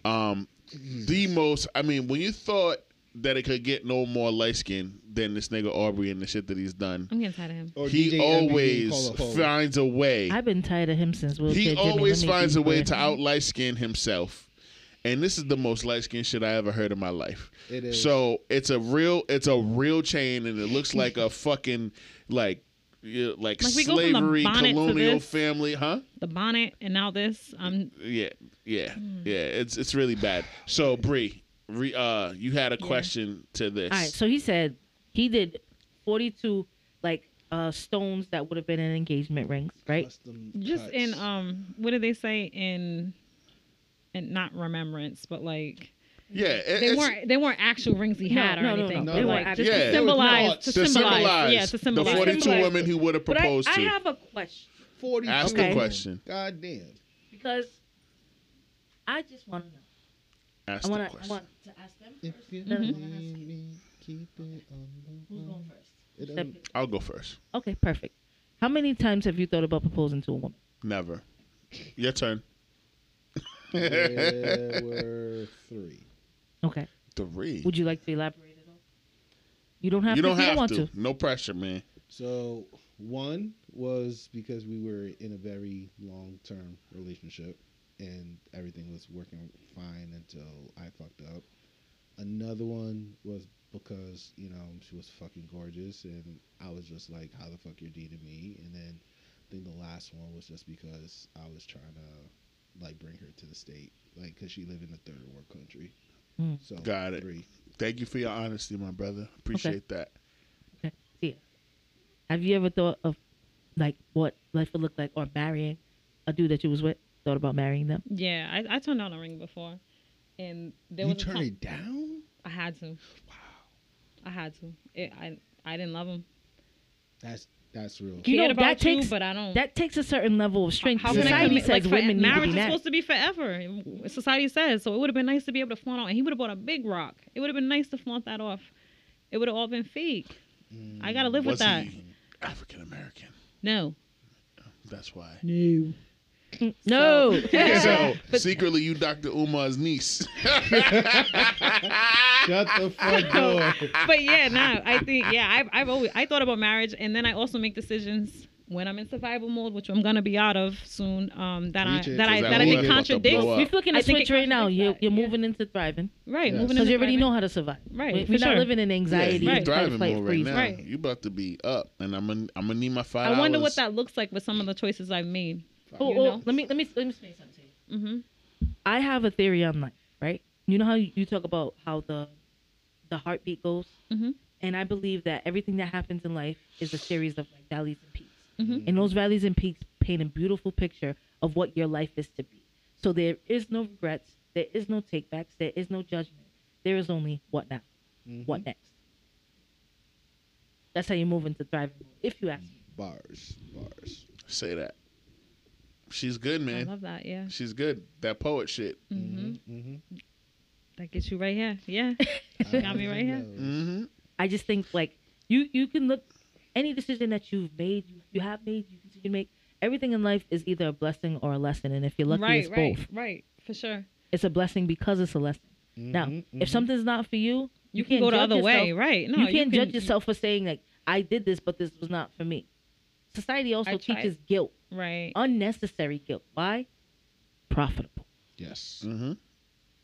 Um, the most. I mean, when you thought that it could get no more light skin than this nigga Aubrey and the shit that he's done. I'm getting tired of him. Or He DJ MVD, always call a hoe. finds a way I've been tired of him since Will. he said, Jimmy, always let me finds a keep way going. to out light skin himself. And this is the most light skin shit I ever heard in my life. It is. So it's a real, it's a real chain, and it looks like a fucking like, you- like, Like we go from the slavery bonnet to colonial this. family, huh? The bonnet and now this. I'm Yeah, yeah, Hmm. yeah. It's it's really bad. So Bree, re, uh, you had a question to this. All right, so he said he did 42 like uh stones that would have been in engagement rings, right? Custom just cuts. in um. What do they say in? And not remembrance, but like yeah, it- they it's- weren't they weren't actual rings he had or no, no, anything. no, no, They no. were Like, just Yeah. to symbolize, To to, to symbolize, symbolize, yeah, to symbolize. the forty-two Symbolize. women he would have But I, proposed I to. have a question forty. Ask the Okay. question. God damn. because I just want to know. Ask I the want to I question. want to ask them If first. you and then I need wanna ask you. me, keep it on the Who's Mm. going run. first? It Step doesn't- in. I'll go first. Okay, perfect. How many times have you thought about proposing to a woman? Never. Your turn. There were three. Okay. Three. Would you like to elaborate at all? You don't have you to don't if you have don't want to. to. No pressure, man. So one was because we were in a very long term relationship and everything was working fine until I fucked up. Another one was because, you know, she was fucking gorgeous and I was just like, How the fuck you're dating me? And then I think the last one was just because I was trying to like bring her to the state, like, because she lived in a third world country. Hmm. Mm. So Got it. Three. Thank you for your honesty, my brother. Appreciate that. Have you ever thought of like what life would look like or marrying a dude that you was with? Thought about marrying them? Yeah, I, I turned down a ring before, and there you was a turned time- it down? I had to. Wow. I had to. It, I I didn't love him. That's that's real. You Cared know, that about takes- you, but I don't. That takes a certain level of strength. Mm. how can I Society commit? says like, for- women need to marriage be is married. supposed to be forever. Society says so. It would have been nice to be able to flaunt out, and he would have bought a big rock. It would have been nice to flaunt that off. It would have all been fake. I gotta live Was with that. he African American? No. That's why. No. No. so secretly, you Dr. Umar's niece. Shut the fuck door. but yeah, no, I think yeah, I've I've always I thought about marriage, and then I also make decisions when I'm in survival mode, which I'm gonna be out of soon, um, that Preach I it, that 'cause I that that I think woman about to contradicts blow up. If you're looking I at think it switch right now, contradicts you're, that, you're yeah. moving into thriving right Yes. moving because into you already thriving. know how to survive. Right, We- for we're not sure. living in anxiety. you Right. driving fight, more right freeze. now. Right. You about to be up, and I'm gonna I'm gonna need my five. I wonder dollars. what that looks like with some of the choices I've made. Oh, You oh, know? let me let me let me say something. to you. hmm I have a theory on life, right? You know how you talk about how the the heartbeat goes, Mhm. and I believe that everything that happens in life is a series of like valleys and peaks, Mhm. and those valleys and peaks paint a beautiful picture of what your life is to be. So there is no regrets, there is no takebacks, there is no judgment. There is only what now, Mm-hmm. what next. That's how you move into thriving. mode, If you ask me, Bars, bars. Say that. She's good, I man. love that. Yeah, She's good. That poet shit. hmm Mm-hmm. that gets you right here. Yeah, got me right here. Mm-hmm. I just think like you you can look any decision that you've made, you, you have made, you continue to make. Everything in life is either a blessing or a lesson, and if you're lucky, right, it's right, both. right, for sure. It's a blessing because it's a lesson. Mm-hmm. Now, if Mm-hmm. something's not for you, You, can go the judge other yourself- way, right? No, you can't can- judge yourself for saying like I did this, but this was not for me. Society also I tried. teaches guilt, Right, Oh. unnecessary guilt. Why? Profitable yes, Mm-hmm.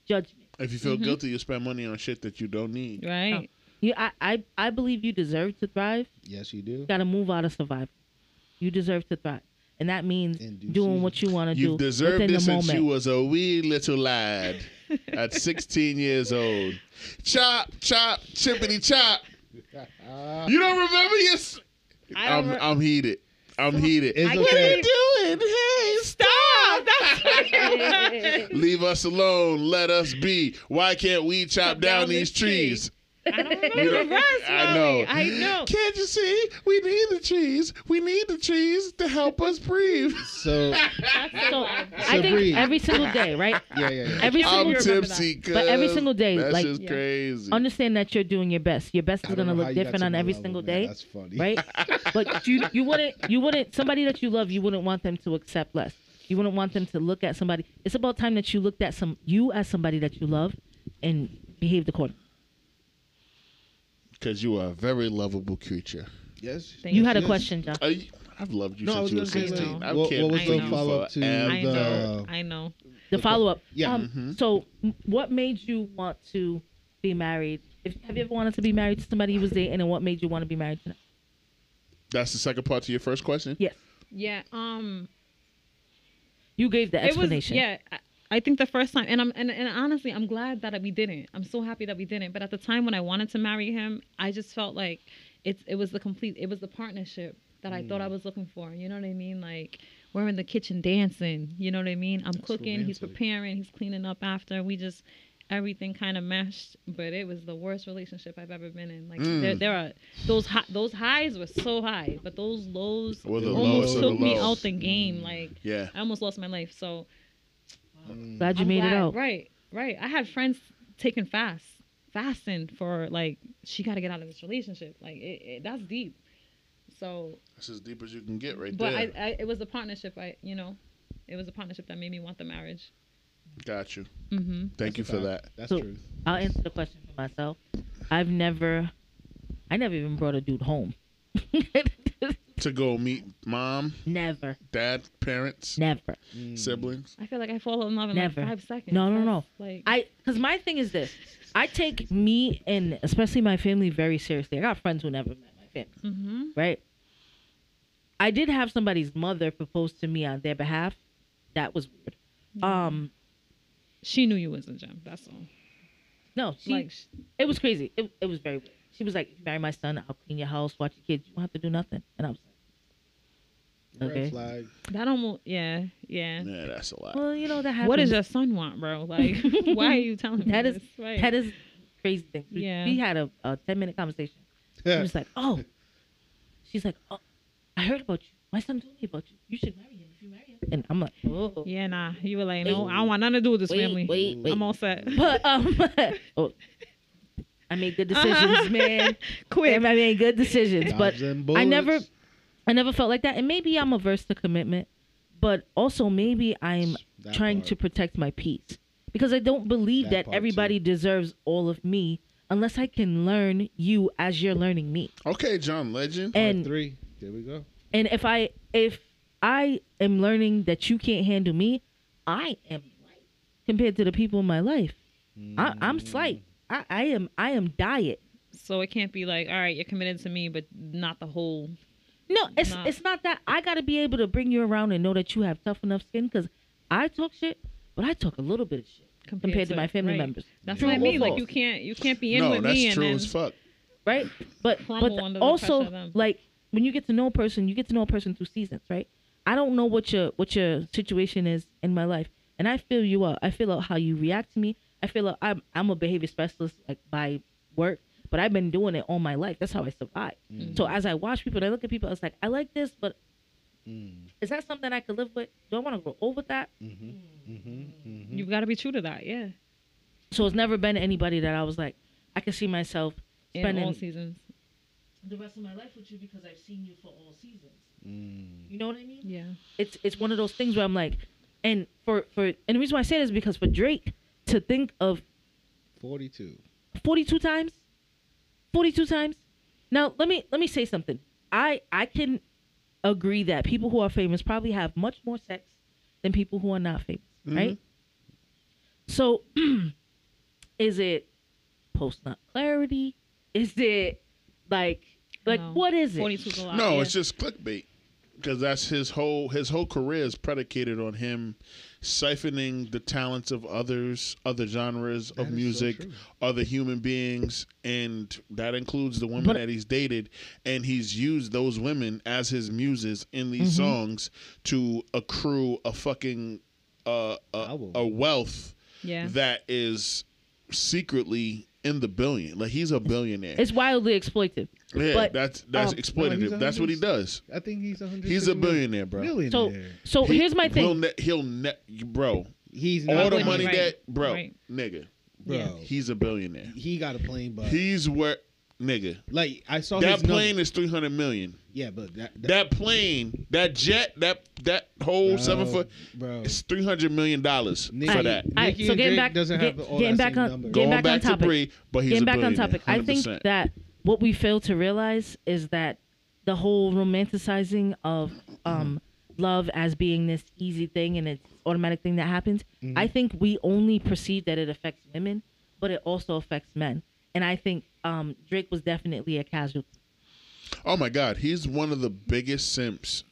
judgment. If you feel Mhm. guilty, you spend money on shit that you don't need. right. You, I, I, I believe you deserve to thrive. yes, you do. You gotta move out of survival. You deserve to thrive. And that means In due doing what you want to do You've deserved within this the since moment. you was a wee little lad at 16 years old. Chop, chop, chippity chop. Ah, You don't remember your. s- Oh. Um, I don't I'm, re- I'm heated. I'm heated. It's I what are okay. you doing? Hey, Stop! That's I Leave us alone. Let us be. Why can't we chop down, down these this tree. trees? don't remember You the know- rest. I Raleigh. know. I know. Can't you see? We need the trees. We need the trees to help us breathe. So so I So think breathe. every single day, right? yeah, yeah, yeah. Every can't single I'm remember day. tip- tipsy, cuz. But every single day, That's like- just Yeah. crazy. Understand that you're doing your best. Your best I is don't gonna know how look you got different to on my every level, single man. day, That's funny. right? but you you wouldn't you wouldn't somebody that you love you wouldn't want them to accept less. You wouldn't want them to look at somebody. It's about time that you looked at some you as somebody that you love, and behaved accordingly. Because you are a very lovable creature. Yes. Thank You had a Yes. question, John. Uh, you- I've loved you No, I since was you were gonna say, like, 16. I've what- cared what was for the you follow-up to forever. I uh, know. The- I know. the follow up. Yeah. Um, So, m- what made you want to be married? If, have you ever wanted to be married to somebody you was dating, and what made you want to be married to them? That's the second part to your first question? Yes, Yeah. Um. you gave the It was. explanation. Yeah. I, I think the first time, and I'm, and, and honestly, I'm glad that we didn't. I'm so happy that we didn't. But at the time when I wanted to marry him, I just felt like it's, it was the complete, it was the partnership that I Mm. thought I was looking for. You know what I mean? Like we're in the kitchen dancing. You know what I mean? I'm cooking, romantic. he's preparing, he's cleaning up after. We just everything kind of meshed, but it was the worst relationship I've ever been in. Like Mm. there, there are those hi- those highs were so high, but those lows Or the almost lowest of the took me lows. out the game. Like Yeah. I almost lost my life. So glad you I'm made glad- it out. Right, right. I had friends taking fast, fasting for like she got to get out of this relationship. Like it, it, that's deep. So, That's as deep as you can get right but there. I, I, it was a partnership. I, you know, it was a partnership that made me want the marriage. Got you. Mm-hmm. Thank you for that. That's That's So- true. I'll answer the question for myself. I've never, I never even brought a dude home. To go meet mom, never, dad, parents, never. Mm. siblings. I feel like I fall in love in Never. like five seconds. No, no, no. That's, Like I because my thing is this. I take me and especially my family very seriously. I got friends who never met my family. hmm right? I did have somebody's mother propose to me on their behalf. That was weird. Um, She knew you was a gem. That's all. no, she, like sh- it was crazy. It, it was very weird. She was like, "Marry my son. I'll clean your house, watch your kids. You don't have to do nothing." And I was Red Okay. flag. that almost. Yeah, yeah. Yeah, that's a like, lot. "Well, you know that happens. What does your son want, bro? Like, why are you telling me That is- this? Right. that is crazy thing." We, Yeah. we had a, a ten minute conversation. She was like, "Oh," she's like, "Oh, I heard about you. My son told me about you. You should marry him if you marry him." And I'm like, "Oh, yeah, nah. You were like, no, I don't want nothing to do with this wait, family. wait, wait." I'm all set. But um, oh, I made good Uh-huh. decisions, man. Quick. I made good decisions, but Dodge them I never, bullets. I never felt like that. And maybe I'm averse to commitment, but also maybe I'm That trying part. to protect my peace because I don't believe That that, part, everybody deserves all of me unless I can learn you as you're learning me. Okay, John Legend. Part and three. There we go. And if I if I am learning that you can't handle me, I am light compared to the people in my life. I, Mm-hmm. Mm. I'm slight. I, I am I am diet. So it can't be like, all right, you're committed to me, but not the whole. No, it's Nah. it's not that I gotta be able to bring you around and know that you have tough enough skin because I talk shit, but I talk a little bit of shit compared, to, my family right. members. That's Yeah. what I True or mean. Like false. you can't you can't be in no, with that's me true and as then fuck. right? But Crumble but under the pressure of also them. like when you get to know a person, you get to know a person through seasons, right? I don't know what your what your situation is in my life, and I feel you out. I feel out how you react to me. I feel out, I'm I'm a behavior specialist like by work, but I've been doing it all my life. That's how I survived. Mm. So as I watch people, and I look at people. I was like, I like this, but Mm-hmm. is that something I could live with? Do I want to grow old with that? Mm-hmm. you've got to be true to that. Yeah, So it's never been anybody that I was like, I can see myself in all spending seasons. the rest of my life with you because I've seen you for all seasons. Mm-hmm. You know what I mean? Yeah, it's it's one of those things where I'm like, and for for and the reason why I say this is because for Drake to think of 42. 42 times, 42 times. Now let me let me say something. I I can agree that people who are famous probably have much more sex than people who are not famous, right? So, is it post nut clarity? Is it like like No. what is it? forty two's a lot. No, yeah. it's just clickbait because that's his whole his whole career is predicated on him siphoning the talents of others, other genres That is of so music, true. other human beings, and that includes the women But- that he's dated, and he's used those women as his muses in these Mm-hmm. songs to accrue a fucking uh, a, Album. a wealth yeah. that is secretly in the billion. Like he's a billionaire. It's wildly exploited. yeah, but- that's that's oh, no, exploitative. he's a that's what he does. I think he's 100. He's a billionaire, bro. Billionaire. So so Oh, here's my He'll thing. ne- he'll ne- bro. he's All not the Right, money right, that bro, right. nigga, bro. Yeah. he's a billionaire. He got a plane, but He's worth nigga. like I saw That his number. plane is three hundred million. Yeah, but that that, That plane, that jet, that that whole bro, seven foot, bro. it's three hundred million dollars for Alright, that. All right, Nicki so and getting Drake back, doesn't get, have all getting that back same on, number. getting Going back, on to topic. Bree, but he's getting a back on billionaire, topic. I think 100%. that what we fail to realize is that the whole romanticizing of um, love as being this easy thing and it's automatic thing that happens. Mm-hmm. I think we only perceive that it affects women, but it also affects men. And I think um, Drake was definitely a casualty. oh my god, he's one of the biggest simps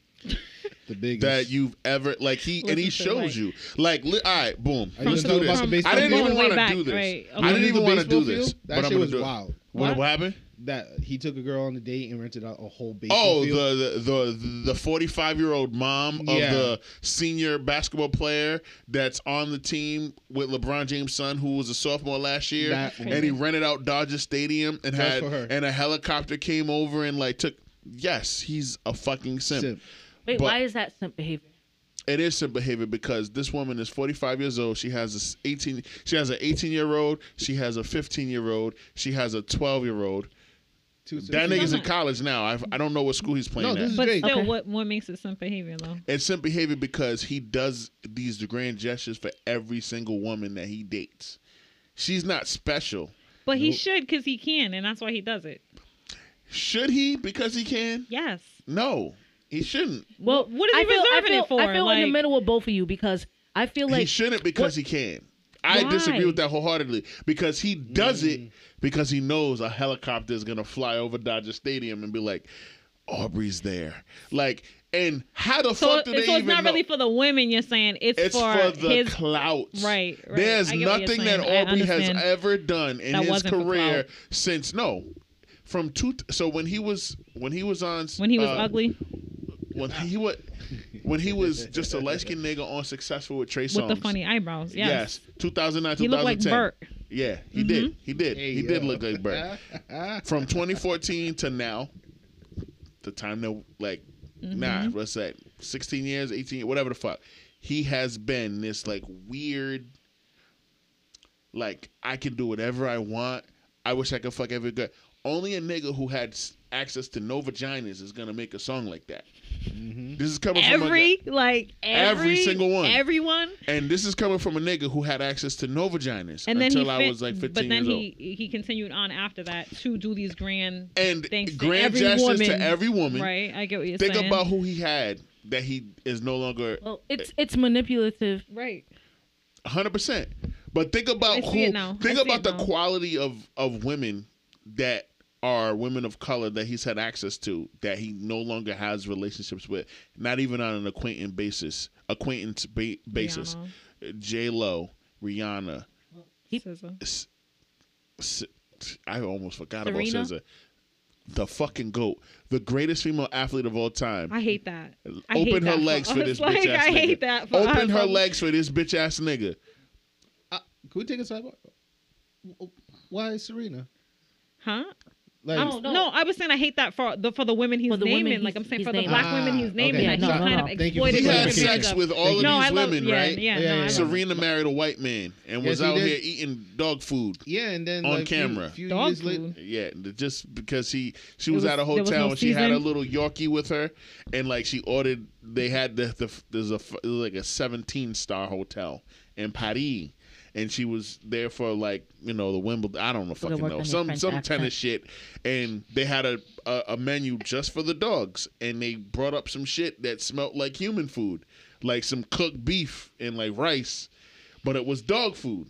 the biggest. that you've ever like. He and he Listen to, shows like- you like, li- all right, boom, Are you let's do gonna talk this. about the baseball I didn't field? even All the want way to do back, this. right, I okay. didn't even The want to baseball do this, field? but That I'm shit gonna was do it. wild. What What? happened? That he took a girl on a date and rented out a whole baseball Oh, field. the the the- the forty five year old mom Yeah. of the senior basketball player that's on the team with LeBron James' son, who was a sophomore last year, That and he rented out Dodger Stadium and Just had for her. and a helicopter came over and like took. Yes, he's a fucking simp. Simp. Wait, But- why is that simp behavior? It is simp behavior because this woman is forty five years old. She has a s- eighteen. She has an eighteen year old. She has a fifteen year old. She has a twelve year old. Two That sisters. nigga's in college now. I I don't know what school he's playing No, at. this is but Drake. still, Okay. what what makes it simp behavior though? It's simp behavior because he does these grand gestures for every single woman that he dates. She's not special. But he should because he can, and that's why he does it. Should he because he can? Yes. No, he shouldn't. Well, what is he I feel, I reserving feel, it for? I feel in the Like- middle of both of you because I feel like he shouldn't because he can. I Why? Mm. disagree with that wholeheartedly because he does it because he knows a helicopter is going to fly over Dodger Stadium and be like, Aubrey's there. Like, and how the So, fuck do so they it's even not know? really for the women. You're saying it's, It's for, the his clout. Right, right. There's I get what you're nothing that saying. I Aubrey has understand. ever done in That his wasn't for career clout. since no. From two, so when he was when he was on when he was uh, ugly when he was when he was just a light skinned nigga on successful with Trey with Songz. the funny eyebrows. Yes. yes, 2009, He looked 2010. like Mm-hmm. Burt. Yeah, he did, he did, Hey, he did yo. look like Burt. From 2014 to now, the time that like Mm-hmm. nah, what's that? 16 years, 18, whatever the fuck. He has been this like weird like I can do whatever I want. I wish I could fuck every girl. Only a nigga who had s- access to no vaginas is gonna make a song like that. Mm-hmm. This is coming from a, Every like every, Every single one. everyone, and this is coming from a nigga who had access to no vaginas and then until he I fit- was like 15 But then years he he continued on after that to do these grand, old. And thanks to grand every gestures woman, to every woman. right? I get what you're Think saying. about who he had that he is no longer Well, it's it's manipulative. right. hundred percent. But think about I see who. it now. I Think see about it the now. quality of of women that are women of color that he's had access to that he no longer has relationships with, not even on an acquaintance basis. Acquaintance ba- basis. Rihanna, J Lo, Rihanna. SZA. S- S- I almost forgot Serena? about SZA. The fucking goat, the greatest female athlete of all time. I hate that. I hate Open her that for legs for us. this Like, bitch ass I nigga. hate that. For Open us. her I'm- legs for this bitch ass nigga. Uh, can we take a sidebar? W- Why Serena? Huh? Like, I don't know. No, I was saying I hate that for the for the women he's For the women naming. he's- like I'm saying he's for the naming. black Ah, women he's naming. okay. Yeah, like no, he's no, kind no. of Thank you for exploited. He Yeah, had yeah, women. sex yeah. with all of no, I these love, women, yeah, right? Yeah, Yeah, no, yeah, I yeah. love- Serena married a white man and Yes, was he out did. here eating dog food. yeah, and then On like, few- camera. few Dog years later- food. Yeah, th- just because he she It was, was- at a there was hotel no and she had a season. little Yorkie with her, and like she ordered, they had the, the there's a f- it was like a 17 star hotel in Paris, and she was there for like you know the Wimbledon, I don't know it fucking worked know on your some French some accent. tennis shit, and they had a, a a menu just for the dogs, and they brought up some shit that smelt like human food, like some cooked beef and like rice, but it was dog food.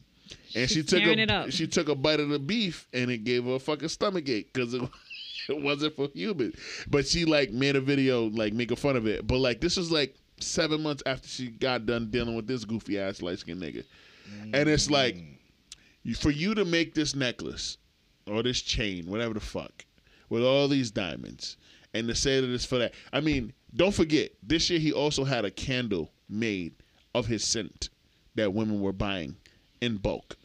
And she She's took tearing a it up. she took a bite of the beef and it gave her a fucking stomach ache because it, it wasn't for human. But she like made a video like making fun of it. But like this was like seven months after she got done dealing with this goofy ass light skinned nigga, and it's like you- for you to make this necklace or this chain, whatever the fuck, with all these diamonds, and to say that it's for that. I mean, don't forget this year he also had a candle made of his scent that women were buying in bulk.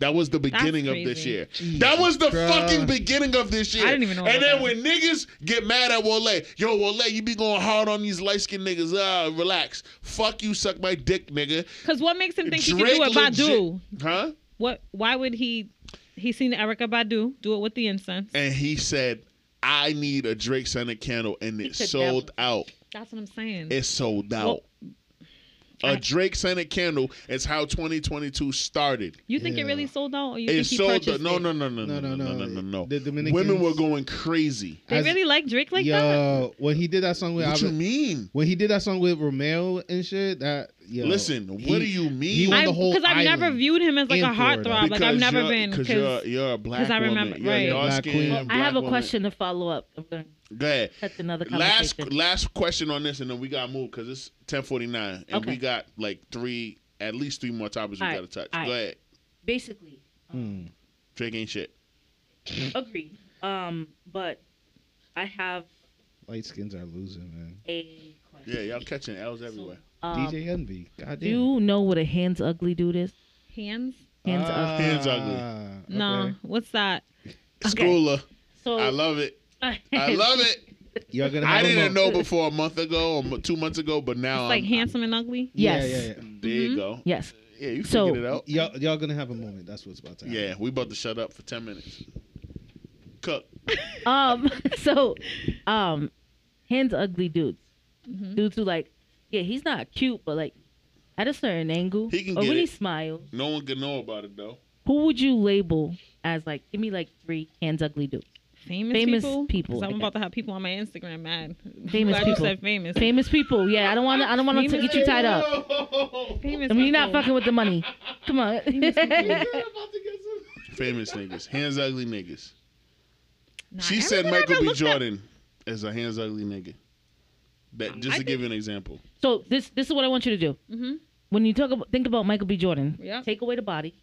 That was the beginning of this crazy. year. that was the Christ. fucking beginning of this year. I didn't even know And about then when that. niggas get mad at Wale, yo, Wale, you be going hard on these light skinned niggas. Ah, relax. Fuck you, suck my dick, nigga. Because what makes him think he can do what legit- Badu? Huh? What? Why would he? He seen Erica Badu do it with the incense. and he said, "I need a Drake scented candle," and it took that sold out. That's what I'm saying. It sold out. Well, A Drake scented candle is how 2022 started. you think Yeah. it really sold out, or you It think he sold. purchased no, it? no, no, no, no, no, no, no, no, The Dominicans- Women were going crazy. They As- really like Drake like that. yo, when he did that song with What you Ave- mean? when he did that song with Romeo and shit, that yo, Listen, he- what do you mean? he won I- the whole I've never island viewed him as like a in Florida. heartthrob. Like I've Because never you're- been. Because 'cause- you're, you're a black 'cause I remember- woman. You're right. a Black dark-skinned queen. I have a black woman. question to follow up. I'm gonna Go ahead. cut another last conversation. last question on this, and then we got to move because it's ten forty nine, and Okay. we got like three, at least three more topics we All got to right, touch. all Go right. ahead, Basically, um, Hmm. Drake ain't shit. Hmm. agreed. Um, but I have light skins are losing, man. a question. Yeah, y'all catching L's everywhere. Um, DJ Envy, do goddamn, you know what a hands ugly dude is? Hands? Hands Uh, Ah, ugly. Hands ugly. okay. No. What's that? Okay. Schooler, So I love it. I love it. Y'all gonna I have him didn't up. know before a month ago or mo- two months ago, but now It's like I'm- handsome and ugly. Yeah, Yes. yeah, There you go. Yes. Yeah, you Mm-hmm. So- figured it out. yeah. Y'all, y'all gonna have a moment. That's what's about to happen. Yeah, we about to shut up for ten minutes. Cook. Um. So, um, hands ugly dudes. Mhm. Dudes who like, yeah, he's not cute, but like, at a certain angle, He can or get when it. he smiles, No one can know about it though. who would you label as like? Give me like three hands ugly dudes. Famous, Famous people. people, 'Cause I I'm about guess. to have people on my Instagram mad. Famous Glad people. You said famous. Famous people. Yeah, I don't want. I don't want to Famous get you tied up. famous I mean, you're not people. fucking with the money. Come on. Famous niggas, hands ugly niggas. Nah, She said everyone I ever Michael B. looked at- Jordan is a hands ugly nigga. That just Um, I to give you an example. so this this is what I want you to do. Mhm. When you talk about think about Michael B. Jordan, Yeah. take away the body.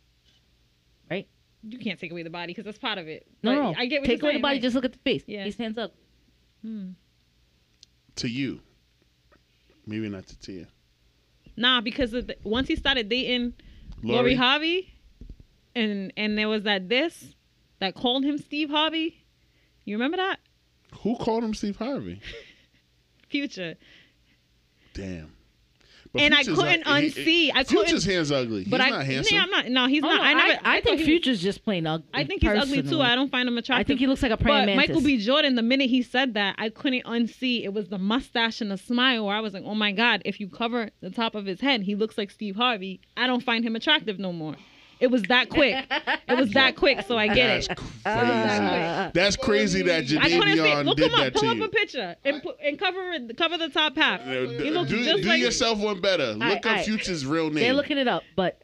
You can't take away the body because that's part of it. No, But no. I get what take you're away saying, the body. right? Just look at the face. Yeah. He's hands up. Hmm. To you. Maybe not to Tia. Nah, because of the, once he started dating Lori Lori, Harvey, and and there was that this that called him Steve Harvey. You remember that who called him Steve Harvey? Future? Damn. But and I Future's couldn't ug- he- unsee. I couldn't. Future's hands ugly. but he's I, not Yeah, handsome. I'm not. No, he's Oh, not. no, I never. I, think he- Future's just plain ugly. I think he's ugly too. personally. I don't find him attractive. I think he looks like a praying But mantis. Michael B. Jordan, the minute he said that, I couldn't unsee. It was the mustache and the smile where I was like, oh my God, if you cover the top of his head, he looks like Steve Harvey. I don't find him attractive no more. It was that quick. it was that quick, so I That's get it. crazy. Uh, That's crazy that I couldn't see. Jadavion Look did him up. that to Pull up a you. picture and put, and cover it, cover the top half. Uh, He Do, looks do, just do like. yourself one better. Look Alright, up alright. Future's real They're name. looking it up, but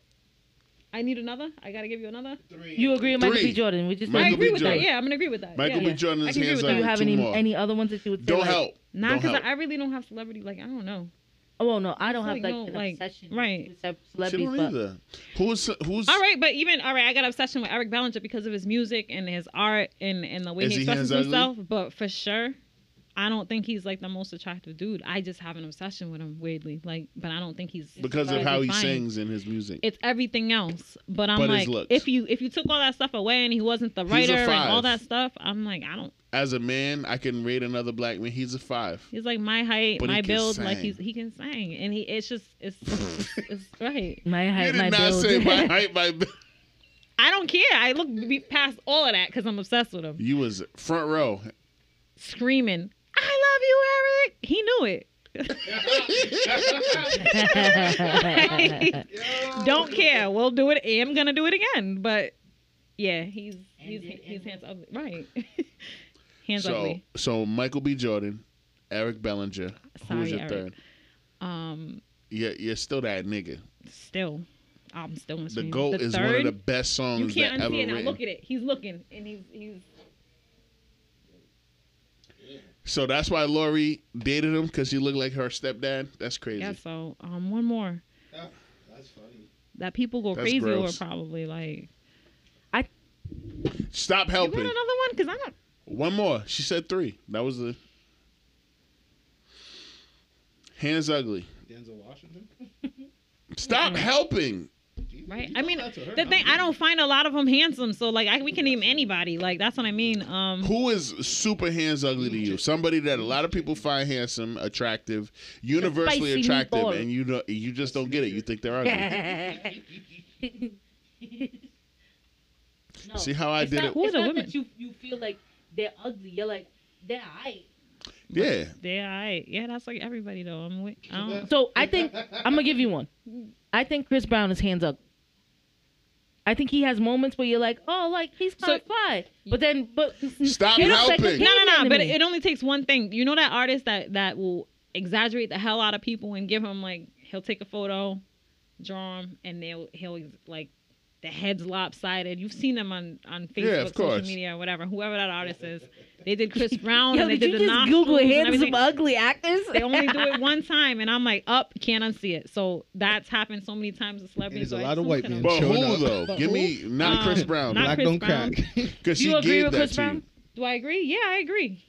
I need another. I gotta give you another. you agree with Michael Three. B. Jordan? We just Michael I B. agree with Jordan. that. Yeah, I'm gonna agree with that. Michael yeah. B. Jordan is I can agree hands with ugly. that. Do you have Two any more. any other ones that you would say? Don't like, help. Nah, Don't because help. I really don't have celebrity. Like I don't know. Oh well, no, I don't It's like, have like no, an like, obsession. right. with ce- She Celebrities, don't but either. Who's who's? All right, but even all right, I got obsession with Eric Ballinger because of his music and his art and and the way Is he he expresses hands ugly? himself. But for sure, I don't think he's like the most attractive dude. I just have an obsession with him weirdly. Like, but I don't think he's Because of how he fine. sings and his music. It's everything else. But I'm But his like, looks. if you if you took all that stuff away and he wasn't the He's a writer and all five. that stuff, I'm like, I don't. As a man, I can rate another black man. He's a five. He's like my height, But he my can build. Like sing. he's he can sing, and he it's just it's it's, it's right. my you height, did my not build. say my height, my. bu- I don't care. I look be- past all of that because I'm obsessed with him. You was front row. Screaming, I love you, Eric. He knew it. don't care. We'll do it. I'm gonna do it again. But yeah, he's he's he's hands ugly. Right. hands so ugly. so Michael B. Jordan, Eric Bellinger. Who was Sorry, your Eric. third? Um, Yeah, you're still that nigga. still, I'm still in The Scream. goat is one of third, the best You songs that can't ever unsee it now. written. Look at it. He's looking and he's he's. So that's why Lori dated him because he looked like her stepdad. That's crazy. Yeah. So um, one more. That's funny. that people go That's crazy gross. over probably like Stop you want helping. another one because i'm not One more. She said three. That was the. Hands ugly. Denzel Washington. Stop helping. right i mean the thing i don't find a lot of them handsome so like I, we can name anybody like that's what i mean um Who is super hands ugly to you? Somebody that a lot of people find handsome, attractive, universally Spicy attractive, meatball. and you know you just don't get it. You think they're ugly. No, See how I it's did not, it? Who are it's the not women? That you you feel like they're ugly. You're like they're height. Yeah. yeah I, yeah that's like everybody though i'm with I don't, So I think I'm gonna give you one. I think Chris Brown is hands up. I think he has moments where you're like, oh, like he's So- kind of fly, but then, but Stop he looks like a helping. king no no to no but me. it only takes one thing you know that artist that that will exaggerate the hell out of people and give him like he'll take a photo draw him and they'll he'll like the head's lopsided. You've seen them on on Facebook, Yeah, of social course. media, whatever. Whoever that artist is, they did Chris Brown Yo, and they did you the just nostrils Google and handsome everything. ugly actors? They only do it one time, and I'm like, up, can't unsee it. So that's happened so many times with celebrities. There's a so I lot of assume white to them. men. But Showing who up. though? But Give who? me not Um, Chris Brown not- Black Chris don't Brown. crack. because Do she you agree gave with that Chris to you. Brown? Do I agree? Yeah, I agree.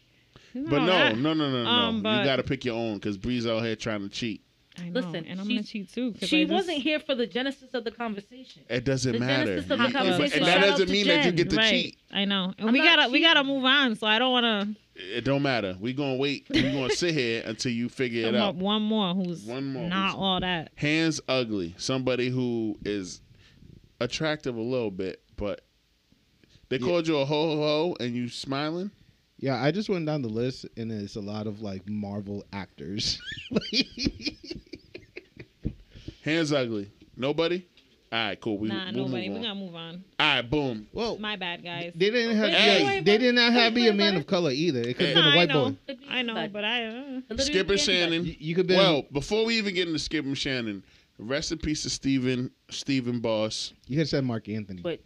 It's But all no, that. no, no, no, no. Um, but- you got to pick your own because Bree's out here trying to cheat. I know, Listen, and I'm she- gonna cheat too. 'cause I She just- wasn't here for the genesis of the conversation. It doesn't The matter. genesis of the You- conversation. and that Shout out doesn't to mean that you Jen. get to right. cheat. I know, and I'm we not gotta we cheating. gotta move on. So I don't wanna It don't matter. We gonna wait. We gonna sit here until you figure it come up out. one more who's One more not who's- all that. Hands ugly. Somebody who is attractive a little bit, but they called you a ho ho and you smiling. Yeah, I just went down the list, and it's a lot of like Marvel actors. Hands ugly. Nobody. All right, cool. We, nah, we'll nobody. move We on. gotta move on. All right, boom. well, My bad, guys. they didn't have Hey, yeah, hey, they buddy. didn't have be Hey, a man buddy. of color either. It could have been Nah, a I white know. boy. I know, but I. Uh, Skipper Shannon. You, you could been Well, before we even get into Skipper Shannon, rest in peace to Stephen Stephen Boss, you could have said Mark Anthony. Which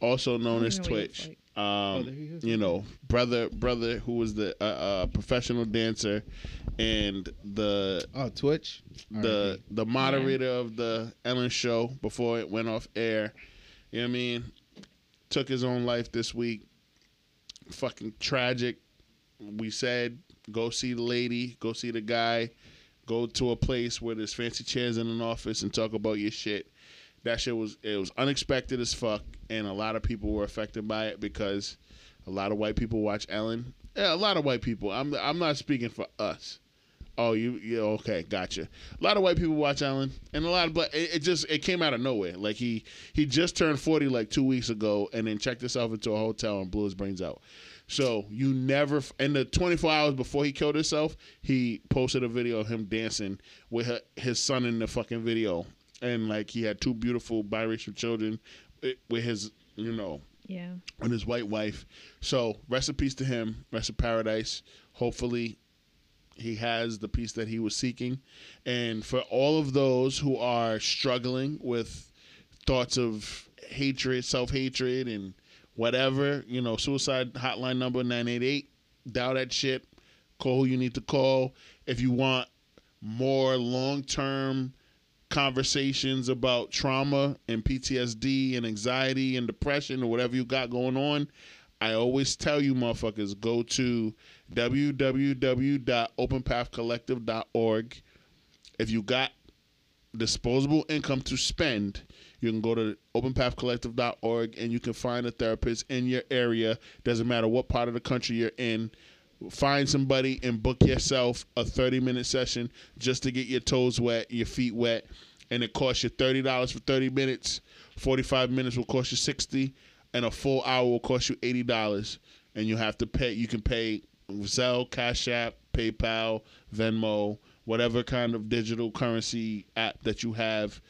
also known don't as know what he looks Twitch. like. Um, Oh, there he is. you know, brother brother who was the uh, uh, professional dancer and the oh, Twitch. the the moderator of the Ellen show before it went off air. You know what I mean? Took his own life this week. Fucking tragic. We said go see the lady, go see the guy, go to a place where there's fancy chairs in an office and talk about your shit. That shit was it was unexpected as fuck and a lot of people were affected by it because a lot of white people watch Ellen. Yeah, a lot of white people. I'm I'm not speaking for us. Oh, you yeah okay, gotcha. A lot of white people watch Ellen, and a lot of black. It, it just it came out of nowhere. Like he he just turned forty like two weeks ago, and then checked himself into a hotel and blew his brains out. So you never f- in the twenty four hours before he killed himself, he posted a video of him dancing with her, his son in the fucking video, and like he had two beautiful biracial children eh, with his you know Yeah. and his white wife. So rest in peace to him. Rest in paradise. Hopefully, he has the peace that he was seeking. And for all of those who are struggling with thoughts of hatred, self hatred, and whatever, you know, suicide hotline number nine eight eight. Dial that shit. Call who you need to call if you want more long term conversations about trauma and PTSD and anxiety and depression or whatever you got going on, I always tell you motherfuckers go to www.openpathcollective.org. If you got disposable income to spend, you can go to openpathcollective.org and you can find a therapist in your area. Doesn't matter what part of the country you're in. Find somebody and book yourself a 30 minute session just to get your toes wet, your feet wet, and it costs you $30 for 30 minutes. 45 minutes will cost you 60 and a full hour will cost you $80 and you have to pay you can pay Zelle, Cash App, PayPal, Venmo, whatever kind of digital currency app that you have,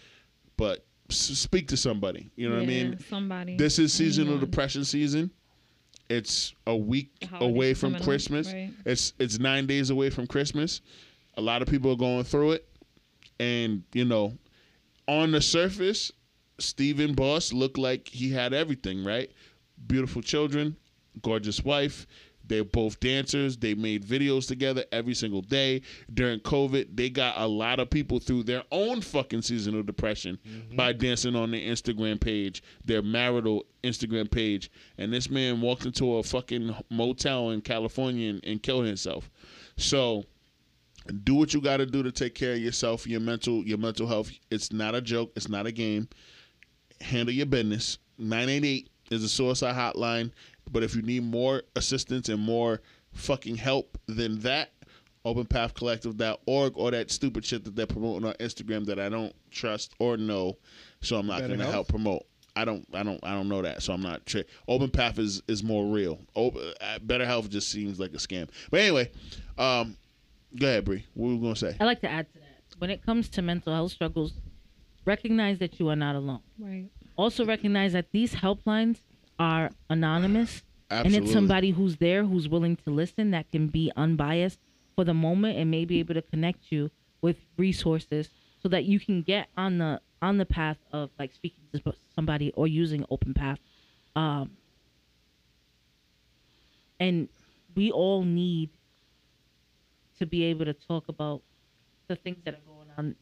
but s- speak to somebody. You know what I mean? Somebody. This is seasonal Anyone. depression season. It's a week The holidays away are from coming up, Christmas. right. It's it's nine days away from Christmas. A lot of people are going through it, and you know, on the surface, Stephen Boss looked like he had everything. Right, beautiful children, gorgeous wife. They're both dancers. They made videos together every single day during COVID. They got a lot of people through their own fucking seasonal depression by dancing on their Instagram page, their marital Instagram page. And this man walked into a fucking motel in California and, and killed himself. So do what you got to do to take care of yourself, your mental, your mental health. It's not a joke. It's not a game. Handle your business. Nine eight eight is a suicide hotline. But if you need more assistance and more fucking help than that, openpathcollective.org or that stupid shit that they're promoting on Instagram that I don't trust or know, so I'm not Better going to Health? help promote. I don't, I don't, I don't know that, so I'm not. Tri- Open Path is is more real. Op- uh, Better Health just seems like a scam. But anyway, um, Go ahead, Bree. What were we gonna say? I like to add to that. When it comes to mental health struggles, recognize that you are not alone. Right. Also recognize that these helplines are anonymous and it's somebody who's there who's willing to listen that can be unbiased for the moment and may be able to connect you with resources so that you can get on the on the path of like speaking to sp- somebody or using open path um and we all need to be able to talk about the things that are going on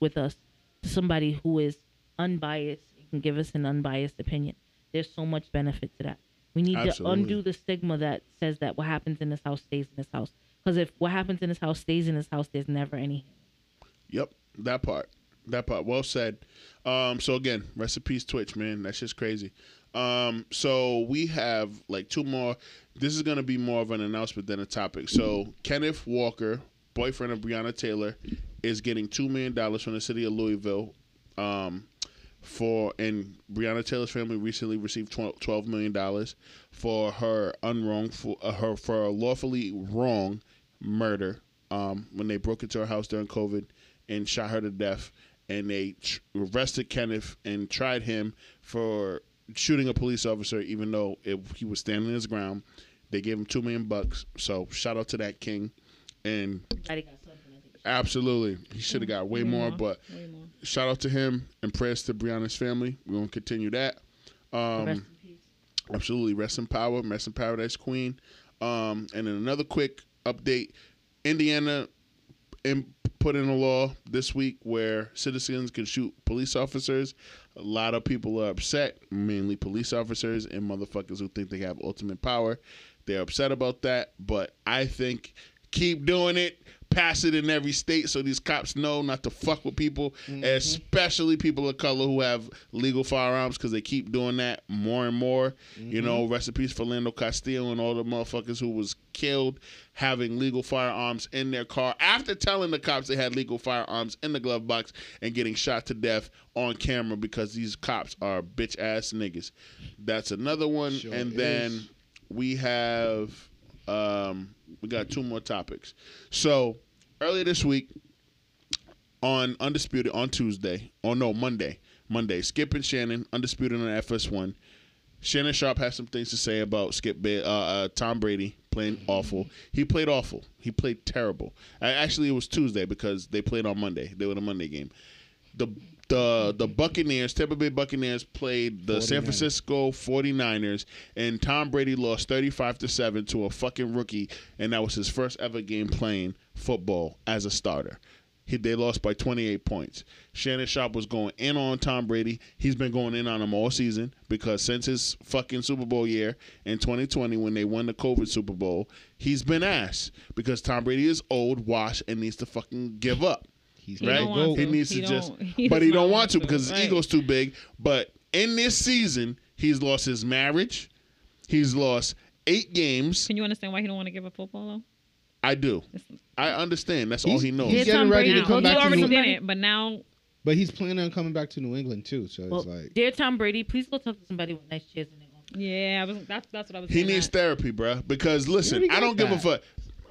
with us to somebody who is unbiased and can give us an unbiased opinion. There's so much benefit to that. We need Absolutely. to undo the stigma that says that what happens in this house stays in this house. Because if what happens in this house stays in this house, there's never any. Yep, that part. That part. Well said. Um, so again, rest in peace, Twitch, man. That's just crazy. Um, so we have like two more. This is gonna be more of an announcement than a topic. So Kenneth Walker, boyfriend of Breonna Taylor, is getting two million dollars from the city of Louisville. Um, for and Breonna Taylor's family recently received tw- twelve million dollars for her unwrongful uh, her for a lawfully wrong murder um, when they broke into her house during COVID and shot her to death and they tr- arrested Kenneth and tried him for shooting a police officer even though it, he was standing his ground. They gave him two million bucks. So shout out to that king and Everybody got something. I think. absolutely he should have got way more, but Way more. shout out to him and prayers to Brianna's family. We're gonna continue that. Rest Um, in peace. absolutely, rest in power, rest in paradise, Queen. Um, and then another quick update: Indiana in, put in a law this week where citizens can shoot police officers. A lot of people are upset, mainly police officers and motherfuckers who think they have ultimate power. They're upset about that, but I think keep doing it. pass it in every state so these cops know not to fuck with people, especially people of color who have legal firearms because they keep doing that more and more. You Mm-hmm. know, recipes for Lando Castillo and all the motherfuckers who was killed having legal firearms in their car after telling the cops they had legal firearms in the glove box and getting shot to death on camera because these cops are bitch ass niggas. That's another one. Sure and is. then we have um we got two more topics. So earlier this week on Undisputed on Tuesday, or no, Monday. Monday, Skip and Shannon, Undisputed on FS1. Shannon Sharp has some things to say about Skip ba- uh, uh, Tom Brady playing awful. He played awful. He played terrible. Uh, actually, it was Tuesday because they played on Monday. They were the Monday game. The the the Buccaneers, Tampa Bay Buccaneers played the San 49ers. Francisco 49ers and Tom Brady lost 35 to 7 to a fucking rookie and that was his first ever game playing football as a starter. He, they lost by 28 points. Shannon Sharp was going in on Tom Brady. He's been going in on him all season because since his fucking Super Bowl year in 2020, when they won the COVID Super Bowl, he's been ass because Tom Brady is old, washed, and needs to fucking give up. He's He gotta don't right? go. want He to. needs He to don't- just, he but does he not don't want want to to. because his Right. ego's too big. But in this season, he's lost his marriage. He's lost eight games. Can you understand why he don't want to give up football though? I do. It's- I understand. That's all He's- he knows. he's- getting ready to now. come he back to already New- did it, but now But he's planning on coming back to New England too. So Well, it's like dear Tom Brady, please go talk to somebody with nice chairs in their office. yeah, I was, that's that's what I was. He getting needs at. therapy, bruh. Because listen, already I got don't give a that. fuck.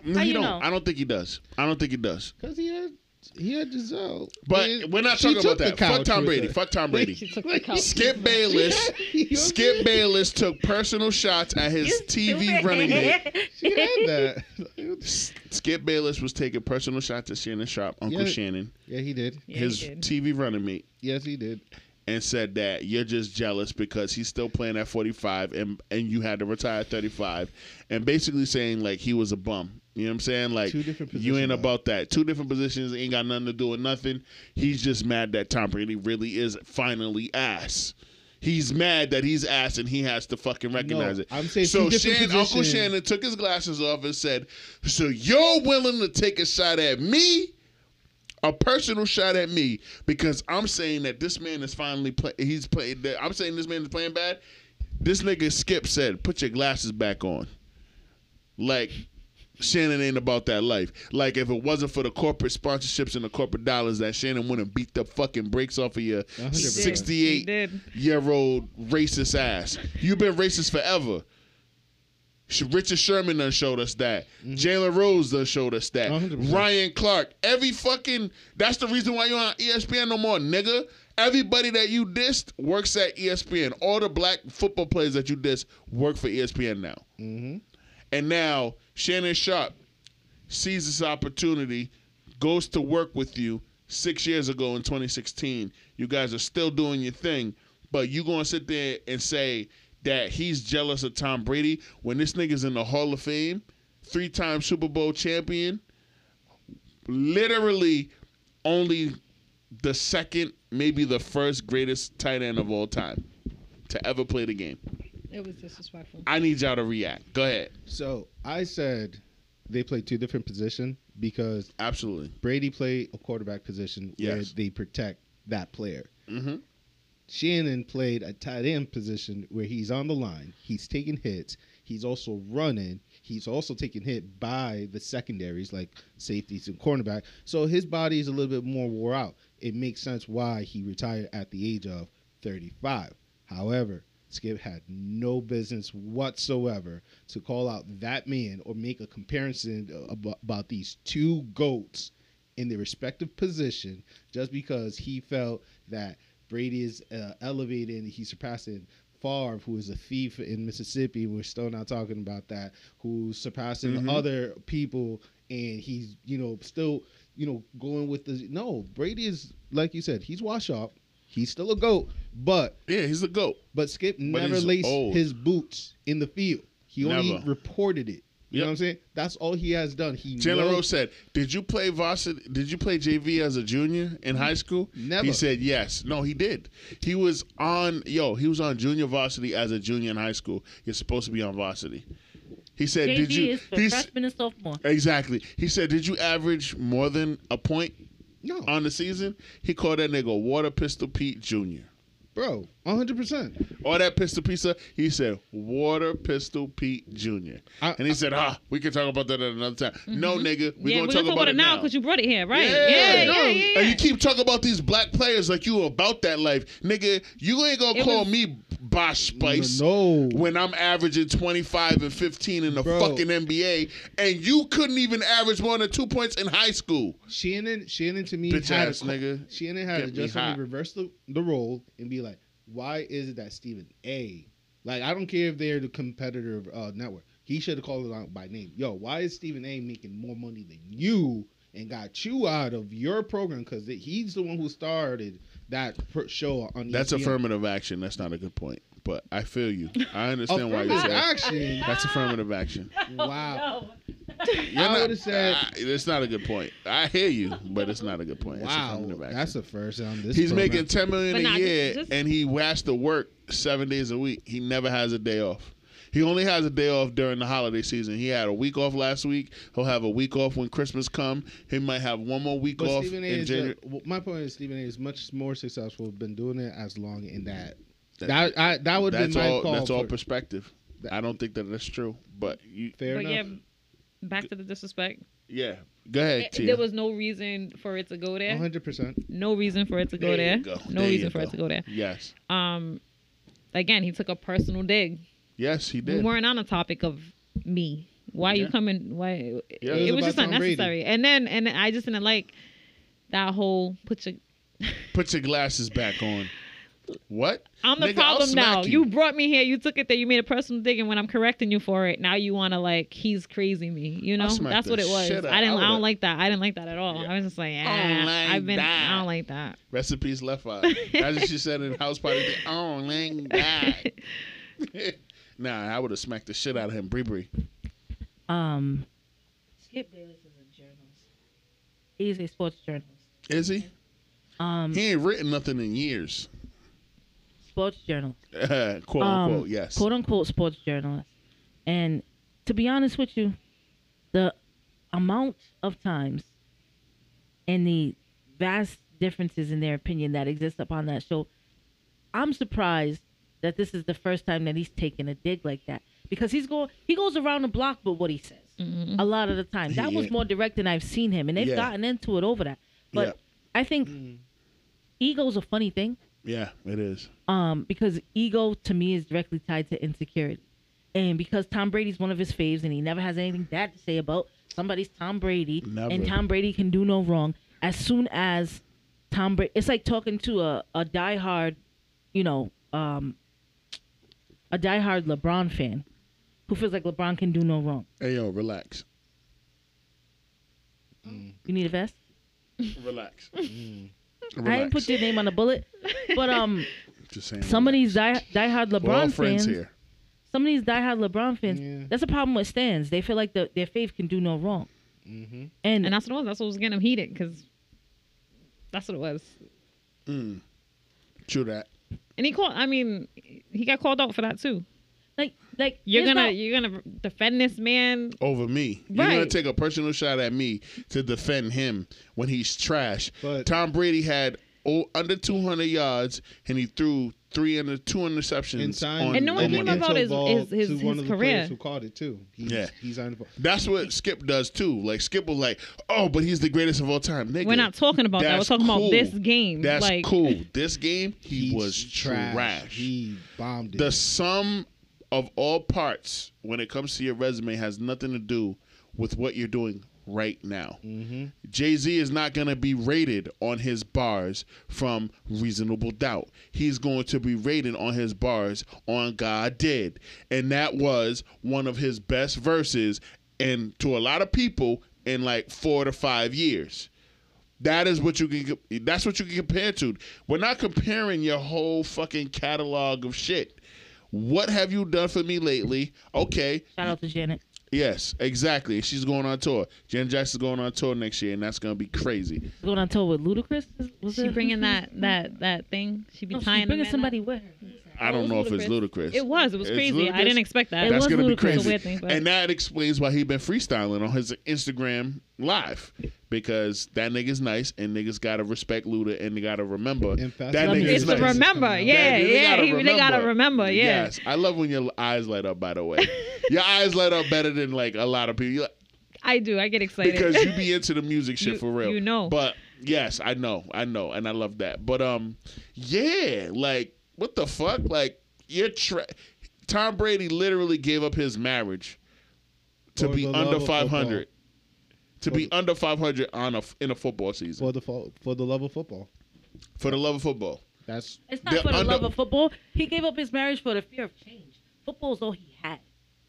No, How he you don't. know? I don't think he does. I don't think he does. because he had he had Giselle. But And we're not she talking took about that. the Fuck couch Tom with Brady. her. Fuck Tom She Brady. took the couch. Skip Bayless. Skip Bayless took personal shots at his TV running mate. She had that. Skip Bayless was taking personal shots at Shannon Sharp, Uncle Yeah. Shannon, yeah, he did. Yeah, he his did. TV running mate, Yes, he did. and said that you're just jealous because he's still playing at 45 and and you had to retire at 35, and basically saying like he was a bum. You know what I'm saying? Like Two different you ain't positions, though. about that. Two different positions ain't got nothing to do with nothing. He's just mad that Tom Brady really is finally ass. He's mad that he's ass and he has to fucking recognize it. I'm saying so. two different Shan- Uncle positions. Shannon took his glasses off and said, "So you're willing to take a shot at me, a personal shot at me, because I'm saying that this man is finally play. He's played. that- I'm saying this man is playing bad. This nigga Skip said, "Put your glasses back on." Like Shannon ain't about that life. Like if it wasn't for the corporate sponsorships and the corporate dollars, that Shannon wouldn't beat the fucking brakes off of your 100%. He did. He 68 did. year old racist ass. You've been racist forever. Sh- Richard Sherman done showed us that. Jalen Rose done showed us that. 100%. Ryan Clark. Every fucking that's the reason why you're on E ESPN no more, nigga. Everybody that you dissed works at E ESPN. All the black football players that you dissed work for E ESPN now. Mm-hmm. And now Shannon Sharp sees this opportunity, goes to work with you six years ago in 2016. You guys are still doing your thing, but you gonna sit there and say that he's jealous of Tom Brady when this nigga's in the Hall of Fame, three-time Super Bowl champion, literally only the second, maybe the first greatest tight end of all time to ever play the game. It was disrespectful. I need y'all to react. Go ahead. So I said they play two different position because Absolutely. Brady played a quarterback position where Yes. they protect that player. Mm-hmm. Shannon played a tight end position where he's on the line, he's taking hits, he's also running, he's also taking hit by the secondaries like safeties and cornerback. So his body is a little bit more wore out. It makes sense why he retired at the age of 35. However, Skip had no business whatsoever to call out that man or make a comparison about, about these two goats in their respective position just because he felt that Brady is uh, elevated and he's surpassing Favre, who is a thief in Mississippi. We're still not talking about that. Who's surpassing Mhm. other people, and he's you know still you know going with the no. Brady is like you said, he's wash up. He's still a goat, but Yeah, he's the goat. but Skip never he's laced old. his boots in the field. He only Never. reported it. Yep. You know what I'm saying? That's all he has done. He Jalen knows- Rose said, "Did you play varsity? Did you play JV as a junior in high school?" Never. He said, "Yes." No, he did. He was on yo. He was on junior varsity as a junior in high school. You're supposed to be on varsity. He said, JV "Did you?" is for he's- freshman and sophomore. exactly. He said, "Did you average more than a point No, on the season?" He called that nigga Water Pistol Pete Jr. bro, 100. percent All that pistol pizza, he said, Water Pistol Pete Jr. I- and he said, ah, we can talk about that at another time. No, nigga, we're yeah, going we're to talk about it now. because you brought it here, right? Yeah, Yeah, yeah, no. yeah. yeah, And you keep talking about these black players like you about that life. Nigga, you ain't going to It call was- me Bosh Spice. No, When I'm averaging 25 and 15 in the Bro. fucking NBA, and you couldn't even average more than two points in high school. Shannon, Shannon to me Bitch had ass a, call- nigga. Shannon had Get to me just hot. reverse the, the role and be like, why is it that Stephen A. Like I don't care if they're the competitor of uh, network. He should have called it out by name. Yo, why is Stephen A. making more money than you and got you out of your program because he's the one who started that per- show on. E That's ESPN. affirmative action. That's not a good point, but I feel you. I understand why you Affirmative said action. that's affirmative action. wow. Oh, You're I not- Ah, would've said- I- it's not a good point. I hear you, but it's not a good point. It's Wow, affirmative action. that's the first on this. He's program. making ten million But a nah, year, just- and he has to work seven days a week. He never has a day off. He only has a day off during the holiday season. He had a week off last week. He'll have a week off when Christmas come. He might have one more week But off Stephen A. in is a- January. w- my point is Stephen A. is much more successful. Been doing it as long in that. That- That I, that would be That's my all. call. That's all for- perspective. I don't think that that's true, but you, fair But yeah, enough. back to the disrespect. yeah. Go ahead, It- Tia. there was no reason for it to go One there. hundred percent. No reason for it to go There there. you go. No There you reason for go. it to go there. yes, Um, again, he took a personal dig. yes, he We did. weren't on a topic of me. Why Yeah. you coming? Why Yeah. it, It was was just about Tom Brady. unnecessary. And then and I just didn't like that whole put your. Put your glasses back on. What? I'm the Nigga, I'll problem smack now. You. brought me here. You took it there. You made a personal dig, and when I'm correcting you for it, now you want to like he's crazy me. You I'll know smack that's the what it was. I shit didn't. out- I, I would've- don't like that. I didn't like that at all. Yeah. I was just like, I don't ah, like I've been. that. I don't like that. Recipes left eye. That's what she said in house party. Oh, lang back. nah, I would have smacked the shit out of him, Bree Bree. Um, Skip Bayless is a journalist. He's a sports journalist. Is he? Um, He ain't written nothing in years. sports journalist. quote unquote. um, yes. Quote unquote sports journalist. And to be honest with you, the amount of times and the vast differences in their opinion that exist upon that show, I'm surprised that this is the first time that he's taken a dig like that. Because he's go he goes around the block with what he says a lot of the time. That Yeah. was more direct than I've seen him, and they've Yeah. gotten into it over that. But Yeah. I think ego's a funny thing yeah, it is. um, because ego to me is directly tied to insecurity. And because Tom Brady's one of his faves and he never has anything bad to say about somebody's Tom Brady, Never. and Tom Brady can do no wrong. As soon as Tom Brady, it's like talking to a, a diehard, you know, um, a diehard LeBron fan who feels like LeBron can do no wrong. Hey yo, relax. You need a vest? Relax. I didn't put your name on a bullet, but um, Just saying. some of relax. these die, diehard We're all LeBron friends fans, here. some of these diehard LeBron fans, Yeah. that's a problem with stands. They feel like the, their faith can do no wrong, Mm-hmm. and, And that's what it was. That's what was getting him heated because that's what it was. Mm. True that. And he called. I mean, he got called out for that too. like like You're there's gonna no- you're gonna defend this man. Over me. You're gonna Right. take a personal shot at me to defend him when he's trash. But- Tom Brady had o- under 200 yards and he threw three and two interceptions. And on- signed, And no one on came Monday. up- about his- his- his- to one his of the career. players who called it too. He's, Yeah. he's on. the- That's what Skip does too. Like Skip was like, "Oh, but he's the greatest of all time." Nigga, We're not talking about that. We're that's talking cool. about this game. That's like, cool. This game, he he's was trash. He bombed it. the sum of all parts when it comes to your resume has nothing to do with what you're doing right now. mm-hmm. Jay Z is not going to be rated on his bars from reasonable doubt. He's going to be rated on his bars on God Did. And that was one of his best verses, and to a lot of people, in like four to five years. That is what you can. That's what you can compare to. We're not comparing your whole fucking catalog of shit. What have you done for me lately? Okay, shout out to Janet. Yes, exactly. She's going on tour. Janet Jackson's going on tour next year, and that's gonna be crazy. Going on tour with Ludacris? Is- Was She it? bringing that that that thing. She be No, she's tying. the bringing man up. somebody with her. I don't know if it's ludicrous. It was. It was It's crazy. I ludicrous. didn't expect that. It that's was gonna be ludicrous. crazy. It's a weird thing, but- and that explains why he been freestyling on his Instagram live because that nigga's nice, and niggas gotta respect Luda, and they gotta remember And Fast that Love nigga's It's is nice. to remember. Yeah, yeah. they gotta he- They gotta remember. Yeah. Yes, I love when your eyes light up. By the way, your eyes light up better than like a lot of people. You're- I do. I get excited. because you be into the music shit You- for real. you know. But yes, I know, I know, and I love that. But um, yeah, like what the fuck? Like you're tra- Tom Brady literally gave up his marriage to For be the love under of five hundred. To For be the- under five hundred on a f in a football season for the fo- for the love of football. for the love of football. That's It's not They're for the under- love of football. He gave up his marriage for the fear of change. Football's all he had,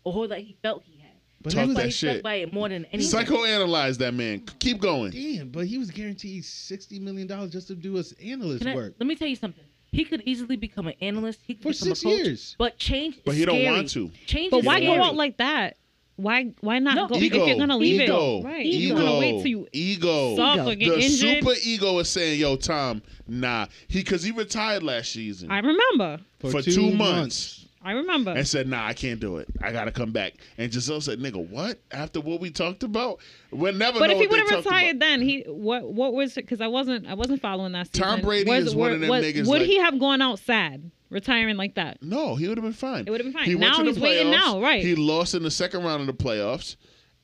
or all that he felt he had. but Talk he was But that he shit. stuck by it more than anything. Psychoanalyze that man. Keep going. damn, but he was guaranteed sixty million dollars just to do his analyst Can I- work. let me tell you something. He could easily become an analyst. He could For become six a coach, years. But change. Is But he don't scary. want to. Change. But is why scary. go out like that? Why why not No. go Ego, if you're gonna leave ego, it? Right. ego, You're gonna wait till you ego. suck or get the injured. super ego is saying, "Yo, Tom, nah, he because he retired last season I remember. for, two, months. I remember. and said, "Nah, I can't do it. I gotta come back." And Giselle said, "Nigga, what? After what we talked about, we'll never." but know if he what would they have talked about." retired then, he what what was because I wasn't I wasn't following that. Season. Tom Brady was, is one of them was- niggas Would like- he have gone out sad, retiring like that? no, he would have been fine. It would've been fine. He Now went to he's the waiting playoffs. now, right. He lost in the second round of the playoffs,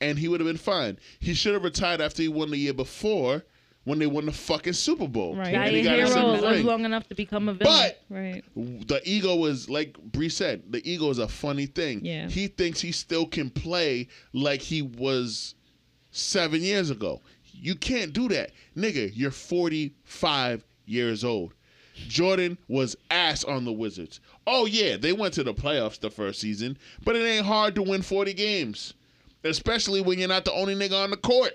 and he would have been fine. He should have retired after he won the year before when they won the fucking Super Bowl. Right. And Die he a got a hero. silver Live ring. long enough to become a villain. But Right. the ego is like Bree said. The ego is a funny thing. Yeah. He thinks he still can play like he was seven years ago. You can't do that, nigga. You're 45 years old. Jordan was ass on the Wizards. Oh yeah, they went to the playoffs the first season, but it ain't hard to win 40 games, especially when you're not the only nigga on the court.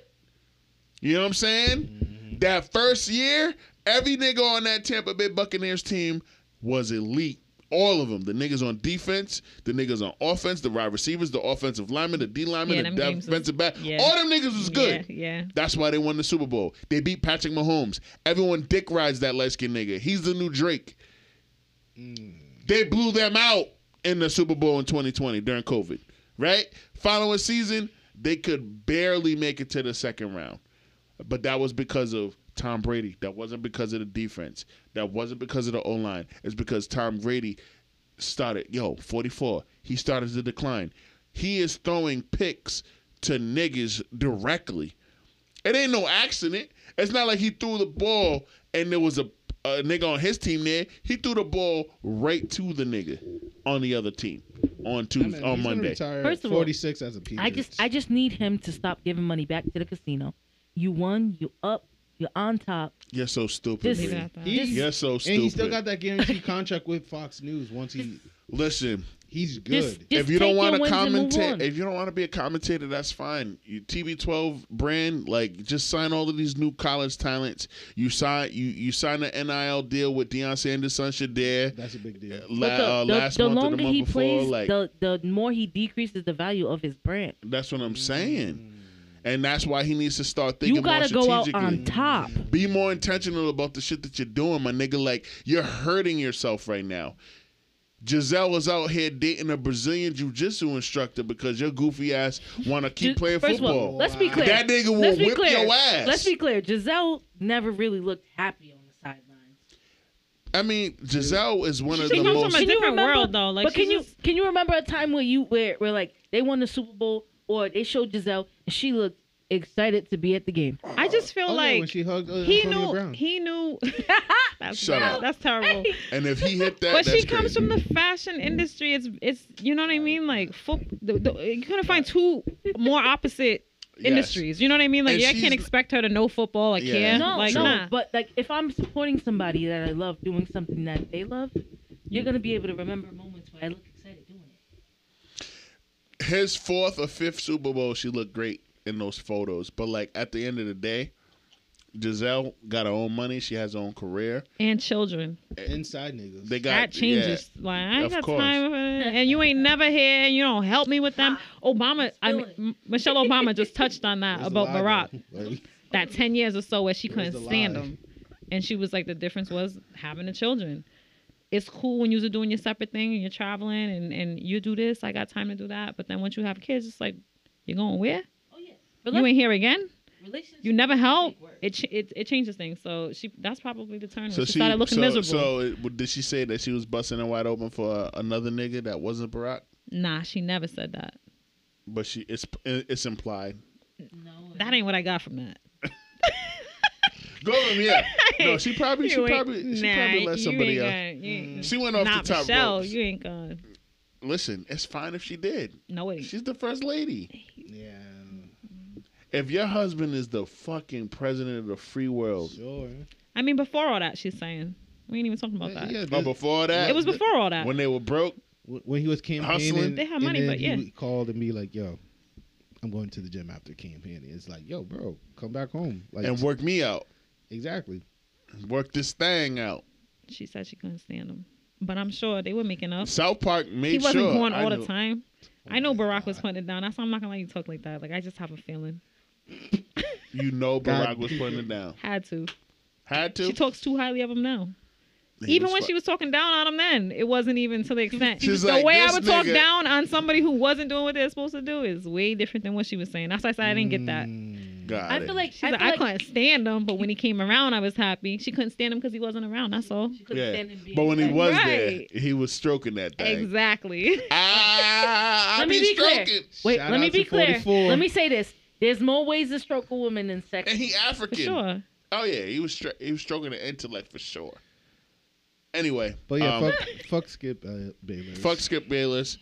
You know what I'm saying? That first year, every nigga on that Tampa Bay Buccaneers team was elite. All of them. The niggas on defense, the niggas on offense, the wide receivers, the offensive linemen, the D linemen, Yeah, the them games was- defensive back. yeah. All them niggas was good. Yeah. yeah. That's why they won the Super Bowl. They beat Patrick Mahomes. Everyone dick rides that light skinned nigga. He's the new Drake. They blew them out in the Super Bowl in 2020 during COVID, right? Following season, they could barely make it to the second round. But that was because of Tom Brady. That wasn't because of the defense. That wasn't because of the O line. It's because Tom Brady started, yo, 44. He started to decline. He is throwing picks to niggas directly. It ain't no accident. It's not like he threw the ball and there was a, a nigga on his team there. He threw the ball right to the nigga on the other team on I Tuesday, mean, on he's gonna Monday. retire First of all, forty six as a PG. I just I just need him to stop giving money back to the casino. You won, you up, you're on top. You're so stupid. This- Leave it man. at that. He- You're so stupid. and he still got that guaranteed contract with Fox News. Once he Listen, he's good. Just, just if you don't want to commentate, if you don't want to be a commentator, that's fine. You TB12 brand, like just sign all of these new college talents. You sign you you sign the NIL deal with Deion Sanders, son there. That's a big deal. La, uh, last month or the month before, like the the more he decreases the value of his brand. that's what I'm saying, and that's why he needs to start thinking You gotta more go out strategically. on top. Be more intentional about the shit that you're doing, my nigga. Like you're hurting yourself right now. Giselle was out here dating a Brazilian jiu-jitsu instructor because your goofy ass want to keep Ju- playing First football. Of all, let's be Wow. clear. That nigga will Let's be whip clear. your ass. Let's be clear. Giselle never really looked happy on the sidelines. I mean, Giselle is one of She the comes most. from a different world, though. Like, but can she's you just- can you remember a time where you where, where like they won the Super Bowl or they showed Giselle and she looked excited to be at the game? I just feel Oh, yeah, when like she hugged uh, he Antonio knew. Brown. He knew. that's Shut bad. up. That's terrible. and if he hit that, but that's she comes crazy. from the fashion industry. It's it's you know what I mean. Like foot, the, the, you couldn't find two more opposite Yes. industries. You know what I mean? Like And yeah, I she's- can't expect her to know football. I Yeah. can't. No, like no, nah. but like if I'm supporting somebody that I love doing something that they love, you're gonna be able to remember moments where I look excited doing it. his fourth or fifth Super Bowl, she looked great in those photos. But like at the end of the day, Giselle got her own money. She has her own career. and children. Inside niggas. They got That changes. yeah. like I ain't of got course. time, for that. and you ain't never here, and you don't help me with them. Obama, I mean, M- Michelle Obama just touched on that Where's the about lie, Barack. though? Like, Mm. That ten years or so where she where's couldn't the stand lie? him, and she was like, the difference was having the children. It's cool when you're doing your separate thing and you're traveling and and you do this. I got time to do that, but then once you have kids, it's like you're going where? Oh yeah. You ain't here again. Relationships. You never is a help. big word. It ch- it, it changes things. So she that's probably the turn. So she, she, started looking so, miserable. So it, w- did she say that she was busting it wide open for another nigga that wasn't Barack? Nah, she never said that. But she it's it's implied. No. That ain't what I got from that. Go on, yeah. No, she probably she You ain't- probably she nah, probably let you somebody ain't else. Mm. gonna- you ain't- She went off not the top Michelle, ropes. you ain't gone. Listen, it's fine if she did. No it ain't. She's the first lady. yeah. If your husband is the fucking president of the free world, Sure. I mean, before all that, she's saying we ain't even talking about that. Yeah, oh, this- before that, it was before all that. when they were broke. Wh- when he was campaigning, Hustling. They had and money, then but yeah. he called and be like, "Yo, I'm going to the gym after campaigning." It's like, "Yo, bro, come back home." Like, and work me out. exactly. Work this thing out. she said she couldn't stand him, but I'm sure they were making up. South Park made He wasn't sure going I all the knew- time. Oh I know my Barack God. was putting it down. That's why I'm not gonna let you talk like that. Like I just have a feeling. You know, Barack God. was putting it down. Had to. Had to. She talks too highly of him now. He even when fu- she was talking down on him then, it wasn't even to the extent. She's the like, way I "This would talk nigga-" down on somebody who wasn't doing what they're supposed to do is way different than what she was saying. That's why I said I didn't get that. Mm. got I it. feel like She's I, like, feel I like couldn't stand him, but when he came around, I was happy. She couldn't stand him because he wasn't around. That's all. she couldn't Yeah. stand and be But when he like- was Right. there, he was stroking that thing. Exactly. Ah, I Let me be clear. stroking. Wait, Shout let me out to be clear. 44. Let me say this. There's more ways to stroke a woman than sex. And he For African. sure. Oh yeah, he was stro- he was stroking the intellect for sure. Anyway, But yeah, um, fuck, fuck Skip uh, Bayless. fuck Skip Bayless.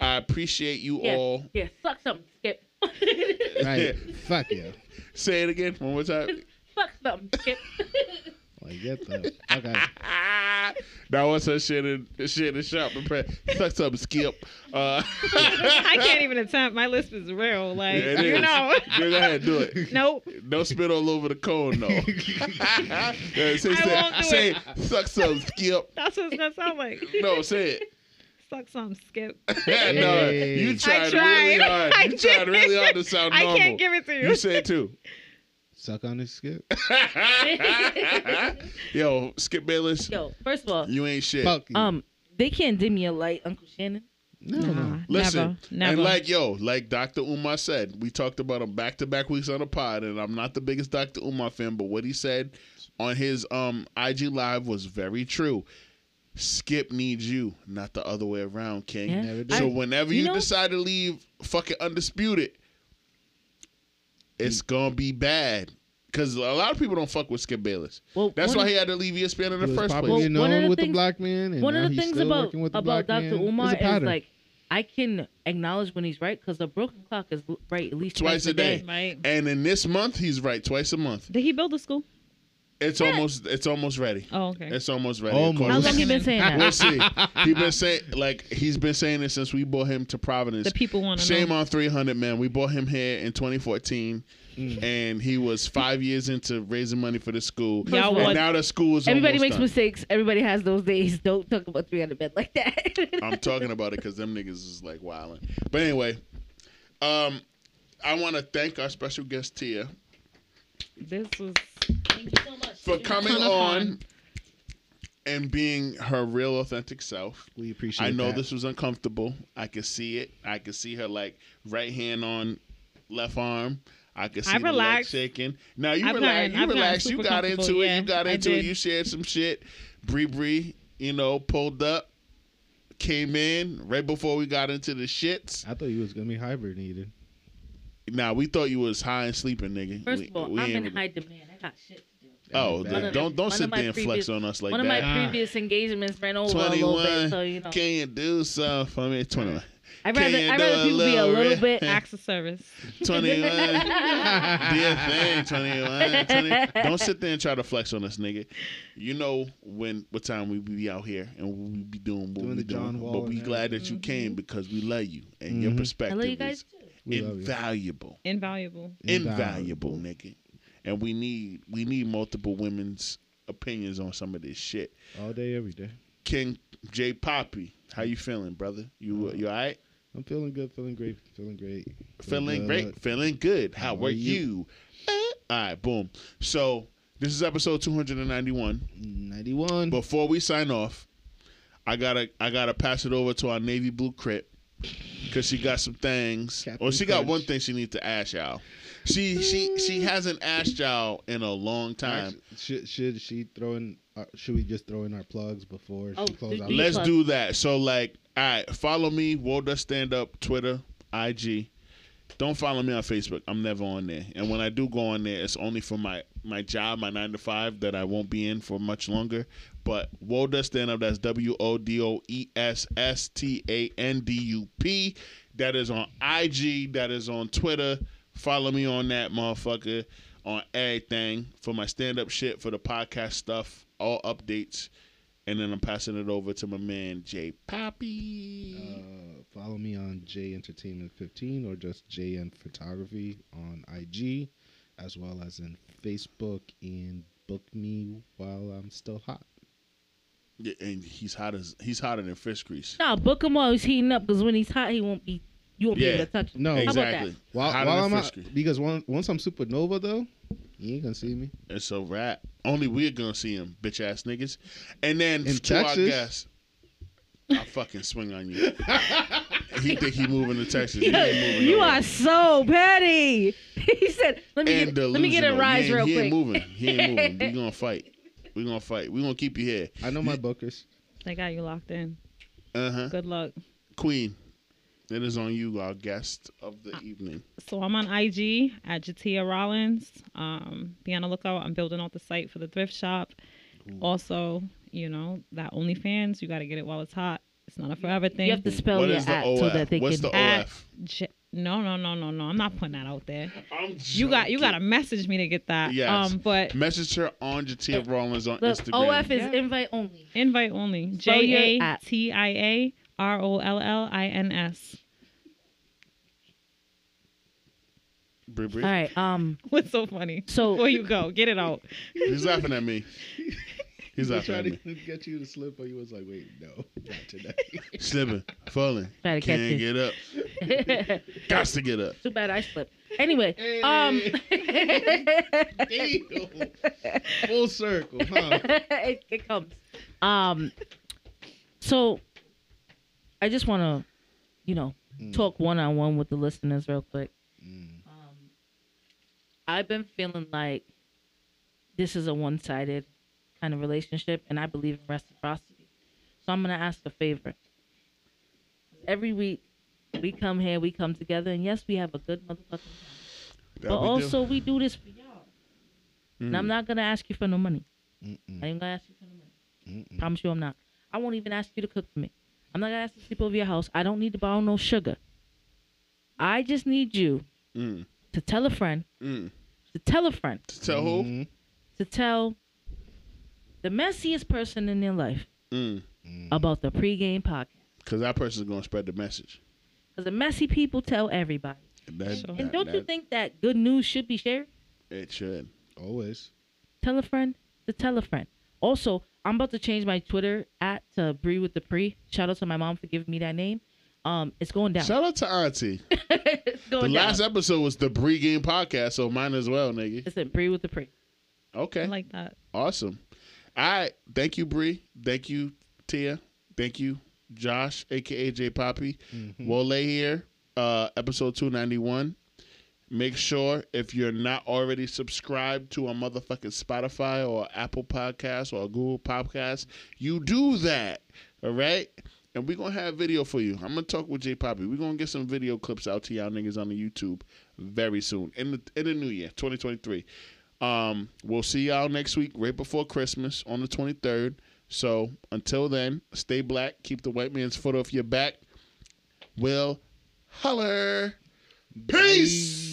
I appreciate you Yeah, all. yeah, suck something, Skip. Right. fuck yeah. Say it again one more time. Fuck something, Skip. Like get the fuck out. Ah, that was her shit in shit in shop and press. Suck something, Skip. Uh, I can't even attempt. My list is real. yeah, Like it you is. know. Yeah, Go ahead, do it. nope. Don't spit all over the cone, though. Yeah, say, say, won't do say, it. suck something, Skip. That's what it's gonna sound like. No, say it. Suck some skip. Yeah, no, Hey. you I tried, really tried. hard. I You tried did. really hard to sound I normal. can't give it to you. You said too. Suck on this Skip. Yo, Skip Bayless, Yo, first of all, you ain't shit. Fuck you. um, they can't dim me a light, Uncle Shannon. no. Nah, Listen, never, and never. like yo, like Dr. Umar said, we talked about him back to back weeks on the pod, and I'm not the biggest Dr. Umar fan, but what he said on his um IG live was very true. Skip needs you, not the other way around, King. Yeah. Never So did. whenever you you, know- decide to leave fucking undisputed, it's gonna be bad. Cause a lot of people don't fuck with Skip Bayless. Well, That's one why of- he had to leave E ESPN in He the was first popular place. Well, known one of the with the things- black man, and one now of the he's things still about working with the black about Dr. man. Umar It's a is pattern. like I can acknowledge when he's right because the broken clock is l- right at least Twice twice a day. Right. And in this month, he's right twice a month. Did he build a school? It's almost it's almost ready. Oh, okay. It's almost ready. Almost. Of course. How long Listen. you been saying We'll that? see. He been saying like he's been saying it since we bought him to Providence. the people want to Shame know. on 300 man. We bought him here in 2014, Mm. and he was five years into raising money for the school. Y'all and want- now the school is Everybody makes almost done. mistakes. Everybody has those days. Don't talk about three hundred bed like that. I'm talking about it because them niggas is like wilding. But anyway, um, I want to thank our special guest Tia This was Thank you so much. for coming Ton of on fun. and being her real authentic self. we appreciate. I know that. this was uncomfortable. I could see it. I could see her like right hand on left arm. I could see I the leg relaxed. shaking. Now you I've relax. gotten- You I've gotten relax. You super got into comfortable. it. Yeah, you got I into it. did. You shared some shit. Bree Bree, you know, pulled up, came in right before we got into the shits. I thought you was gonna be hibernated. Now we thought you was high and sleeping, nigga. First we, of all, we I'm ain't- in high demand. I got shit to do. Oh, One then of- don't one don't of sit my there and flex previous- on us like One of that. Ah. my previous engagements ran over a little 21. bit, so you know. Can you do something for me? 21. I'd rather can you I'd do rather a people be a little little red- bit. acts of service. 21. Do your thing, 21. 20. Don't sit there and try to flex on us, nigga. You know when what time we be out here and what we be doing what Doing we the doing. John Wall but we and glad that you came because we love you and your Mhm. perspective I love you guys is too. We love you. invaluable. Invaluable. Invaluable, nigga. and we need we need multiple women's opinions on some of this shit. all day, every day. King J Poppy, how you feeling, brother? Uh, You you all right? I'm feeling good, feeling great, feeling great. Feeling good. great, feeling good. How, How are are you? you? Eh. All right, boom. So this is episode 291. 91. Before we sign off, I gotta I gotta pass it over to our navy blue crip because she got some things. Captain or she got Crunch. Mm. one thing she needs to ask y'all. She she she hasn't asked y'all in a long time. Actually, Should, should she throw in? Uh, should we just throw in our plugs before Oh, she close do- out? do you- Let's plug. do that. So like, all right, follow me. World Does Stand Up Twitter, IG. Don't follow me on Facebook. I'm never on there. And when I do go on there, it's only for my my job, my nine to five that I won't be in for much longer. But World Does Stand Up. That's W O D O E S S T A N D U P. That is on IG. That is on Twitter. Follow me on that motherfucker on everything for my stand up shit, for the podcast stuff, all updates. And then I'm passing it over to my man Jay Poppy. Uh, follow me on J Entertainment 15 or just JN Photography on IG, as well as in Facebook. And book me while I'm still hot. Yeah, and he's hot as he's hotter than fish grease. Nah, book him while he's heating up because when he's hot, he won't be. You won't Yeah. be able to touch him. No, How about exactly. that? While, Hotter while than I'm fish hot, grease. because one, once I'm supernova though, you ain't gonna see me. It's a wrap. Only we're gonna see him, bitch ass niggas. And then In to our Texas? guest, I'll fucking swing on you. he think he moving to Texas. He Yo, ain't moving you nowhere. are so petty. He said, "Let me and get, let me get a delusional. rise he ain't, real he quick." Ain't moving. He ain't moving. We gonna fight. We gonna fight. We gonna keep you here. I know my bookers. They got you locked in. Uh huh. Good luck. Queen. It is on you, our guest of the evening. So I'm on IG at Jatia Rollins. Um, be on the lookout. I'm building out the site for the thrift shop. Also, you know, that OnlyFans, you got to get it while it's hot. It's not a forever thing. You have to spell What your is the at so that OF? they What's can. the add- OF? J- no, no, no, no, no. I'm not putting that out there. I'm You got you joking. got to message me to get that. Yes. Um, but Message her on Jatia Rollins on Look, Instagram. OF is Yeah. invite only. invite only. Spell your J A at. T I A R O L L I N S. Bri- Bri. All right. Um. What's so funny? So- before you go, get it out. He's laughing at me. He's He laughing at tried me. to get you to slip, but you was like, "Wait, no, not today." Slipping, falling. Try to catch Can't it. get up. Too Got to get up. bad I slipped. Anyway. Um. Damn. Full circle, huh? it, it comes. Um, so I just want to, you know, Mm. talk one on one with the listeners real quick. Mm. Um, I've been feeling like this is a one sided kind of relationship, and I believe in reciprocity. So I'm going to ask a favor. Every week, we come here, we come together, and yes, we have a good motherfucking time. That But we do. also, we do this for y'all. And I'm Mm. not going to ask you for no money. Mm-mm, I ain't going to ask you for no money. mm-mm. Promise you I'm not. I won't even ask you to cook for me. I'm not gonna ask you to sleep over your house. I don't need to borrow no sugar. I just need you Mm. to tell a friend, Mm. to tell a friend, To tell who? Mm, to tell the messiest person in their life Mm. mm. about the pregame podcast. Because that person's going to spread the message. Because the messy people tell everybody. That, Sure. And don't you that- think that good news should be shared? It should. Always. Tell a friend to tell a friend. Also, I'm about to change my Twitter at to Bree with the Pre. Shout out to my mom for giving me that name. Um, it's going down. Shout out to Auntie. it's The going down. last episode was the Bree Game podcast, so mine as well, nigga. Listen, Bree with the Pre. Okay. I like that. Awesome. All right. Thank you, Bree. Thank you, Tia. Thank you, Josh, aka J Poppy. Mm-hmm. We'll lay here, uh, episode two ninety one. Make sure if you're not already subscribed to a motherfucking Spotify or Apple Podcast or Google Podcast, you do that. All right. And we're gonna have video for you. I'm gonna talk with J Poppy. We're gonna get some video clips out to y'all niggas on the YouTube very soon. In the in the new year, 2023. Um, we'll see y'all next week, right before Christmas on the 23rd. So until then, stay black, keep the white man's foot off your back. We'll holler. Peace.